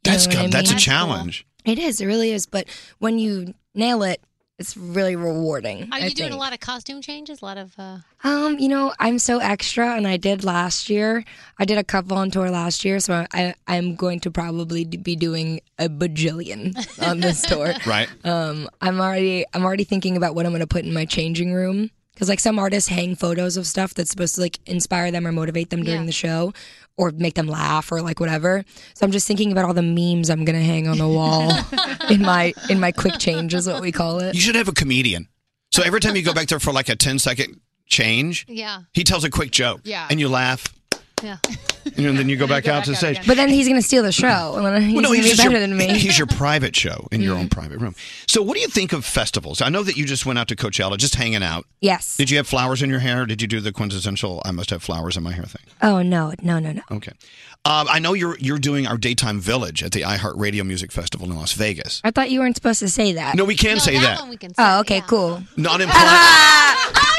[SPEAKER 5] That's
[SPEAKER 26] know what I
[SPEAKER 5] good. That's a
[SPEAKER 26] mean?
[SPEAKER 5] challenge.
[SPEAKER 26] it is it really is but when you nail it it's really rewarding
[SPEAKER 8] Are
[SPEAKER 26] I
[SPEAKER 8] you doing a
[SPEAKER 26] think.
[SPEAKER 8] lot of costume changes? A lot of. Uh...
[SPEAKER 26] um you know i'm so extra and i did last year i did a couple on tour last year so i i'm going to probably be doing a bajillion on
[SPEAKER 8] [LAUGHS]
[SPEAKER 26] this tour
[SPEAKER 5] Right.
[SPEAKER 26] um, I'm already I'm already thinking about what I'm gonna put in my changing room because like some artists hang photos of stuff that's supposed to like inspire them or motivate them during
[SPEAKER 8] Yeah.
[SPEAKER 26] the show or make them laugh or like whatever. So I'm just thinking about all the memes I'm gonna hang on the wall in my in my quick change is what we call it.
[SPEAKER 5] You should have a comedian. So every time you go back there for like a 10 second change,
[SPEAKER 26] Yeah.
[SPEAKER 5] he tells a quick joke.
[SPEAKER 26] Yeah.
[SPEAKER 5] And you laugh.
[SPEAKER 26] Yeah.
[SPEAKER 5] And then you go back out to the stage.
[SPEAKER 26] But then he's gonna steal the show. And then he's
[SPEAKER 5] Well, no,
[SPEAKER 26] gonna
[SPEAKER 5] he's
[SPEAKER 26] be
[SPEAKER 5] just
[SPEAKER 26] better
[SPEAKER 5] your,
[SPEAKER 26] than me. Mm-hmm.
[SPEAKER 5] he's your private show in your own private room. So, what do you think of festivals? I know that you just went out to Coachella, just hanging out.
[SPEAKER 26] Yes.
[SPEAKER 5] Did you have flowers in your hair? Or did you do the quintessential "I must have flowers in my hair" thing?
[SPEAKER 26] Oh no, no, no, no.
[SPEAKER 5] Okay. Um, I know you're you're doing our daytime village at the iHeartRadio Music Festival in Las Vegas.
[SPEAKER 26] I thought you weren't supposed to say that.
[SPEAKER 5] No, we can say that.
[SPEAKER 26] oh, okay, cool. [LAUGHS]
[SPEAKER 5] Not implying.
[SPEAKER 26] Ah,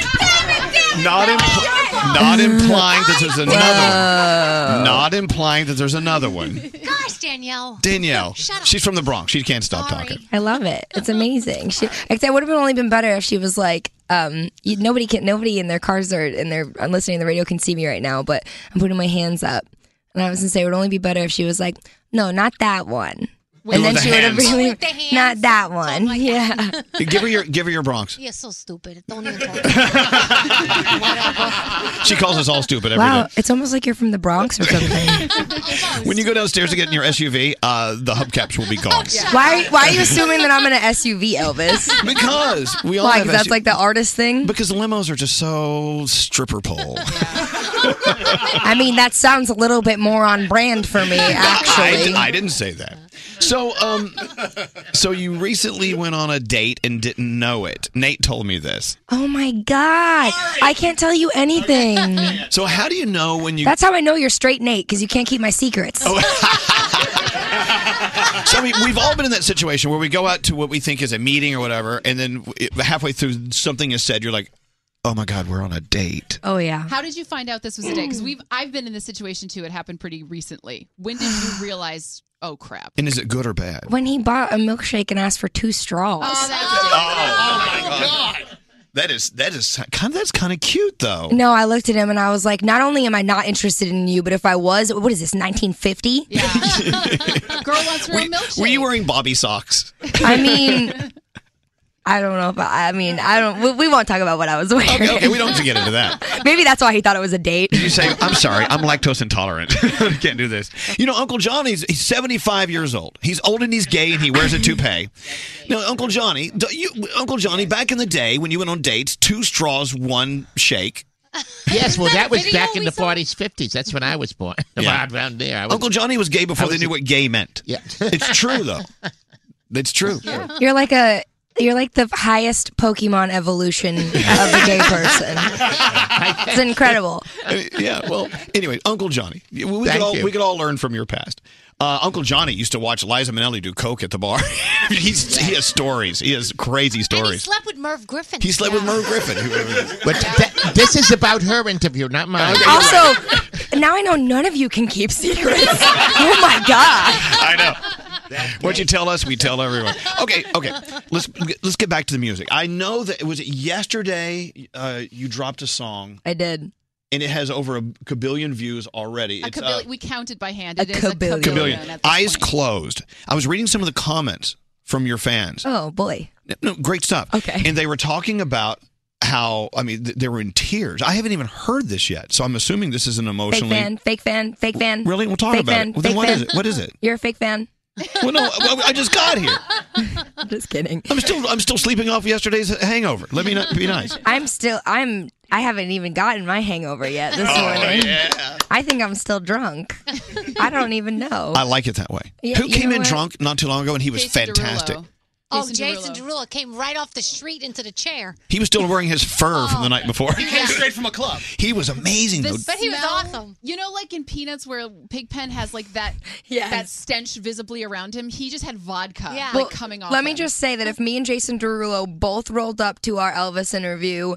[SPEAKER 5] not impl- not implying that there's another one. Not implying that there's another one.
[SPEAKER 8] Gosh, Danielle.
[SPEAKER 5] Danielle, she's from the Bronx. She can't stop talking.
[SPEAKER 26] I love it. It's amazing. She, except would have only been better if she was like, um, you, nobody can, nobody in their cars or in their I'm listening to the radio can see me right now, but I'm putting my hands up. And I was gonna say it would only be better if she was like, no, not that one.
[SPEAKER 5] With
[SPEAKER 26] and then
[SPEAKER 5] the
[SPEAKER 26] she would have
[SPEAKER 5] hands.
[SPEAKER 26] really not that one. yeah.
[SPEAKER 5] Give her your give her your
[SPEAKER 8] [LAUGHS]
[SPEAKER 5] Bronx.
[SPEAKER 8] You're so stupid.
[SPEAKER 5] [LAUGHS]
[SPEAKER 8] Don't even talk.
[SPEAKER 26] [LAUGHS]
[SPEAKER 5] She calls us all stupid every day.
[SPEAKER 26] wow, it's almost like you're from the Bronx or
[SPEAKER 5] [LAUGHS]
[SPEAKER 26] something.
[SPEAKER 5] When you go downstairs to get in your SUV, uh, the hubcaps will be gone.
[SPEAKER 8] Oh,
[SPEAKER 26] why? Why are you assuming that I'm in an SUV, Elvis?
[SPEAKER 5] Because we all
[SPEAKER 26] Why?
[SPEAKER 5] have
[SPEAKER 26] 'Cause that's
[SPEAKER 5] SU
[SPEAKER 26] like the artist thing.
[SPEAKER 5] Because limos are just so stripper pole.
[SPEAKER 26] I mean, that sounds a little bit more on brand for me, actually.
[SPEAKER 5] [LAUGHS] I, I didn't say that. So, um, so you recently went on a date and didn't know it. Nate told me this.
[SPEAKER 26] Oh my god! I can't tell you anything.
[SPEAKER 5] So how do you know when you? Oh.
[SPEAKER 26] That's how I know you're straight, Nate, because you can't keep my secrets.
[SPEAKER 5] So I mean, we've all been in that situation where we go out to what we think is a meeting or whatever, and then it- halfway through something is said, you're like, "Oh my god, we're on a date."
[SPEAKER 26] [LAUGHS] Oh yeah.
[SPEAKER 6] How did you find out this was a date? Because we've I've been in this situation too. It happened pretty recently. When did
[SPEAKER 5] [SIGHS]
[SPEAKER 6] you realize? Oh crap!
[SPEAKER 5] And is it good or bad?
[SPEAKER 26] When he bought a milkshake and asked for two straws.
[SPEAKER 5] Oh, my god. That is that is kind of that's kind of cute though.
[SPEAKER 26] No, I looked at him and I was like, not only am I not interested in you, but if I was, what is this, 1950?
[SPEAKER 6] [LAUGHS] Girl wants her own milkshake.
[SPEAKER 5] Were you wearing bobby socks?
[SPEAKER 26] I mean, I don't know if I, I mean, I don't, we, we won't talk about what I was wearing.
[SPEAKER 5] Okay, okay, we don't have to get into that.
[SPEAKER 26] Maybe that's why he thought it was a date.
[SPEAKER 5] You say, "I'm sorry, I'm lactose intolerant. [LAUGHS] I can't do this." You know, Uncle Johnny's he's 75 years old. He's old and he's gay and he wears a toupee. Now, Uncle Johnny, do you, Uncle Johnny, back in the day when you went on dates, two straws, one shake.
[SPEAKER 20] Yes, well, that was back in the 40s, 50s. That's when I was born.
[SPEAKER 2] [LAUGHS]
[SPEAKER 5] Yeah.
[SPEAKER 20] Around, around there. I was,
[SPEAKER 5] Uncle Johnny was gay before
[SPEAKER 20] I
[SPEAKER 5] they
[SPEAKER 20] was
[SPEAKER 5] knew
[SPEAKER 20] a-
[SPEAKER 5] what gay meant.
[SPEAKER 20] Yeah,
[SPEAKER 5] it's true though. It's true.
[SPEAKER 26] You're like a, you're like the highest Pokemon evolution of a gay person. It's incredible.
[SPEAKER 5] I mean, yeah. Well, anyway, Uncle Johnny. We, we could
[SPEAKER 20] Thank
[SPEAKER 5] all
[SPEAKER 20] you.
[SPEAKER 5] we could all learn from your past. Uh, Uncle Johnny used to watch Liza Minnelli do coke at the bar. [LAUGHS] He's, he has stories. He has crazy
[SPEAKER 8] He
[SPEAKER 5] stories.
[SPEAKER 8] slept with Merv Griffin.
[SPEAKER 5] He slept with Merv Griffin. who-
[SPEAKER 20] But th- this is about her interview, not mine.
[SPEAKER 5] Okay,
[SPEAKER 20] Also,
[SPEAKER 26] So now I know none of you can keep secrets. [LAUGHS] oh my god.
[SPEAKER 5] [LAUGHS] I know. What you tell us, we tell everyone. Okay, okay. Let's let's get back to the music. I know that was it yesterday. Uh, you dropped a song.
[SPEAKER 26] I did.
[SPEAKER 5] And it has over a cabillion views already.
[SPEAKER 6] A
[SPEAKER 5] It's, uh,
[SPEAKER 6] cabil- we counted by hand. It is
[SPEAKER 26] cabillion.
[SPEAKER 6] cabillion.
[SPEAKER 5] cabillion. Eyes closed. I was reading some of the comments from your fans.
[SPEAKER 26] Oh boy.
[SPEAKER 5] No, great stuff. Okay. And they were talking about how I mean th- they were in tears. I haven't even heard this yet, so I'm assuming this is an
[SPEAKER 26] Fake
[SPEAKER 5] emotionally.
[SPEAKER 26] fan, fake fan, fake fan.
[SPEAKER 5] Really? We'll talk
[SPEAKER 26] fake
[SPEAKER 5] about
[SPEAKER 26] fan,
[SPEAKER 5] it. Well, then
[SPEAKER 26] fake
[SPEAKER 5] what
[SPEAKER 26] fan.
[SPEAKER 5] is it? What is it?
[SPEAKER 26] You're a fake fan.
[SPEAKER 5] Oh, Well, no, I I just got here.
[SPEAKER 26] I'm [LAUGHS] just kidding.
[SPEAKER 5] I'm still I'm still sleeping off yesterday's hangover. Let me not be nice.
[SPEAKER 26] I'm still. I'm. I haven't even gotten my hangover yet this
[SPEAKER 5] Oh,
[SPEAKER 26] morning.
[SPEAKER 5] yeah.
[SPEAKER 26] I think I'm still drunk. I don't even know.
[SPEAKER 5] I like it that way.
[SPEAKER 26] Oh. Yeah,
[SPEAKER 5] Who
[SPEAKER 26] you
[SPEAKER 5] came
[SPEAKER 26] know
[SPEAKER 5] in
[SPEAKER 26] what?
[SPEAKER 5] drunk not too long ago and he was
[SPEAKER 26] Jason
[SPEAKER 5] fantastic.
[SPEAKER 8] Oh, Jason Derulo came right off the street into the chair.
[SPEAKER 5] He was still wearing his fur from the
[SPEAKER 26] Oh.
[SPEAKER 5] night before.
[SPEAKER 1] came straight from a club.
[SPEAKER 5] He was amazing
[SPEAKER 6] The
[SPEAKER 5] though.
[SPEAKER 6] smell, he was awesome. You know, like in Peanuts, where Pigpen has like [LAUGHS] that that stench visibly around him. He just had vodka like
[SPEAKER 26] Well,
[SPEAKER 6] coming off.
[SPEAKER 26] Let me
[SPEAKER 6] him.
[SPEAKER 26] just say that if me and Jason Derulo both rolled up to our Elvis interview,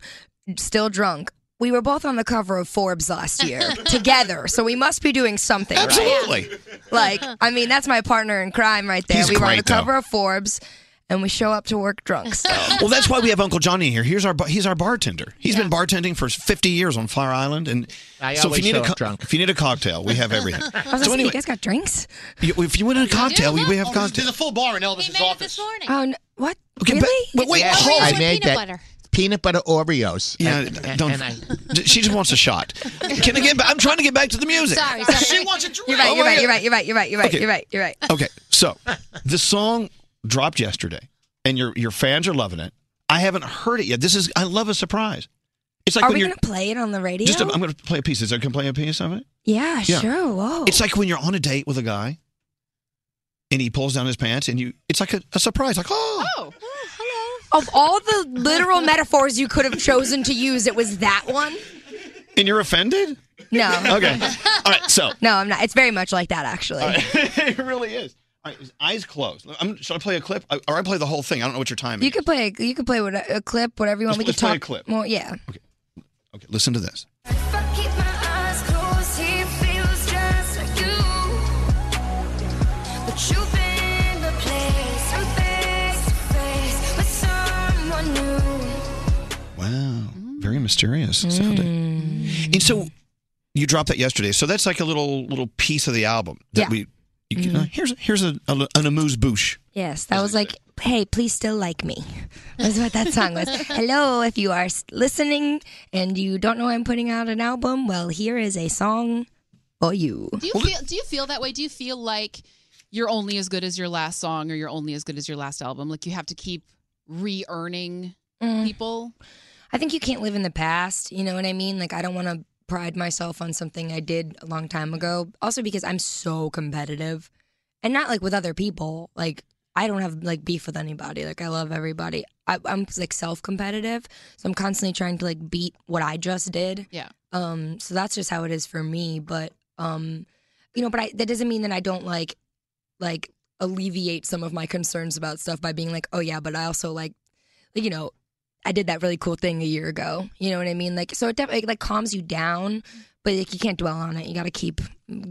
[SPEAKER 26] still drunk, we were both on the cover of Forbes last [LAUGHS] year together. So we must be doing something. right?
[SPEAKER 5] Absolutely.
[SPEAKER 26] Like, I mean, that's my partner in crime right there.
[SPEAKER 5] He's
[SPEAKER 26] we were on the
[SPEAKER 5] great, though.
[SPEAKER 26] cover of Forbes, and we show up to work [LAUGHS] drunk. So.
[SPEAKER 5] Well, that's why we have Uncle Johnny here. Here's our bar- he's our bartender. He's been bartending for 50 years on Fire Island, and
[SPEAKER 26] I
[SPEAKER 5] so if
[SPEAKER 26] always
[SPEAKER 5] you need
[SPEAKER 26] show
[SPEAKER 5] a
[SPEAKER 26] up
[SPEAKER 5] co- if you need a cocktail, we have everything.
[SPEAKER 26] [LAUGHS] I was like,
[SPEAKER 5] so
[SPEAKER 26] you
[SPEAKER 5] anyway,
[SPEAKER 26] guys got drinks?
[SPEAKER 5] you- if you want a cocktail, we, we have cocktails.
[SPEAKER 20] There's a full bar in Elvis's office.
[SPEAKER 26] Oh, no, what?
[SPEAKER 5] Okay, but-
[SPEAKER 26] really?
[SPEAKER 5] but wait, hold-
[SPEAKER 2] I
[SPEAKER 5] with
[SPEAKER 2] made
[SPEAKER 5] peanut
[SPEAKER 2] that
[SPEAKER 5] butter.
[SPEAKER 2] peanut butter Oreos.
[SPEAKER 5] Yeah,
[SPEAKER 2] and, and-
[SPEAKER 5] don't.
[SPEAKER 2] and I,
[SPEAKER 5] [LAUGHS] she just wants a shot. Can I get? ba- I'm trying to get back to the music.
[SPEAKER 26] [LAUGHS] Sorry, sorry.
[SPEAKER 20] She wants a drink.
[SPEAKER 26] You're right,
[SPEAKER 5] Oh,
[SPEAKER 26] you're
[SPEAKER 5] my
[SPEAKER 26] right,
[SPEAKER 5] God.
[SPEAKER 26] you're right, you're right, you're right, you're right,
[SPEAKER 5] Okay.
[SPEAKER 26] you're right, you're right.
[SPEAKER 5] [LAUGHS] Okay, so the song dropped yesterday, and your your fans are loving it. I haven't heard it yet. This is I love a surprise. It's like
[SPEAKER 26] Are
[SPEAKER 5] when
[SPEAKER 26] we
[SPEAKER 5] you're
[SPEAKER 26] going to play it on the radio?
[SPEAKER 5] just. A, I'm going to play a piece. Is there can I play a piece of it?
[SPEAKER 26] yeah,
[SPEAKER 5] Yeah.
[SPEAKER 26] sure. Whoa.
[SPEAKER 5] It's like when you're on a date with a guy, and he pulls down his pants, and you. It's like a, a surprise. Like oh,
[SPEAKER 26] Of all the [LAUGHS] literal metaphors you could have chosen to use, it was that one.
[SPEAKER 5] and you're offended.
[SPEAKER 26] No.
[SPEAKER 5] [LAUGHS] Okay. All right.
[SPEAKER 26] [LAUGHS]
[SPEAKER 5] So
[SPEAKER 26] No, I'm not. It's very much like that, actually.
[SPEAKER 5] [LAUGHS] it really is. All right, his eyes closed. I'm, should I play a clip or I play the whole thing? I don't know what your time
[SPEAKER 26] You
[SPEAKER 5] is.
[SPEAKER 26] could play. A, you could play what, a clip, whatever you want.
[SPEAKER 5] Let's-
[SPEAKER 26] we
[SPEAKER 5] let's
[SPEAKER 26] could
[SPEAKER 5] play a
[SPEAKER 26] talk
[SPEAKER 5] clip.
[SPEAKER 26] more. Yeah.
[SPEAKER 5] Okay, listen to this.
[SPEAKER 17] Keep my eyes closed, he feels just like you. But you've been replaced from face to face with someone new.
[SPEAKER 5] Wow.
[SPEAKER 26] Mm.
[SPEAKER 5] Very mysterious sounding. And so you dropped that yesterday. So that's like a little little piece of the album that
[SPEAKER 26] Yeah. Mm.
[SPEAKER 5] we you can- uh, here's here's a, a, an amuse bouche.
[SPEAKER 26] Yes, that was like, hey, please still like me. [LAUGHS] That's what that song was. Hello, if you are s- listening and you don't know I'm putting out an album, well, here is a song for you.
[SPEAKER 6] Do you feel? Do you feel that way? Do you feel like you're only as good as your last song, or you're only as good as your last album? Like you have to keep re-earning people.
[SPEAKER 26] Mm. I think you can't live in the past. You know what I mean? Like, I don't want to pride myself on something I did a long time ago. Also, because I'm so competitive and not like with other people. Like, I don't have like beef with anybody. Like, I love everybody. I, I'm like self competitive. So I'm constantly trying to like beat what I just did.
[SPEAKER 6] Yeah.
[SPEAKER 26] Um, so that's just how it is for me. But, um, you know, but I, that doesn't mean that I don't like, like, alleviate some of my concerns about stuff by being like, oh yeah, but I also like, like, you know, I did that really cool thing a year ago. You know what I mean? Like, so it definitely like calms you down, but like you can't dwell on it. You got to keep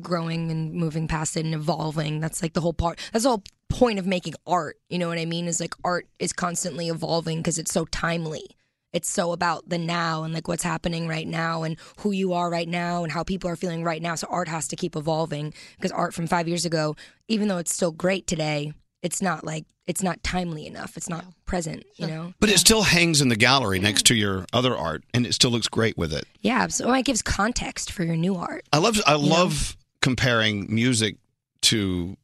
[SPEAKER 26] growing and moving past it and evolving. That's like the whole part. That's the whole point of making art. You know what I mean? Is like art is constantly evolving because it's so timely. It's so about the now and like what's happening right now and who you are right now and how people are feeling right now. So art has to keep evolving because art from five years ago, even though it's still great today, it's not like it's not timely enough. It's not present. You know.
[SPEAKER 5] But it still hangs in the gallery next to your other art and it still looks great with it.
[SPEAKER 26] Yeah, so oh, it gives context for your new art.
[SPEAKER 5] I love I love comparing music to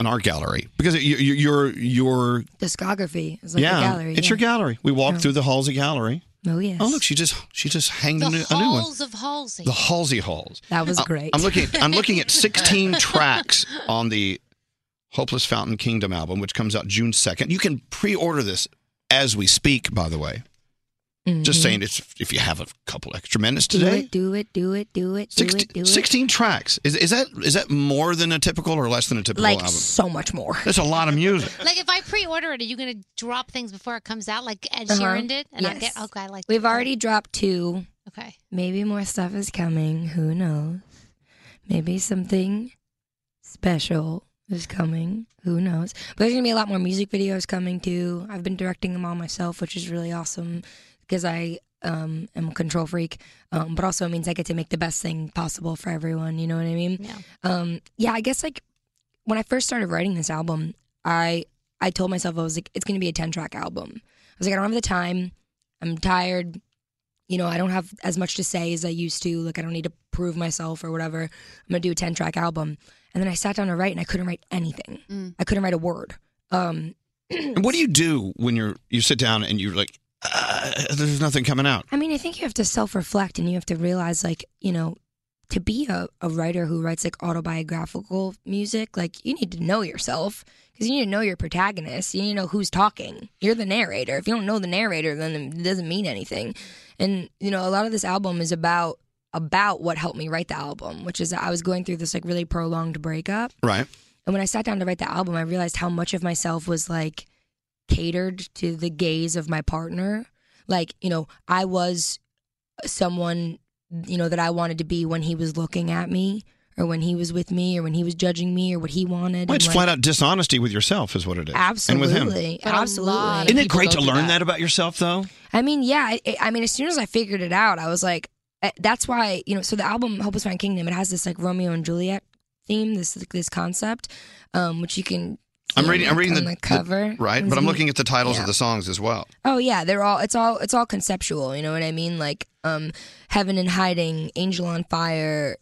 [SPEAKER 5] an art gallery because it, you, you, you're you're
[SPEAKER 26] Discography is like
[SPEAKER 5] yeah,
[SPEAKER 26] a gallery.
[SPEAKER 5] it's
[SPEAKER 26] yeah.
[SPEAKER 5] your gallery. We walk through the halls of gallery.
[SPEAKER 26] Oh yes.
[SPEAKER 5] Oh look, she just she just hanged a, new, a new one.
[SPEAKER 8] Halls of Halsey.
[SPEAKER 5] The Halsey Halls.
[SPEAKER 26] That was
[SPEAKER 5] I-
[SPEAKER 26] great.
[SPEAKER 5] I'm looking. I'm looking
[SPEAKER 26] [LAUGHS]
[SPEAKER 5] at 16 tracks on the Hopeless Fountain Kingdom album, which comes out June 2nd. You can pre-order this as we speak. By the way, just
[SPEAKER 26] Mhm.
[SPEAKER 5] saying, it's if you have a couple extra minutes
[SPEAKER 26] Do
[SPEAKER 5] today.
[SPEAKER 26] it, do it, do it, do it, do it, do it.
[SPEAKER 5] 16 tracks. Is, is that is that more than a typical or less than a typical
[SPEAKER 26] Like
[SPEAKER 5] album?
[SPEAKER 26] so much more.
[SPEAKER 5] That's a lot of music.
[SPEAKER 8] Like if I pre-order it, are you going to drop things before it comes out, like Ed
[SPEAKER 26] Uh-huh.
[SPEAKER 8] Sheeran did? And I
[SPEAKER 26] Yes.
[SPEAKER 8] get okay, I like
[SPEAKER 26] We've already dropped two.
[SPEAKER 8] Okay.
[SPEAKER 26] Maybe more stuff is coming. Who knows? maybe something special is coming. Who knows? But there's gonna be a lot more music videos coming too. I've been directing them all myself, which is really awesome because I um, am a control freak. Um, but also it means I get to make the best thing possible for everyone. You know what I mean? Yeah. Um, yeah. I guess like when I first started writing this album, I I told myself I was like, it's gonna be a ten track album. I was like, I don't have the time. I'm tired you know, I don't have as much to say as I used to. Like, I don't need to prove myself or whatever. I'm gonna do a 10 track album. And then I sat down to write and I couldn't write anything.
[SPEAKER 6] Mm.
[SPEAKER 26] I couldn't write a word. Um,
[SPEAKER 5] And what do you do when you're you sit down and you're like, uh, there's nothing coming out?
[SPEAKER 26] I mean, I think you have to self reflect and you have to realize, like, you know, to be a, a writer who writes like autobiographical music, like, you need to know yourself because you need to know your protagonist. You need to know who's talking. You're the narrator. If you don't know the narrator, then it doesn't mean anything. And, you know, a lot of this album is about about what helped me write the album, which is that I was going through this like really prolonged breakup.
[SPEAKER 5] Right.
[SPEAKER 26] And when I sat down to write the album, I realized how much of myself was like catered to the gaze of my partner. Like, you know, I was someone, you know, that I wanted to be when he was looking at me or when he was with me or when he was judging me or what he wanted.
[SPEAKER 5] Well, it's
[SPEAKER 26] and,
[SPEAKER 5] flat
[SPEAKER 26] like,
[SPEAKER 5] out dishonesty with yourself, is what it is.
[SPEAKER 26] Absolutely.
[SPEAKER 5] And with him.
[SPEAKER 26] Absolutely.
[SPEAKER 5] Isn't it great to learn that. about yourself, though?
[SPEAKER 26] I mean, yeah. I, I mean, as soon as I figured it out, I was like, eh, that's why you know. So the album "Hope Is Find Kingdom" it has this like Romeo and Juliet theme, this this concept, um, which you can. see
[SPEAKER 5] I'm reading. I'm
[SPEAKER 26] on
[SPEAKER 5] reading the, Mm-hmm.
[SPEAKER 26] the cover,
[SPEAKER 5] right, but I'm looking at the titles
[SPEAKER 26] Yeah.
[SPEAKER 5] of the songs as well.
[SPEAKER 26] Oh yeah, they're all it's all it's all conceptual, you know what I mean? Like um Heaven in Hiding, Angel on Fire,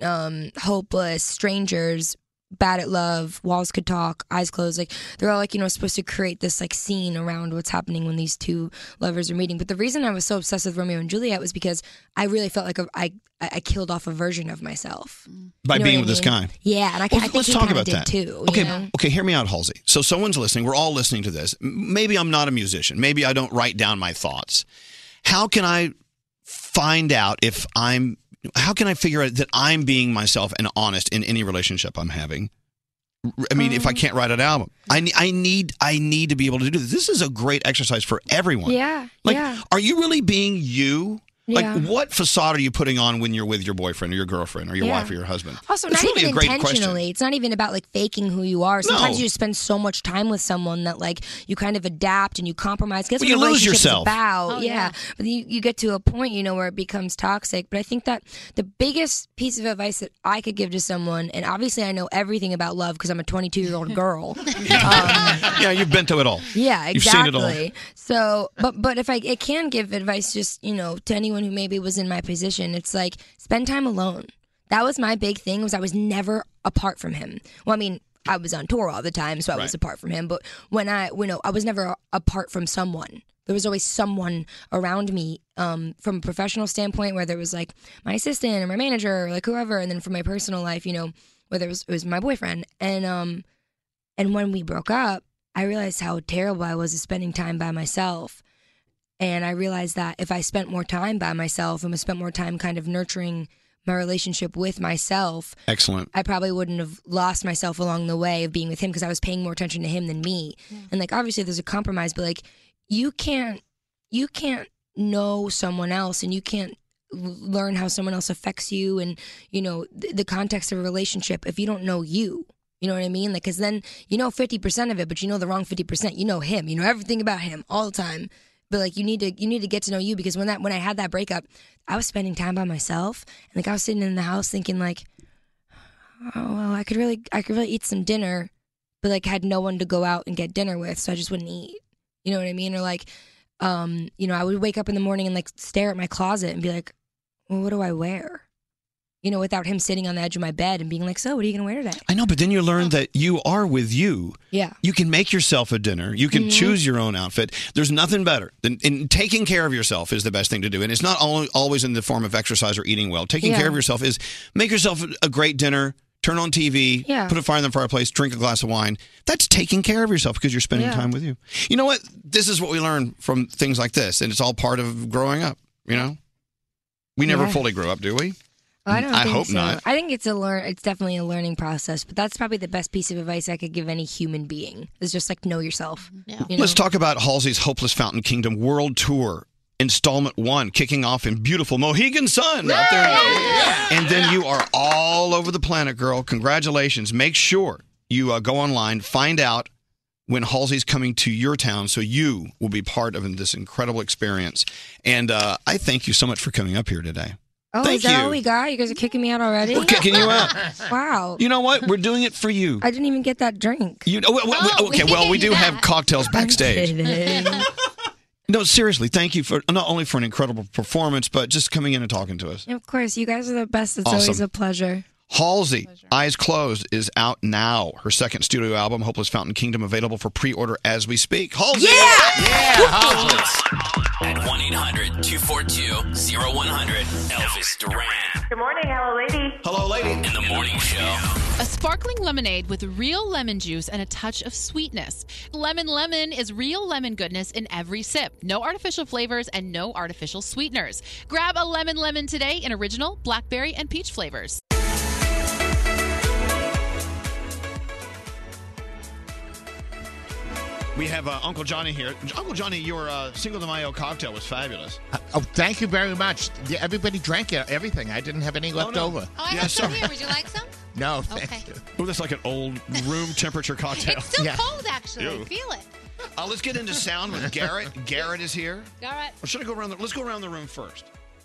[SPEAKER 26] um Hopeless, Strangers, Bad at Love, Walls Could Talk, Eyes Closed, like they're all like, you know, supposed to create this like scene around what's happening when these two lovers are meeting. But the reason I was so obsessed with Romeo and Juliet was because I really felt like a, I I killed off a version of myself.
[SPEAKER 5] By
[SPEAKER 26] You know
[SPEAKER 5] being
[SPEAKER 26] what I
[SPEAKER 5] with this guy.
[SPEAKER 26] mean? Yeah, and I,
[SPEAKER 5] Well,
[SPEAKER 26] I think
[SPEAKER 5] let's
[SPEAKER 26] he
[SPEAKER 5] talk
[SPEAKER 26] kinda
[SPEAKER 5] about
[SPEAKER 26] did
[SPEAKER 5] that.
[SPEAKER 26] too.
[SPEAKER 5] Okay,
[SPEAKER 26] you know?
[SPEAKER 5] okay. Hear me out, Halsey. So someone's listening. We're all listening to this. M- Maybe I'm not a musician. Maybe I don't write down my thoughts. How can I find out if I'm? How can I figure out that I'm being myself and honest in any relationship I'm having? R- I mean, if
[SPEAKER 26] Um.
[SPEAKER 5] I can't write an album, I ne- I need I need to be able to do this. This is a great exercise for everyone.
[SPEAKER 26] Yeah.
[SPEAKER 5] Like,
[SPEAKER 26] yeah.
[SPEAKER 5] are you really being you?
[SPEAKER 26] Yeah.
[SPEAKER 5] Like, what facade are you putting on when you're with your boyfriend or your girlfriend or your
[SPEAKER 26] Yeah.
[SPEAKER 5] wife or your husband?
[SPEAKER 26] Also,
[SPEAKER 5] It's
[SPEAKER 26] not
[SPEAKER 5] really a
[SPEAKER 26] even
[SPEAKER 5] great
[SPEAKER 26] intentionally.
[SPEAKER 5] question.
[SPEAKER 26] It's not even about like faking who you are. Sometimes
[SPEAKER 5] No.
[SPEAKER 26] you just spend so much time with someone that like you kind of adapt and you compromise. 'Cause That's
[SPEAKER 5] Well,
[SPEAKER 26] what
[SPEAKER 5] you
[SPEAKER 26] a
[SPEAKER 5] lose
[SPEAKER 26] relationship is
[SPEAKER 5] yourself.
[SPEAKER 26] About
[SPEAKER 28] Oh,
[SPEAKER 26] yeah.
[SPEAKER 28] yeah.
[SPEAKER 26] but you you get to a point you know where it becomes toxic. But I think that the biggest piece of advice that I could give to someone, and obviously I know everything about love because I'm a 22
[SPEAKER 5] [LAUGHS]
[SPEAKER 26] year old girl.
[SPEAKER 5] [LAUGHS] yeah, you've been to it all.
[SPEAKER 26] Yeah,
[SPEAKER 5] You've
[SPEAKER 26] exactly.
[SPEAKER 5] seen it all.
[SPEAKER 26] So, but but if I it can give advice, just you know, to anyone who maybe was in my position, it's like spend time alone. That was my big thing. Was I was never apart from him. Well, I mean, I was on tour all the time, so I was
[SPEAKER 12] Right.
[SPEAKER 26] apart from him. But when I, you know, I was never apart from someone. There was always someone around me um, from a professional standpoint, whether it was like my assistant or my manager or like whoever, and then from my personal life, you know, whether it was it was my boyfriend and um. And when we broke up, I realized how terrible I was at spending time by myself. And I realized that if I spent more time by myself and spent more time kind of nurturing my relationship with myself,
[SPEAKER 5] Excellent.
[SPEAKER 26] I probably wouldn't have lost myself along the way of being with him because I was paying more attention to him than me. And like obviously there's a compromise, but like you can't you can't know someone else and you can't l- learn how someone else affects you and you know th- the context of a relationship if you don't know you. You know what I mean? Like cuz then you know 50% of it, but you know the wrong 50%. You know him. You know everything about him all the time. But like you need to you need to get to know you because when that when I had that breakup, I was spending time by myself and like I was sitting in the house thinking like oh well i could really i could really eat some dinner but like had no one to go out and get dinner with so i just wouldn't eat you know what i mean or like um you know i would wake up in the morning and like stare at my closet and be like well what do i wear you know without him sitting on the edge of my bed and being like so what are you gonna wear today
[SPEAKER 5] I know, but then you
[SPEAKER 26] Oh.
[SPEAKER 5] learn that you are with you.
[SPEAKER 26] yeah
[SPEAKER 5] You can make yourself a dinner. You can
[SPEAKER 26] Mhm.
[SPEAKER 5] choose your own outfit. There's nothing better than and taking care of yourself is the best thing to do. And it's not al always in the form of exercise or eating well. Taking
[SPEAKER 26] Yeah.
[SPEAKER 5] care of yourself is make yourself a great dinner. Turn on TV.
[SPEAKER 26] Yeah.
[SPEAKER 5] Put a fire in the fireplace. Drink a glass of wine. That's taking care of yourself because you're spending
[SPEAKER 26] Yeah.
[SPEAKER 5] time with you. You know what? This is what we learn from things like this, and it's all part of growing up. You know, we never
[SPEAKER 26] Yeah.
[SPEAKER 5] fully grow up, do we?
[SPEAKER 26] Well, I don't.
[SPEAKER 5] Mm, I
[SPEAKER 26] think
[SPEAKER 5] hope
[SPEAKER 26] so.
[SPEAKER 5] not.
[SPEAKER 26] I think it's a learn. It's definitely a learning process, but that's probably the best piece of advice I could give any human being. Is just like know yourself. Yeah.
[SPEAKER 5] Let's talk about Halsey's Hopeless Fountain Kingdom World Tour. installment one kicking off in beautiful Mohegan Sun out there. And then you are all over the planet, girl. Congratulations. Make sure you uh, go online, find out when Halsey's coming to your town so you will be part of this incredible experience. And uh, I thank you so much for coming up here today.
[SPEAKER 26] Oh,
[SPEAKER 5] thank
[SPEAKER 26] is that
[SPEAKER 5] you.
[SPEAKER 26] all we got? You guys are kicking me out already?
[SPEAKER 5] We're kicking you out.
[SPEAKER 26] [LAUGHS] wow.
[SPEAKER 5] you know what? We're doing it for [LAUGHS] you.
[SPEAKER 26] I didn't even get that drink.
[SPEAKER 5] You oh, w- w- okay? Well, we do have cocktails [LAUGHS] backstage. No, seriously, thank you for not only for an incredible performance, but just coming in and talking to us.
[SPEAKER 26] of course, you guys are the best. It's always
[SPEAKER 5] Awesome.
[SPEAKER 26] a pleasure.
[SPEAKER 5] Halsey, Eyes Closed, is out now. Her second studio album, Hopeless Fountain Kingdom, available for pre-order as we speak. Halsey,
[SPEAKER 13] At 1 800 242 0100, Elvis Duran.
[SPEAKER 21] Good morning. Hello, lady.
[SPEAKER 5] Hello, lady.
[SPEAKER 13] In the morning show.
[SPEAKER 6] A sparkling lemonade with real lemon juice and a touch of sweetness. Lemon Lemon is real lemon goodness in every sip. No artificial flavors and no artificial sweeteners. Grab a Lemon Lemon today in original, blackberry, and peach flavors.
[SPEAKER 5] we have uh, Uncle Johnny here. Uncle Johnny, your uh, Cinco de Mayo cocktail was fabulous.
[SPEAKER 2] Oh, thank you very much. Yeah, Everybody drank it, everything. I didn't have any left over.
[SPEAKER 8] Oh, I have some here. Would you
[SPEAKER 5] [LAUGHS]
[SPEAKER 8] like some?
[SPEAKER 2] No, thank
[SPEAKER 8] Okay.
[SPEAKER 2] you.
[SPEAKER 5] Oh, that's like an old room temperature cocktail.
[SPEAKER 8] It's still cold, actually.
[SPEAKER 5] Ew.
[SPEAKER 8] Feel it.
[SPEAKER 5] Uh, let's get into sound with Garrett. Garrett is here.
[SPEAKER 8] All right.
[SPEAKER 5] Or should I go around? The, let's go around the room first.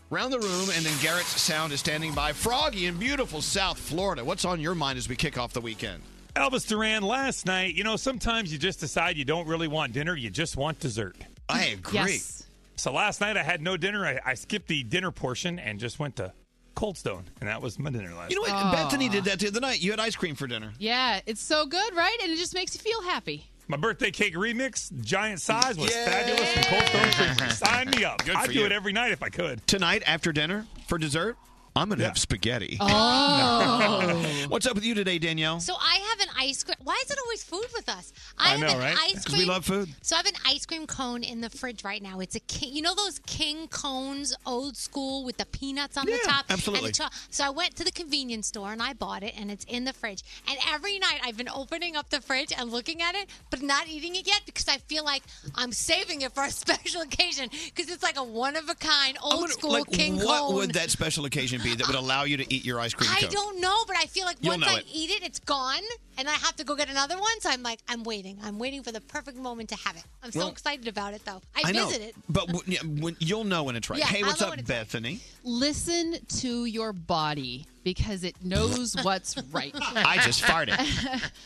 [SPEAKER 5] Round the room, and then Garrett's sound is standing by. Froggy in beautiful South Florida. What's on your mind as we kick off the weekend?
[SPEAKER 10] Elvis Duran last night, you know, sometimes you just decide you don't really want dinner, you just want dessert.
[SPEAKER 5] I agree.
[SPEAKER 10] Yes. So last night I had no dinner. I, I skipped the dinner portion and just went to Cold Stone, and that was my dinner last
[SPEAKER 5] You know what?
[SPEAKER 10] night.
[SPEAKER 5] Bethany did that the other night. You had ice cream for dinner.
[SPEAKER 6] Yeah, it's so good, right? And it just makes you feel happy.
[SPEAKER 10] My birthday cake remix, giant size, was fabulous from Cold Stone Freezer. Sign me up.
[SPEAKER 5] Good
[SPEAKER 10] I'd
[SPEAKER 5] for
[SPEAKER 10] do
[SPEAKER 5] you.
[SPEAKER 10] it every night if I could.
[SPEAKER 5] Tonight after dinner for dessert, I'm going to have spaghetti.
[SPEAKER 8] Oh.
[SPEAKER 5] [LAUGHS] What's up with you today, Danielle?
[SPEAKER 8] So I have an ice cream. Why is it always food with us? I, have an ice
[SPEAKER 5] Because
[SPEAKER 8] cream.
[SPEAKER 5] we love food.
[SPEAKER 8] So I have an ice cream cone in the fridge right now. It's a king, you know those king cones, old school with the peanuts on the top.
[SPEAKER 5] absolutely.
[SPEAKER 8] And the cho- so I went to the convenience store and I bought it, and it's in the fridge. And every night I've been opening up the fridge and looking at it, but not eating it yet because I feel like I'm saving it for a [LAUGHS] special occasion because it's like a one of a kind, old school
[SPEAKER 5] like,
[SPEAKER 8] king
[SPEAKER 5] what
[SPEAKER 8] cone.
[SPEAKER 5] would that special occasion be that would allow you to eat your ice cream
[SPEAKER 8] I
[SPEAKER 5] cone?
[SPEAKER 8] don't know, but I feel like
[SPEAKER 5] You'll
[SPEAKER 8] once
[SPEAKER 5] know
[SPEAKER 8] I
[SPEAKER 5] it.
[SPEAKER 8] eat it, it's gone, and I have to go get another one. So I'm like, I'm waiting. I'm waiting for the perfect moment to have it. I'm so
[SPEAKER 5] Well,
[SPEAKER 8] excited about it, though. I,
[SPEAKER 5] I know,
[SPEAKER 8] visit it.
[SPEAKER 5] but w- yeah, when, you'll know when it's right.
[SPEAKER 8] Yeah,
[SPEAKER 5] hey,
[SPEAKER 8] I'll
[SPEAKER 5] what's
[SPEAKER 8] know
[SPEAKER 5] up,
[SPEAKER 8] when it's
[SPEAKER 5] Bethany?
[SPEAKER 6] Listen to your body because it
[SPEAKER 5] [LAUGHS]
[SPEAKER 6] knows what's right.
[SPEAKER 5] I just farted.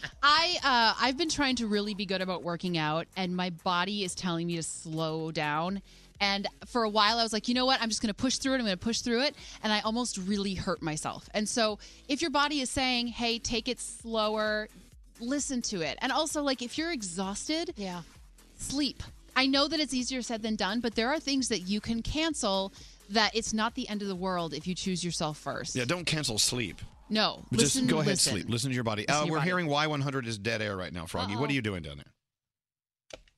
[SPEAKER 6] [LAUGHS] I uh, I've been trying to really be good about working out, and my body is telling me to slow down. And for a while, I was like, you know what? I'm just going to push through it. I'm going to push through it, and I almost really hurt myself. And so, if your body is saying, "Hey, take it slower," listen to it. And also, like if you're exhausted,
[SPEAKER 8] yeah,
[SPEAKER 6] sleep. I know that it's easier said than done, but there are things that you can cancel. That it's not the end of the world if you choose yourself first.
[SPEAKER 5] Yeah, don't cancel sleep.
[SPEAKER 6] No,
[SPEAKER 5] But
[SPEAKER 6] listen,
[SPEAKER 5] just go ahead
[SPEAKER 6] listen.
[SPEAKER 5] sleep. Listen to your body.
[SPEAKER 6] Listen
[SPEAKER 5] Uh,
[SPEAKER 6] to your
[SPEAKER 5] we're
[SPEAKER 6] body.
[SPEAKER 5] hearing Y100 is dead air right now, Froggy. What are you doing down there?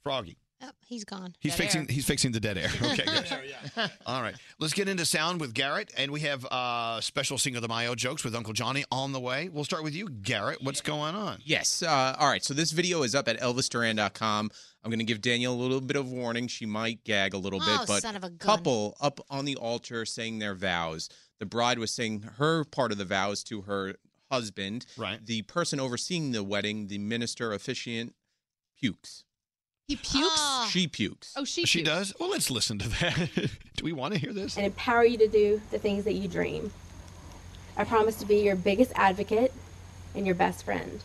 [SPEAKER 5] Froggy.
[SPEAKER 8] Oh, he's gone.
[SPEAKER 5] He's fixing he's fixing the dead air. Okay, good. [LAUGHS] All right. Let's get into sound with Garrett and we have uh special Cinco de Mayo jokes with Uncle Johnny on the way. We'll start with you, Garrett. What's going on?
[SPEAKER 28] Yes. Uh, all right. So this video is up at elvisduran.com. I'm going to give Danielle a little bit of warning. She might gag a little
[SPEAKER 8] Oh,
[SPEAKER 28] bit, but
[SPEAKER 8] son of a gun.
[SPEAKER 28] couple up on the altar saying their vows. The bride was saying her part of the vows to her husband. Right. The person overseeing the wedding, the minister officiant, pukes.
[SPEAKER 6] He pukes.
[SPEAKER 8] Ah.
[SPEAKER 12] Ah.
[SPEAKER 28] She pukes.
[SPEAKER 6] Oh, she.
[SPEAKER 5] She does? Well, let's listen to that. [LAUGHS] Do we want to hear this?
[SPEAKER 12] and empower you to do the things that you dream. I promise to be your biggest advocate and your best friend.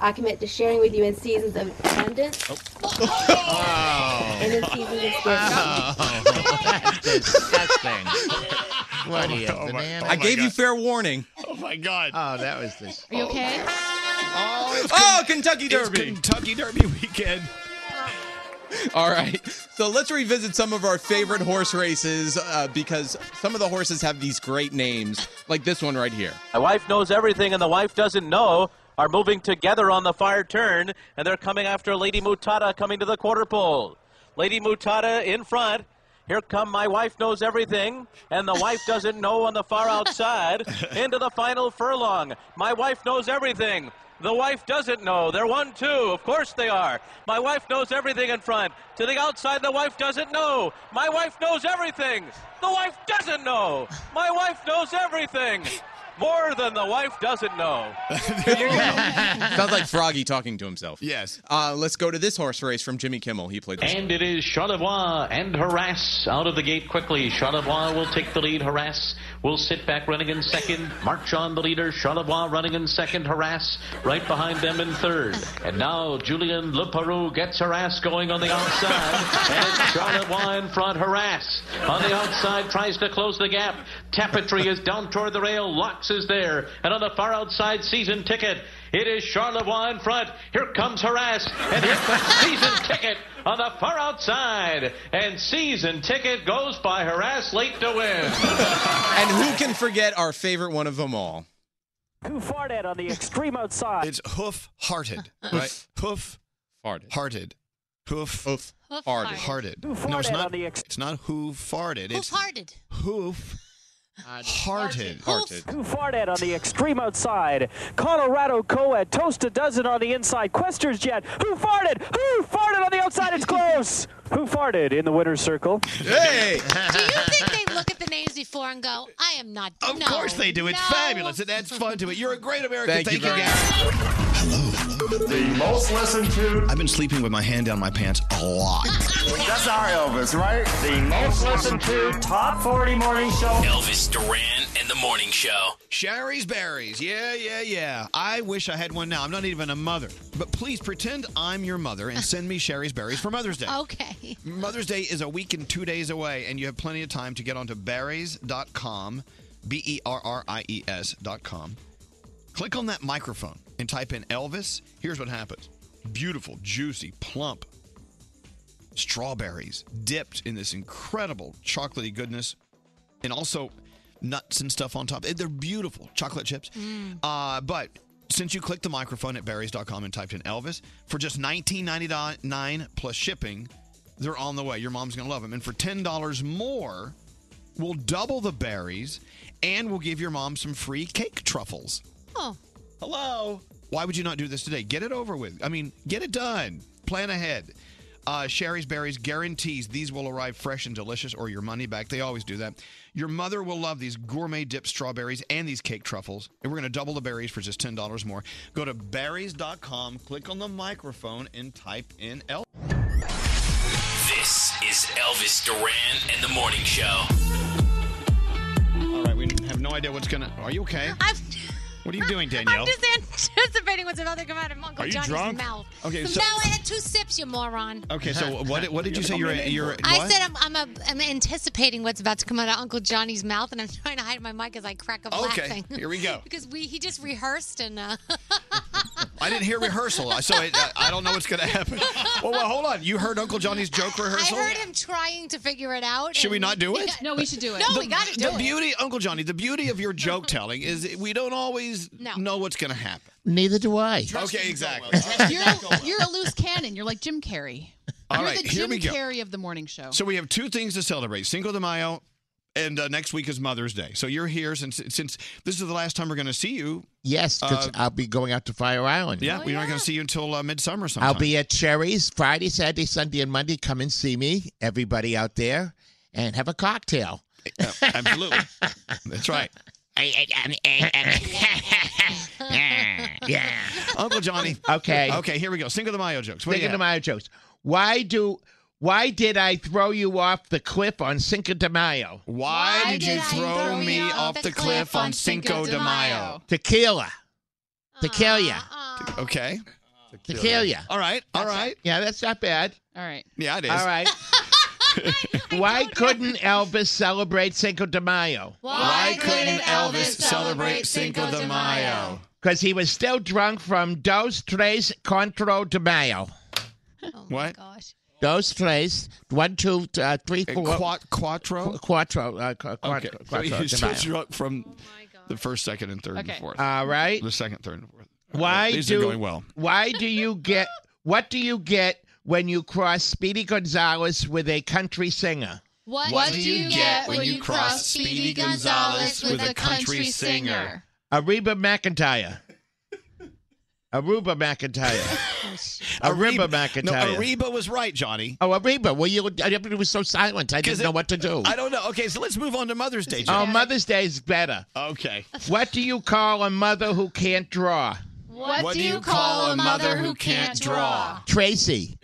[SPEAKER 12] I commit to sharing with you in seasons of abundance
[SPEAKER 5] Oh.
[SPEAKER 12] [LAUGHS] and in seasons of scarcity.
[SPEAKER 28] disgusting.
[SPEAKER 2] What is banana?
[SPEAKER 28] I gave you fair warning.
[SPEAKER 5] Oh my god.
[SPEAKER 2] Oh, that was this.
[SPEAKER 6] Are you okay?
[SPEAKER 5] Oh,
[SPEAKER 28] oh Kentucky
[SPEAKER 5] it's
[SPEAKER 28] Derby.
[SPEAKER 5] Kentucky Derby weekend.
[SPEAKER 28] [LAUGHS] All right. So let's revisit some of our favorite horse races uh, because some of the horses have these great names, like this one right here.
[SPEAKER 15] My wife knows everything and the wife doesn't know are moving together on the far turn, and they're coming after Lady Mutata coming to the quarter pole. Lady Mutata in front. Here come my wife knows everything, and the wife doesn't know on the far outside. Into the final furlong. My wife knows everything.
[SPEAKER 29] The wife doesn't know. They're one, two. Of course they are. My wife knows everything in front. To the outside, the wife doesn't know. My wife knows everything. The wife doesn't know. My wife knows everything. More than the wife doesn't know.
[SPEAKER 28] Sounds like Froggy talking to himself.
[SPEAKER 5] Yes.
[SPEAKER 28] Uh, let's go to this horse race from Jimmy Kimmel. He played.
[SPEAKER 30] And it is Charlevoix and Harass out of the gate quickly. Charlevoix will take the lead. Harass will sit back running in second. March on the leader. Charlevoix running in second. Harass right behind them in third. And now Julian Leperoux gets Harass going on the outside. and Charlevoix in front. Harass on the outside tries to close the gap. Tapetry is down toward the rail. Locks is there. And on the far outside, season ticket. It is Charlevoix in front. Here comes Harass. And here comes season ticket on the far outside. And season ticket goes by Harass late to win.
[SPEAKER 28] And who can forget our favorite one of them all?
[SPEAKER 30] Who farted on the extreme outside?
[SPEAKER 5] It's hoof hearted.
[SPEAKER 28] Right.
[SPEAKER 5] Hoof
[SPEAKER 28] farted.
[SPEAKER 5] Hearted.
[SPEAKER 28] Hoof
[SPEAKER 5] Hoof.
[SPEAKER 8] Hoof
[SPEAKER 5] hearted.
[SPEAKER 8] farted.
[SPEAKER 5] Hearted.
[SPEAKER 8] Who
[SPEAKER 5] No, it's
[SPEAKER 8] farted
[SPEAKER 5] not.
[SPEAKER 8] on the
[SPEAKER 5] it's not who farted.
[SPEAKER 8] Who
[SPEAKER 5] It's
[SPEAKER 8] farted?
[SPEAKER 5] hoof hearted.
[SPEAKER 30] Who farted on the extreme outside? Colorado Coed, toast a dozen on the inside. Questers Jet, who farted? Who farted on the outside? It's close. who farted in the winner's circle?
[SPEAKER 28] Hey!
[SPEAKER 8] Do you think they look at the names before and go, I am not
[SPEAKER 5] Of course they do. It's fabulous. It adds fun to it. You're a great American. Thank you Thank, you, very Gary. Hello. The most listened to. I've been sleeping with my hand down my pants a lot.
[SPEAKER 15] [LAUGHS] That's our Elvis, right?
[SPEAKER 5] The
[SPEAKER 15] most
[SPEAKER 5] listened to
[SPEAKER 30] top 40 morning show.
[SPEAKER 13] Elvis Duran and the Morning Show.
[SPEAKER 5] Sherry's berries. Yeah, yeah, yeah. I wish I had one now. I'm not even a mother. But please pretend I'm your mother and send me Sherry's berries for Mother's Day.
[SPEAKER 8] Okay.
[SPEAKER 5] Mother's Day is a week and two days away, and you have plenty of time to get onto berries.com, B E R R I E S.com. Click on that microphone and type in Elvis. Here's what happens beautiful, juicy, plump strawberries dipped in this incredible chocolatey goodness and also nuts and stuff on top. They're beautiful chocolate chips. Uh, but since you clicked the microphone at berries.com and typed in Elvis, for just $19.99 plus shipping, they're on the way. Your mom's going to love them. And for $10 more, we'll double the berries and we'll give your mom some free cake truffles.
[SPEAKER 8] Oh.
[SPEAKER 5] Hello. Why would you not do this today? Get it over with. I mean, get it done. Plan ahead. Uh, Sherry's Berries guarantees these will arrive fresh and delicious or your money back. They always do that. Your mother will love these gourmet dipped strawberries and these cake truffles. And we're going to double the berries for just $10 more. Go to berries.com, click on the microphone, and type in L.
[SPEAKER 13] This is Elvis Duran and the Morning Show.
[SPEAKER 5] All right, we have no idea what's going to. Are you okay?
[SPEAKER 8] I'm,
[SPEAKER 5] What are you doing,
[SPEAKER 8] I'm
[SPEAKER 5] Danielle?
[SPEAKER 8] just [LAUGHS] anticipating what's about to come out of Uncle
[SPEAKER 5] Are you
[SPEAKER 8] Johnny's
[SPEAKER 5] drunk?
[SPEAKER 8] mouth.
[SPEAKER 5] Okay, so-
[SPEAKER 8] so now I had two sips, you moron.
[SPEAKER 5] Okay, so [LAUGHS] what, what did you say? You're, you're,
[SPEAKER 8] I
[SPEAKER 5] what?
[SPEAKER 8] said I'm, I'm, a, I'm anticipating what's about to come out of Uncle Johnny's mouth, and I'm [LAUGHS] trying to hide my mic as I crack up
[SPEAKER 5] Okay,
[SPEAKER 8] laughing.
[SPEAKER 5] here we go.
[SPEAKER 8] [LAUGHS] because we he just rehearsed and uh,
[SPEAKER 5] I didn't hear rehearsal, so I, I don't know what's going to
[SPEAKER 8] [LAUGHS]
[SPEAKER 5] happen. Well, well, hold on. You heard Uncle Johnny's joke
[SPEAKER 8] I
[SPEAKER 5] rehearsal?
[SPEAKER 8] heard him trying to figure it out.
[SPEAKER 5] Should we
[SPEAKER 8] and-
[SPEAKER 5] not
[SPEAKER 8] [LAUGHS]
[SPEAKER 5] do it?
[SPEAKER 8] No, we should do it. No, we got to do
[SPEAKER 5] The
[SPEAKER 8] it.
[SPEAKER 5] beauty, Uncle Johnny, the beauty of your joke telling is we don't always know what's going to happen.
[SPEAKER 2] Neither do I.
[SPEAKER 5] Okay, exactly.
[SPEAKER 6] You're, you're a loose cannon. You're like Jim Carrey.
[SPEAKER 5] All
[SPEAKER 6] you're
[SPEAKER 5] right,
[SPEAKER 6] the
[SPEAKER 5] here
[SPEAKER 6] Jim
[SPEAKER 5] we go.
[SPEAKER 6] Carrey of the morning show.
[SPEAKER 5] So we have two things to celebrate: Cinco de Mayo, and uh, next week is Mother's Day. So you're here since since this is the last time we're going to see you.
[SPEAKER 2] Yes, 'cause
[SPEAKER 5] Uh,
[SPEAKER 2] I'll be going out to Fire Island.
[SPEAKER 5] Yeah,
[SPEAKER 26] Oh,
[SPEAKER 5] we're not going to see you until uh, midsummer sometime.
[SPEAKER 2] I'll be at Cherry's Friday, Saturday, Sunday, and Monday. Come and see me, everybody out there, and have a cocktail. [LAUGHS]
[SPEAKER 5] absolutely. That's right.
[SPEAKER 2] [LAUGHS]
[SPEAKER 5] [LAUGHS]
[SPEAKER 2] yeah.
[SPEAKER 5] Uncle Johnny.
[SPEAKER 2] Okay.
[SPEAKER 5] Okay. Here we go. Cinco de Mayo jokes. What do you
[SPEAKER 2] Cinco de
[SPEAKER 5] have?
[SPEAKER 2] Mayo jokes. Why do? Why did I throw you off the cliff on Cinco de Mayo?
[SPEAKER 5] Why, did, you throw, me off the cliff on Cinco de Mayo?
[SPEAKER 2] Tequila. Tequila.
[SPEAKER 5] Okay.
[SPEAKER 2] Tequila.
[SPEAKER 5] All right. All right.
[SPEAKER 2] Yeah, that's not bad.
[SPEAKER 6] All right.
[SPEAKER 5] Yeah, it is. [LAUGHS]
[SPEAKER 2] All right. Why couldn't Elvis celebrate Cinco de Mayo?
[SPEAKER 5] Why couldn't Elvis celebrate Cinco de Mayo?
[SPEAKER 2] Because he was still drunk from Dos Tres Contro de Mayo.
[SPEAKER 5] What?
[SPEAKER 2] Dos Tres, one, two, uh, three,
[SPEAKER 5] Uh,
[SPEAKER 2] four.
[SPEAKER 5] quat- quattro?
[SPEAKER 2] Qu- Quattro. Uh, qu-
[SPEAKER 5] Okay.
[SPEAKER 2] quattro,
[SPEAKER 5] So
[SPEAKER 2] quattro
[SPEAKER 5] you
[SPEAKER 2] de
[SPEAKER 5] just
[SPEAKER 2] Mayo.
[SPEAKER 5] drunk from the first, second, and third,
[SPEAKER 2] Okay.
[SPEAKER 5] and fourth.
[SPEAKER 2] All right.
[SPEAKER 5] The second, third, and fourth.
[SPEAKER 2] Why
[SPEAKER 5] These
[SPEAKER 2] do
[SPEAKER 5] are going well.
[SPEAKER 2] Why do [LAUGHS] you get what do you get when you cross Speedy Gonzalez with a country singer?
[SPEAKER 8] What,
[SPEAKER 2] do you get when you cross
[SPEAKER 8] Speedy
[SPEAKER 2] Gonzalez with a country singer? Ariba McIntyre. Aruba [LAUGHS] McIntyre. Aruba McIntyre.
[SPEAKER 5] No, Ariba was right, Johnny.
[SPEAKER 2] Oh, Ariba. Well, you everybody was so silent. I didn't know what to do.
[SPEAKER 5] I don't know. Okay, so let's move on to Mother's Day,
[SPEAKER 2] Oh,
[SPEAKER 5] Johnny.
[SPEAKER 2] Mother's Day is better.
[SPEAKER 5] Okay.
[SPEAKER 2] What do you call a mother who can't draw?
[SPEAKER 8] What,
[SPEAKER 2] do you call a mother who
[SPEAKER 8] can't draw?
[SPEAKER 5] [LAUGHS]
[SPEAKER 2] Tracy.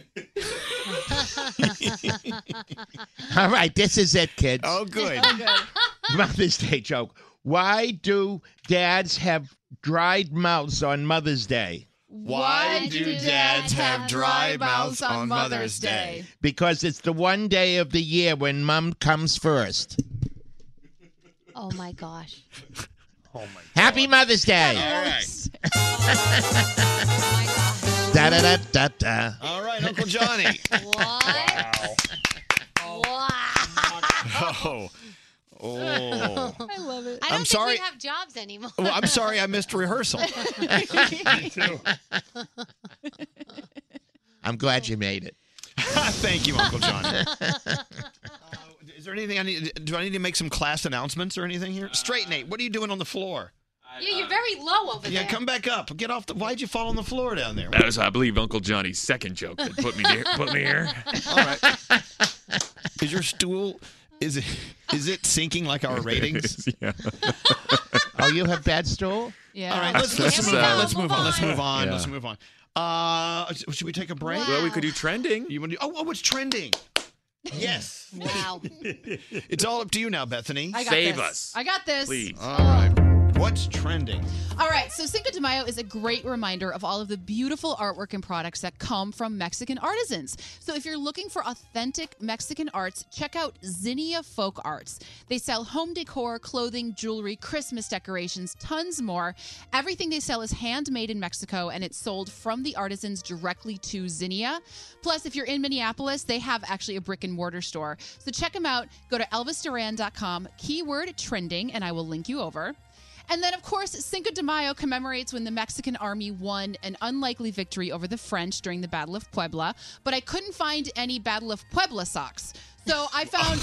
[SPEAKER 15] [LAUGHS]
[SPEAKER 2] All right, this is it, kids.
[SPEAKER 5] Oh, good.
[SPEAKER 2] [LAUGHS] Mother's Day joke. Why do dads have dried mouths on Mother's Day?
[SPEAKER 5] Why do dads have dry mouths on Mother's Day?
[SPEAKER 2] Because it's the one day of the year when mom comes first.
[SPEAKER 8] Oh my gosh. Oh,
[SPEAKER 2] Happy Mother's Day. Da da da da da.
[SPEAKER 5] All right, Uncle Johnny. Oh. [LAUGHS] Oh.
[SPEAKER 8] I love it. I
[SPEAKER 5] I'm
[SPEAKER 8] don't think
[SPEAKER 5] sorry-
[SPEAKER 8] we have jobs anymore.
[SPEAKER 5] Well, I'm sorry I missed [LAUGHS]
[SPEAKER 8] [LAUGHS]
[SPEAKER 5] rehearsal.
[SPEAKER 8] Me too.
[SPEAKER 2] I'm glad you made it.
[SPEAKER 5] [LAUGHS] Thank you, Uncle Johnny. [LAUGHS] Is there anything I need? Do I need to make some class announcements or anything here? Straight Nate, what are you doing on the floor?
[SPEAKER 8] [LAUGHS] yeah, you're very low over
[SPEAKER 5] Yeah,
[SPEAKER 8] there.
[SPEAKER 5] come back up. Get off the. Why'd you fall on the floor down there?
[SPEAKER 10] That was, I believe, Uncle Johnny's second joke that put me here. Put me here.
[SPEAKER 5] All right. [LAUGHS] Is your stool? Is it? Is it sinking like our ratings?
[SPEAKER 10] yeah.
[SPEAKER 5] [LAUGHS]
[SPEAKER 2] Oh, you have bad
[SPEAKER 5] All
[SPEAKER 2] stool?
[SPEAKER 5] right. Let's,
[SPEAKER 10] I
[SPEAKER 5] let's,
[SPEAKER 10] guess
[SPEAKER 5] move
[SPEAKER 10] so.
[SPEAKER 5] on. let's move on. Let's move on.
[SPEAKER 10] Yeah.
[SPEAKER 5] Let's move on. Uh, should we take a break?
[SPEAKER 10] Well, we could do trending.
[SPEAKER 5] You want to? Oh, oh, what's trending?
[SPEAKER 6] [LAUGHS]
[SPEAKER 5] Yes.
[SPEAKER 8] Wow.
[SPEAKER 5] It's all up to you now, Bethany.
[SPEAKER 6] I got Save this. us. I got this.
[SPEAKER 5] Please. All right. What's trending?
[SPEAKER 6] All right, so Cinco de Mayo is a great reminder of all of the beautiful artwork and products that come from Mexican artisans. So if you're looking for authentic Mexican arts, check out Zinnia Folk Arts. They sell home decor, clothing, jewelry, Christmas decorations, tons more. Everything they sell is handmade in Mexico and it's sold from the artisans directly to Zinnia. Plus, if you're in Minneapolis, they have actually a brick and mortar store. So check them out. Go to elvisduran.com, keyword trending, and I will link you over. And then, of course, Cinco de Mayo commemorates when the Mexican army won an unlikely victory over the French during the Battle of Puebla. But I couldn't find any Battle of Puebla socks. So I found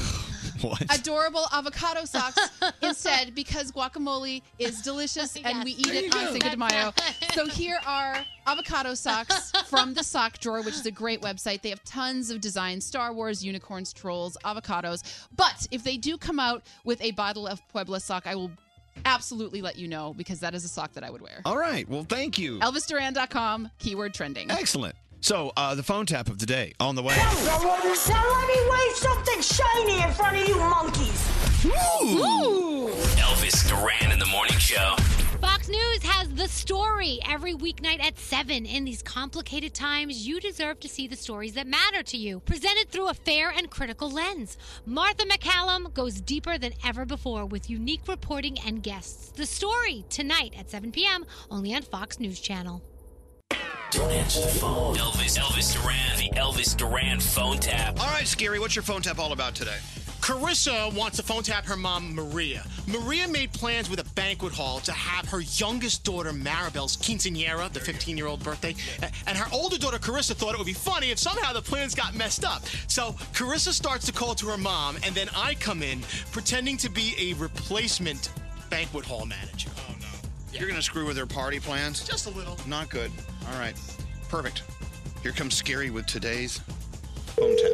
[SPEAKER 8] [LAUGHS]
[SPEAKER 6] adorable avocado socks instead because guacamole is
[SPEAKER 8] [LAUGHS]
[SPEAKER 6] delicious and we eat
[SPEAKER 8] There
[SPEAKER 6] it
[SPEAKER 8] you
[SPEAKER 6] on
[SPEAKER 8] go.
[SPEAKER 6] Cinco de Mayo. So here are avocado
[SPEAKER 8] [LAUGHS]
[SPEAKER 6] socks from the sock drawer, which is a great website. They have tons of designs Star Wars, unicorns, trolls, avocados. But if they do come out with a bottle of Puebla sock, I will absolutely let you know because that is a sock that I would wear.
[SPEAKER 5] All right. Well, thank you.
[SPEAKER 6] ElvisDuran.com, keyword trending.
[SPEAKER 5] Excellent. So, uh, the phone tap of the day on the way.
[SPEAKER 6] Oh,
[SPEAKER 15] Somebody, somebody wave something shiny in front of you monkeys.
[SPEAKER 13] Elvis Duran in the morning show.
[SPEAKER 8] Fox News has the story every weeknight at 7. In these complicated times, you deserve to see the stories that matter to you, presented through a fair and critical lens. Martha McCallum goes deeper than ever before with unique reporting and guests. The story tonight at 7 p.m., only on Fox News Channel.
[SPEAKER 13] Don't answer the phone. Elvis, Elvis Duran, the Elvis Duran phone tap.
[SPEAKER 5] All right, Scary, what's your phone tap all about today?
[SPEAKER 7] Carissa wants to phone tap her mom, Maria. Maria made plans with a banquet hall to have her youngest daughter, Maribel's quinceanera, the 15 year old birthday. a- And her older daughter, Carissa, thought it would be funny if somehow the plans got messed up. So Carissa starts to call to her mom, and then I come in pretending to be a replacement banquet hall manager.
[SPEAKER 5] You're going to screw with her party plans?
[SPEAKER 7] Just a little.
[SPEAKER 5] Not good. All right. Perfect. Here comes Scary with today's phone tap.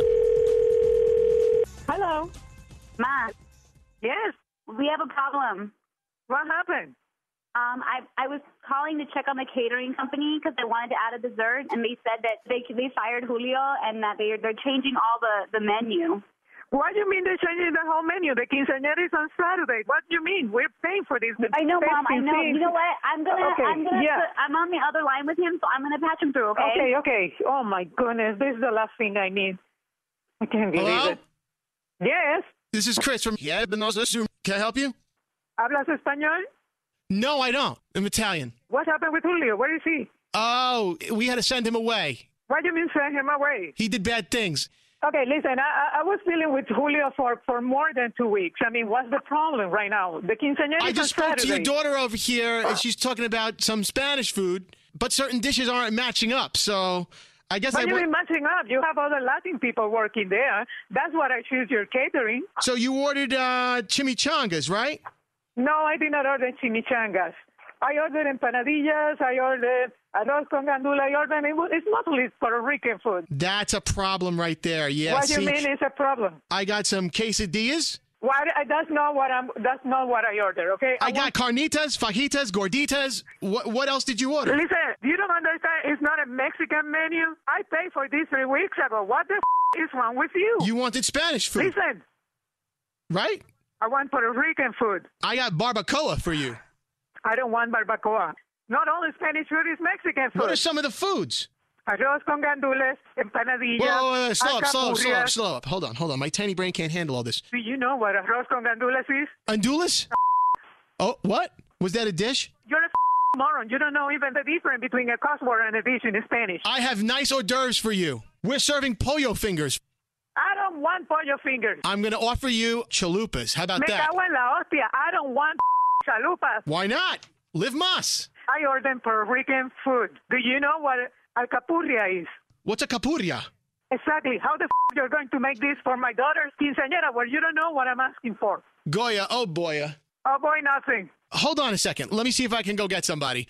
[SPEAKER 21] Hello. Ma. Yes, we have a problem. What happened? Um, I, I was calling to check on the catering company because they wanted to add a dessert, and they said that they they fired Julio and that they they're changing all the the menu.
[SPEAKER 20] What do you mean they're changing the whole menu? The quinceañera is on Saturday. What do you mean? We're paying for this.
[SPEAKER 21] I know, Mom. I know. You know what? I'm gonna
[SPEAKER 20] Okay,
[SPEAKER 21] I'm gonna
[SPEAKER 20] yeah.
[SPEAKER 21] put- I'm on the other line with him, so I'm gonna patch him through.
[SPEAKER 20] Okay,
[SPEAKER 21] Okay.
[SPEAKER 20] okay. Oh my goodness, this is the last thing I need. I can't believe
[SPEAKER 7] Hello?
[SPEAKER 20] it. Yes.
[SPEAKER 7] This is Chris from Yeah, but no, Can I help you?
[SPEAKER 20] Hablas español?
[SPEAKER 7] No, I don't. I'm Italian.
[SPEAKER 20] What happened with Julio? Where is he?
[SPEAKER 7] Oh, we had to send him away.
[SPEAKER 20] Why do you mean send him away?
[SPEAKER 7] He did bad things.
[SPEAKER 20] Okay, listen, I, I- I was dealing with Julio for, for more than two weeks. I mean, what's the problem right now? The quinceañera
[SPEAKER 7] I
[SPEAKER 20] is on
[SPEAKER 7] just spoke to your
[SPEAKER 20] Saturday.
[SPEAKER 7] daughter over here, and she's talking about some Spanish food, but certain dishes aren't matching up. So I guess
[SPEAKER 20] What
[SPEAKER 7] I.
[SPEAKER 20] do you
[SPEAKER 7] wa-
[SPEAKER 20] mean matching up? You have other Latin people working there. That's what I choose your catering.
[SPEAKER 7] so you ordered uh, chimichangas, right?
[SPEAKER 20] No, I did not order chimichangas.
[SPEAKER 22] I ordered empanadillas, I ordered arroz con gandula, I ordered, it was- it's mostly Puerto Rican food.
[SPEAKER 20] That's a problem right there. Yeah.
[SPEAKER 22] what do
[SPEAKER 20] see,
[SPEAKER 22] you mean it's a problem?
[SPEAKER 20] I got some quesadillas.
[SPEAKER 22] What, I- that's not what I'm, that's not what I ordered, okay?
[SPEAKER 20] I got carnitas, fajitas, gorditas. What what else did you order?
[SPEAKER 22] Listen, you don't understand, it's not a Mexican menu. I paid for this three weeks ago. What the f- is wrong with you?
[SPEAKER 20] You wanted Spanish food,
[SPEAKER 22] Listen,
[SPEAKER 20] right?
[SPEAKER 22] I want Puerto Rican food.
[SPEAKER 20] I got barbacoa for you.
[SPEAKER 22] I don't want barbacoa. Not only Spanish food is Mexican food.
[SPEAKER 20] What are some of the foods? uh,
[SPEAKER 22] Arroz con gandules, empanadillas.
[SPEAKER 20] Whoa, whoa, whoa, slow up, slow up, slow up,
[SPEAKER 22] alcapurrias.
[SPEAKER 20] slow up. Hold on, hold on. My tiny brain can't handle all this.
[SPEAKER 22] Do you know what arroz con gandules is? [LAUGHS]
[SPEAKER 20] Undulas? Oh, what? Was that a dish?
[SPEAKER 22] You're a [LAUGHS] f- moron. You don't know even the difference between a cuss word and a dish in Spanish.
[SPEAKER 20] I have nice hors d'oeuvres for you. We're serving pollo fingers.
[SPEAKER 22] I don't want pollo fingers.
[SPEAKER 20] I'm going to offer you chalupas. How about
[SPEAKER 22] Me
[SPEAKER 20] that?
[SPEAKER 22] cago en la hostia. I don't want [LAUGHS] f- chalupas.
[SPEAKER 20] Why not? Live mas.
[SPEAKER 22] I ordered Puerto Rican food. Do you know what alcapurria is?
[SPEAKER 20] What's a capuria?
[SPEAKER 22] Exactly. How the f- you're going to make this for my daughter's quinceañera where you don't know what I'm asking for?
[SPEAKER 20] Goya, oh boya.
[SPEAKER 22] Oh boy, nothing.
[SPEAKER 20] Hold on a second. Let me see if I can go get somebody.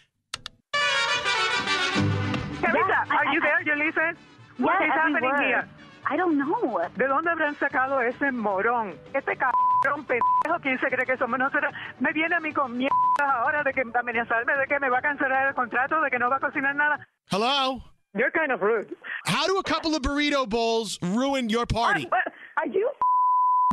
[SPEAKER 22] Camila, are you there? You listen? What
[SPEAKER 21] Yeah,
[SPEAKER 22] is
[SPEAKER 21] every
[SPEAKER 22] happening
[SPEAKER 21] word.
[SPEAKER 22] here?
[SPEAKER 21] I don't know.
[SPEAKER 22] ¿De dónde habrán sacado ese morón? Este cabrón pendejo, ¿quién se cree que somos nosotros? Me viene a mí con mierda ahora de que amenazarme, de que me va a cancelar el contrato, de que no va a cocinar nada.
[SPEAKER 20] Hello?
[SPEAKER 22] You're kind of rude.
[SPEAKER 20] How do a couple of burrito bowls ruin your party?
[SPEAKER 22] But are you [LAUGHS] f-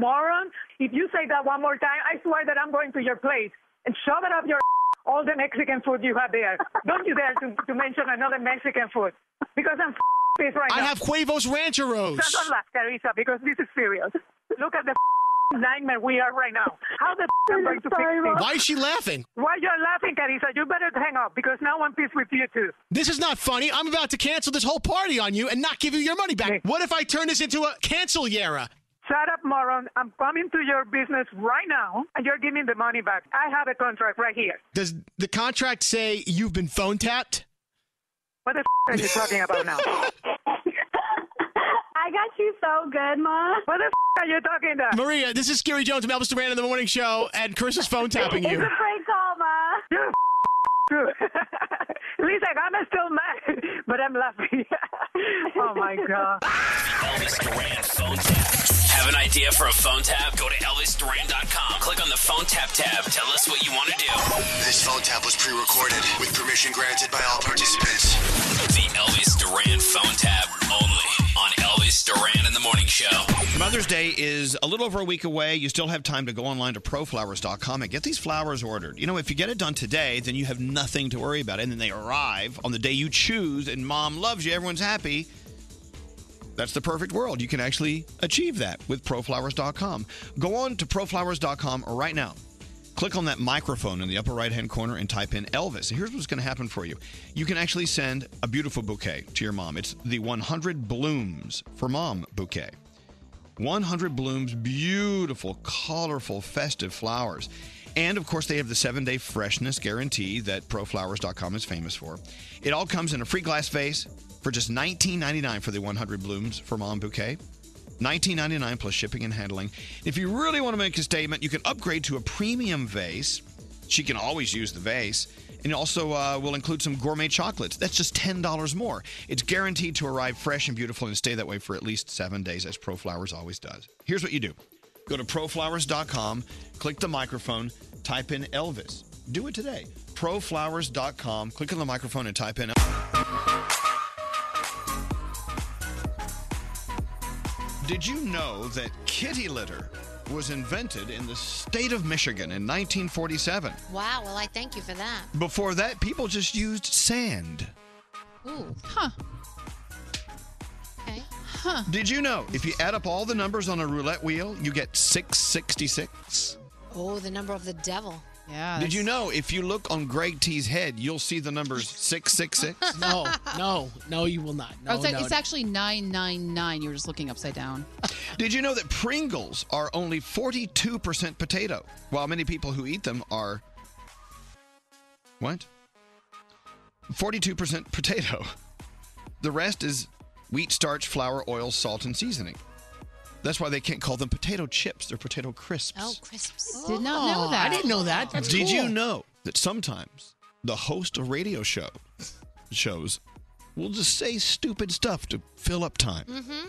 [SPEAKER 22] moron? If you say that one more time, I swear that I'm going to your place and shove it up your all the Mexican food you have there. Don't you dare to, to mention another Mexican food because I'm f- pissed right
[SPEAKER 20] I
[SPEAKER 22] now.
[SPEAKER 20] have Quavos Rancheros.
[SPEAKER 22] Shut up, Teresa, because this is serious. Look at the nightmare we are right now. How the am I going to fix this?
[SPEAKER 20] Why is she laughing?
[SPEAKER 22] Why you're laughing, Teresa? You better hang up because now I'm pissed with you too.
[SPEAKER 20] This is not funny. I'm about to cancel this whole party on you and not give you your money back. What if I turn this into a cancel Yara?
[SPEAKER 22] Shut up, moron. I'm coming to your business right now, and you're giving the money back. I have a contract right here.
[SPEAKER 20] Does the contract say you've been phone tapped?
[SPEAKER 22] What the f- are you talking about now?
[SPEAKER 21] I got you so good, Mom.
[SPEAKER 22] What the f- are you talking
[SPEAKER 20] [LAUGHS]
[SPEAKER 22] about?
[SPEAKER 20] Maria, this is Scary Jones from Elvis Duran in the morning show, and Carissa's phone
[SPEAKER 22] [LAUGHS]
[SPEAKER 20] tapping
[SPEAKER 21] It's
[SPEAKER 20] you.
[SPEAKER 21] a prank call, Ma.
[SPEAKER 22] You're
[SPEAKER 21] [LAUGHS]
[SPEAKER 22] f- too. [LAUGHS] Lisa, I'm still mad, [LAUGHS] but I'm laughing. [LAUGHS] oh my god.
[SPEAKER 13] Elvis Duran phone taps. Have an idea for a phone tap? Go to ElvisDuran.com. Click on the phone tap tab. Tell us what you want to do.
[SPEAKER 31] This phone tap was pre-recorded with permission granted by all participants.
[SPEAKER 13] The Elvis Duran phone tap only on Elvis Duran in the Morning Show.
[SPEAKER 5] Mother's Day is a little over a week away. You still have time to go online to proflowers.com and get these flowers ordered. You know, if you get it done today, then you have nothing to worry about. And then they arrive on the day you choose, and mom loves you, everyone's happy. That's the perfect world. You can actually achieve that with proflowers.com. Go on to proflowers.com right now. Click on that microphone in the upper right hand corner and type in Elvis. And here's what's going to happen for you you can actually send a beautiful bouquet to your mom. It's the 100 Blooms for Mom bouquet. 100 blooms, beautiful, colorful, festive flowers. And of course, they have the seven day freshness guarantee that proflowers.com is famous for. It all comes in a free glass vase for just $19.99 for the 100 blooms for mom bouquet. $19.99 plus shipping and handling. If you really want to make a statement, you can upgrade to a premium vase. She can always use the vase. And also, uh, we'll include some gourmet chocolates. That's just $10 more. It's guaranteed to arrive fresh and beautiful and stay that way for at least seven days, as ProFlowers always does. Here's what you do go to proflowers.com, click the microphone, type in Elvis. Do it today. Proflowers.com, click on the microphone and type in Did you know that kitty litter was invented in the state of Michigan in 1947?
[SPEAKER 8] Wow. Well, I thank you for that.
[SPEAKER 5] Before that, people just used sand.
[SPEAKER 8] Ooh. Huh.
[SPEAKER 5] Did you know if you add up all the numbers on a roulette wheel, you get 666?
[SPEAKER 8] Oh, the number of the devil.
[SPEAKER 6] Yeah.
[SPEAKER 5] Did you know if you look on Greg T's head, you'll see the numbers
[SPEAKER 6] [LAUGHS]
[SPEAKER 5] 666?
[SPEAKER 32] No, no, no, you will not. No,
[SPEAKER 6] oh, it's,
[SPEAKER 5] no,
[SPEAKER 6] it's
[SPEAKER 5] no.
[SPEAKER 6] actually 999. You're just looking upside down.
[SPEAKER 5] Did you know that Pringles are only 42% potato, while many people who eat them are. What? 42% potato. [LAUGHS] The rest is wheat, starch, flour, oil, salt, and seasoning. That's why they can't call them potato chips. They're potato crisps.
[SPEAKER 8] Oh, crisps.
[SPEAKER 6] Did not know that.
[SPEAKER 32] I didn't know that. That's
[SPEAKER 5] Did
[SPEAKER 32] cool.
[SPEAKER 5] you know that sometimes the host of radio show shows will just say stupid stuff to fill up time.
[SPEAKER 3] Mm-hmm.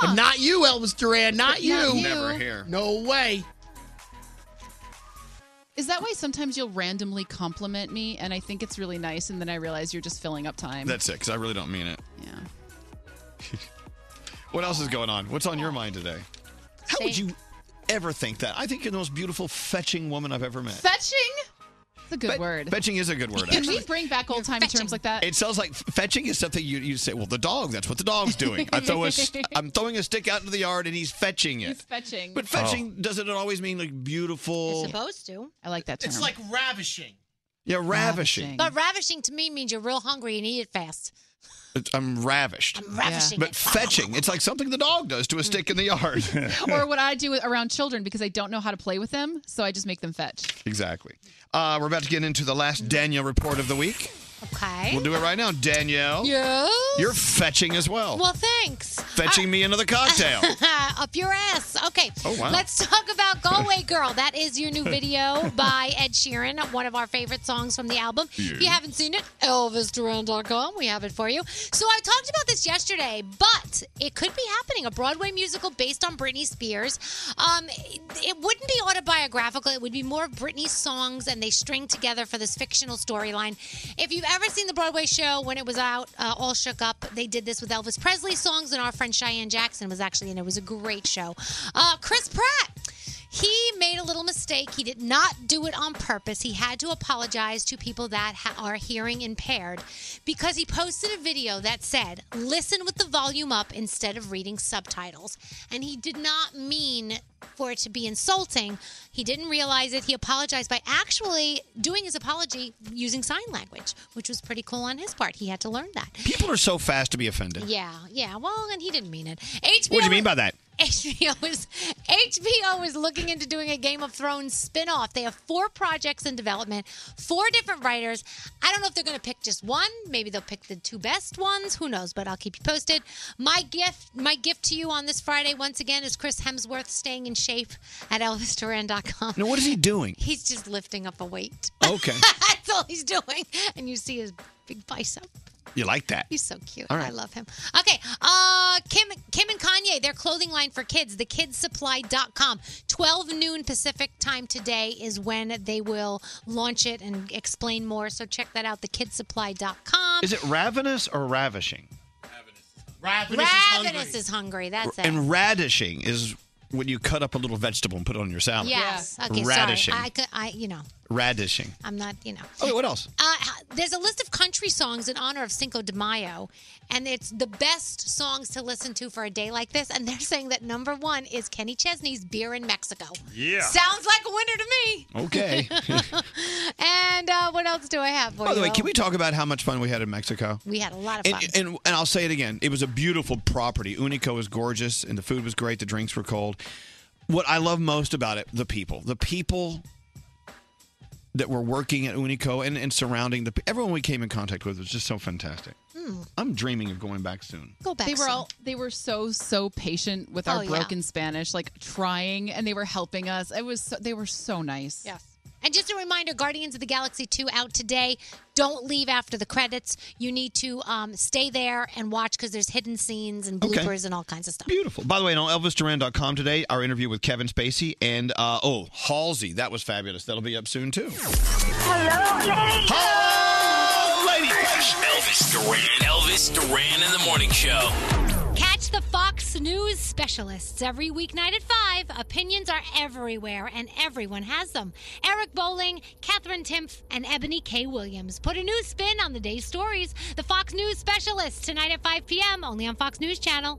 [SPEAKER 3] But not you, Elvis Duran. Not you.
[SPEAKER 5] Not you. Never here.
[SPEAKER 3] No way.
[SPEAKER 6] Is that why sometimes you'll randomly compliment me and I think it's really nice and then I realize you're just filling up time?
[SPEAKER 5] That's it, because I really don't mean it.
[SPEAKER 6] Yeah.
[SPEAKER 5] [LAUGHS] What else is going on? What's on your mind today? How would you ever think that? I think you're the most beautiful, fetching woman I've ever met.
[SPEAKER 6] Fetching? It's a good word.
[SPEAKER 5] Fetching is a good word,
[SPEAKER 6] Can we
[SPEAKER 5] actually.
[SPEAKER 6] bring back old timey terms like that?
[SPEAKER 5] It sounds like fetching is something you, you say, well, the dog, that's what the dog's doing. I throw a, st- I'm throwing a stick out into the yard and he's fetching it.
[SPEAKER 6] He's fetching.
[SPEAKER 5] But fetching Oh. [LAUGHS] doesn't it always mean like beautiful?
[SPEAKER 8] supposed to.
[SPEAKER 6] I like that
[SPEAKER 8] It's
[SPEAKER 5] term.
[SPEAKER 8] like
[SPEAKER 14] ravishing.
[SPEAKER 5] yeah, ravishing.
[SPEAKER 8] But ravishing to me means you're real hungry and eat it fast.
[SPEAKER 5] It- I'm ravished.
[SPEAKER 8] I'm ravishing
[SPEAKER 5] But fetching, it's like something the dog does to a stick in the yard.
[SPEAKER 6] [LAUGHS] or what I do with- around children because I don't know how to play with them, so I just make them fetch.
[SPEAKER 5] [LAUGHS] exactly. Uh, we're about to get into the last Danielle report of the week.
[SPEAKER 8] Okay.
[SPEAKER 5] We'll do it right now, Danielle.
[SPEAKER 8] Yes?
[SPEAKER 5] You're fetching as well.
[SPEAKER 8] Well, thanks.
[SPEAKER 5] fetching me another
[SPEAKER 8] [LAUGHS]
[SPEAKER 5] cocktail.
[SPEAKER 8] Up your ass. Okay.
[SPEAKER 5] Oh, wow.
[SPEAKER 8] Let's talk about Go Away Girl. That is your
[SPEAKER 5] [LAUGHS]
[SPEAKER 8] new video by Ed Sheeran, one of our favorite songs from the album.
[SPEAKER 1] Yeah.
[SPEAKER 8] If you haven't seen it, ElvisDuran.com. We have it for you. So I talked about this yesterday, but it could be happening. A Broadway musical based on Britney Spears. Um, it- it wouldn't be autobiographical. It would be more of Britney's songs, and they string together for this fictional storyline. If you've ever seen the Broadway show when it was out, uh, all shook up. They did this with Elvis Presley songs, and our friend Cheyenne Jackson was actually in it. It was a great show. Uh, Chris Pratt. He made a little mistake. He did not do it on purpose. He had to apologize to people that ha- are hearing impaired because he posted a video that said, listen with the volume up instead of reading subtitles. And he did not mean for it to be insulting. He didn't realize it. He apologized by actually doing his apology using sign language, which was pretty cool on his part. He had to learn that.
[SPEAKER 5] People are so fast to be offended.
[SPEAKER 8] Yeah, yeah. Well, and he didn't mean it. HBO
[SPEAKER 5] What do you mean by that?
[SPEAKER 8] HBO is HBO is looking into doing a Game of Thrones spin-off. They have four projects in development, four different writers. I don't know if they're going to pick just one. Maybe they'll pick the two best ones. Who knows? But I'll keep you posted. My gift, my gift to you on this Friday once again is Chris Hemsworth staying in shape at ElvisDuran.com.
[SPEAKER 5] Now, what is he doing?
[SPEAKER 8] [LAUGHS] He's just lifting up a weight. [LAUGHS]
[SPEAKER 5] Okay.
[SPEAKER 8] That's all he's doing, and you see his big bicep.
[SPEAKER 5] You like that?
[SPEAKER 8] He's so cute.
[SPEAKER 5] All right.
[SPEAKER 8] I love him. Okay. Uh, Kim, Kim and Kanye, their clothing line for kids, thekidsupply.com. 12 noon Pacific time today is when they will launch it and explain more. So check that out, thekidsupply.com.
[SPEAKER 5] Is it ravenous or ravishing?
[SPEAKER 8] Ravenous, is, hungry. That's it.
[SPEAKER 5] And radishing is when you cut up a little vegetable and put it on your salad.
[SPEAKER 8] Yes. Okay.
[SPEAKER 5] Radishing.
[SPEAKER 8] Sorry. I, could, I, you know,
[SPEAKER 5] Radishing.
[SPEAKER 8] I'm not, you know.
[SPEAKER 5] Okay, what else?
[SPEAKER 8] Uh, there's a list of country songs in honor of Cinco de Mayo, and it's the best songs to listen to for a day like this. And they're saying that number one is Kenny Chesney's "Beer in Mexico."
[SPEAKER 5] Yeah.
[SPEAKER 8] sounds like a winner to me.
[SPEAKER 5] Okay.
[SPEAKER 8] [LAUGHS] and uh, what else do I have for
[SPEAKER 5] By the
[SPEAKER 8] you?
[SPEAKER 5] way, can we talk about how much fun we had in Mexico?
[SPEAKER 8] We had a lot of
[SPEAKER 5] And,
[SPEAKER 8] fun.
[SPEAKER 5] and and I'll say it again. It was a beautiful property. Unico was gorgeous, and the food was great. The drinks were cold. What I love most about it, the people. The people that were working at Unico and, and surrounding the everyone we came in contact with was just so fantastic.
[SPEAKER 6] Hmm.
[SPEAKER 5] I'm dreaming of going back soon.
[SPEAKER 8] Go back
[SPEAKER 6] They were
[SPEAKER 8] soon.
[SPEAKER 6] all they were so so patient with our
[SPEAKER 8] Oh, yeah.
[SPEAKER 6] broken Spanish, like trying, and they were helping us. It was so, they were so nice.
[SPEAKER 8] Yes. And just a reminder, Guardians of the Galaxy 2 out today. Don't leave after the credits. You need to um, stay there and watch because there's hidden scenes and
[SPEAKER 5] Okay.
[SPEAKER 8] bloopers and all kinds of stuff.
[SPEAKER 5] Beautiful. By the way, and on ElvisDuran.com today, our interview with Kevin Spacey and uh, oh Halsey. That was fabulous. That'll be up soon too.
[SPEAKER 14] Hello, lady.
[SPEAKER 5] Hello, lady.
[SPEAKER 13] Elvis Duran. Elvis Duran in the morning show.
[SPEAKER 8] Catch the Fox News specialists every weeknight at 5. Opinions are everywhere, and everyone has them. Eric Bowling, Catherine Timpf, and Ebony K. Williams put a new spin on the day's stories. The Fox News specialists tonight at 5 p.m. only on Fox News Channel.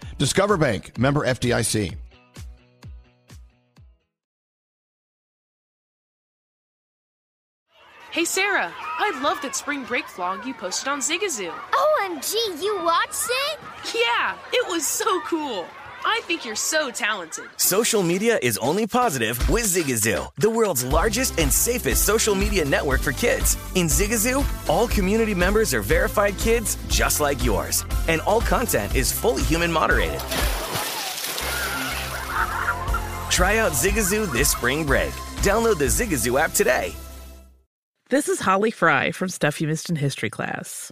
[SPEAKER 5] Discover Bank, member FDIC.
[SPEAKER 33] Hey Sarah, I love that spring break vlog you posted on Zigazoo.
[SPEAKER 34] OMG, you watched it?
[SPEAKER 33] Yeah, it was so cool. I think you're so talented.
[SPEAKER 25] Social media is only positive with Zigazoo, the world's largest and safest social media network for kids. In Zigazoo, all community members are verified kids just like yours, and all content is fully human moderated. Try out Zigazoo this spring break. Download the Zigazoo app today.
[SPEAKER 27] This is Holly Fry from Stuff You Missed in History class.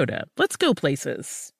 [SPEAKER 27] let's go places.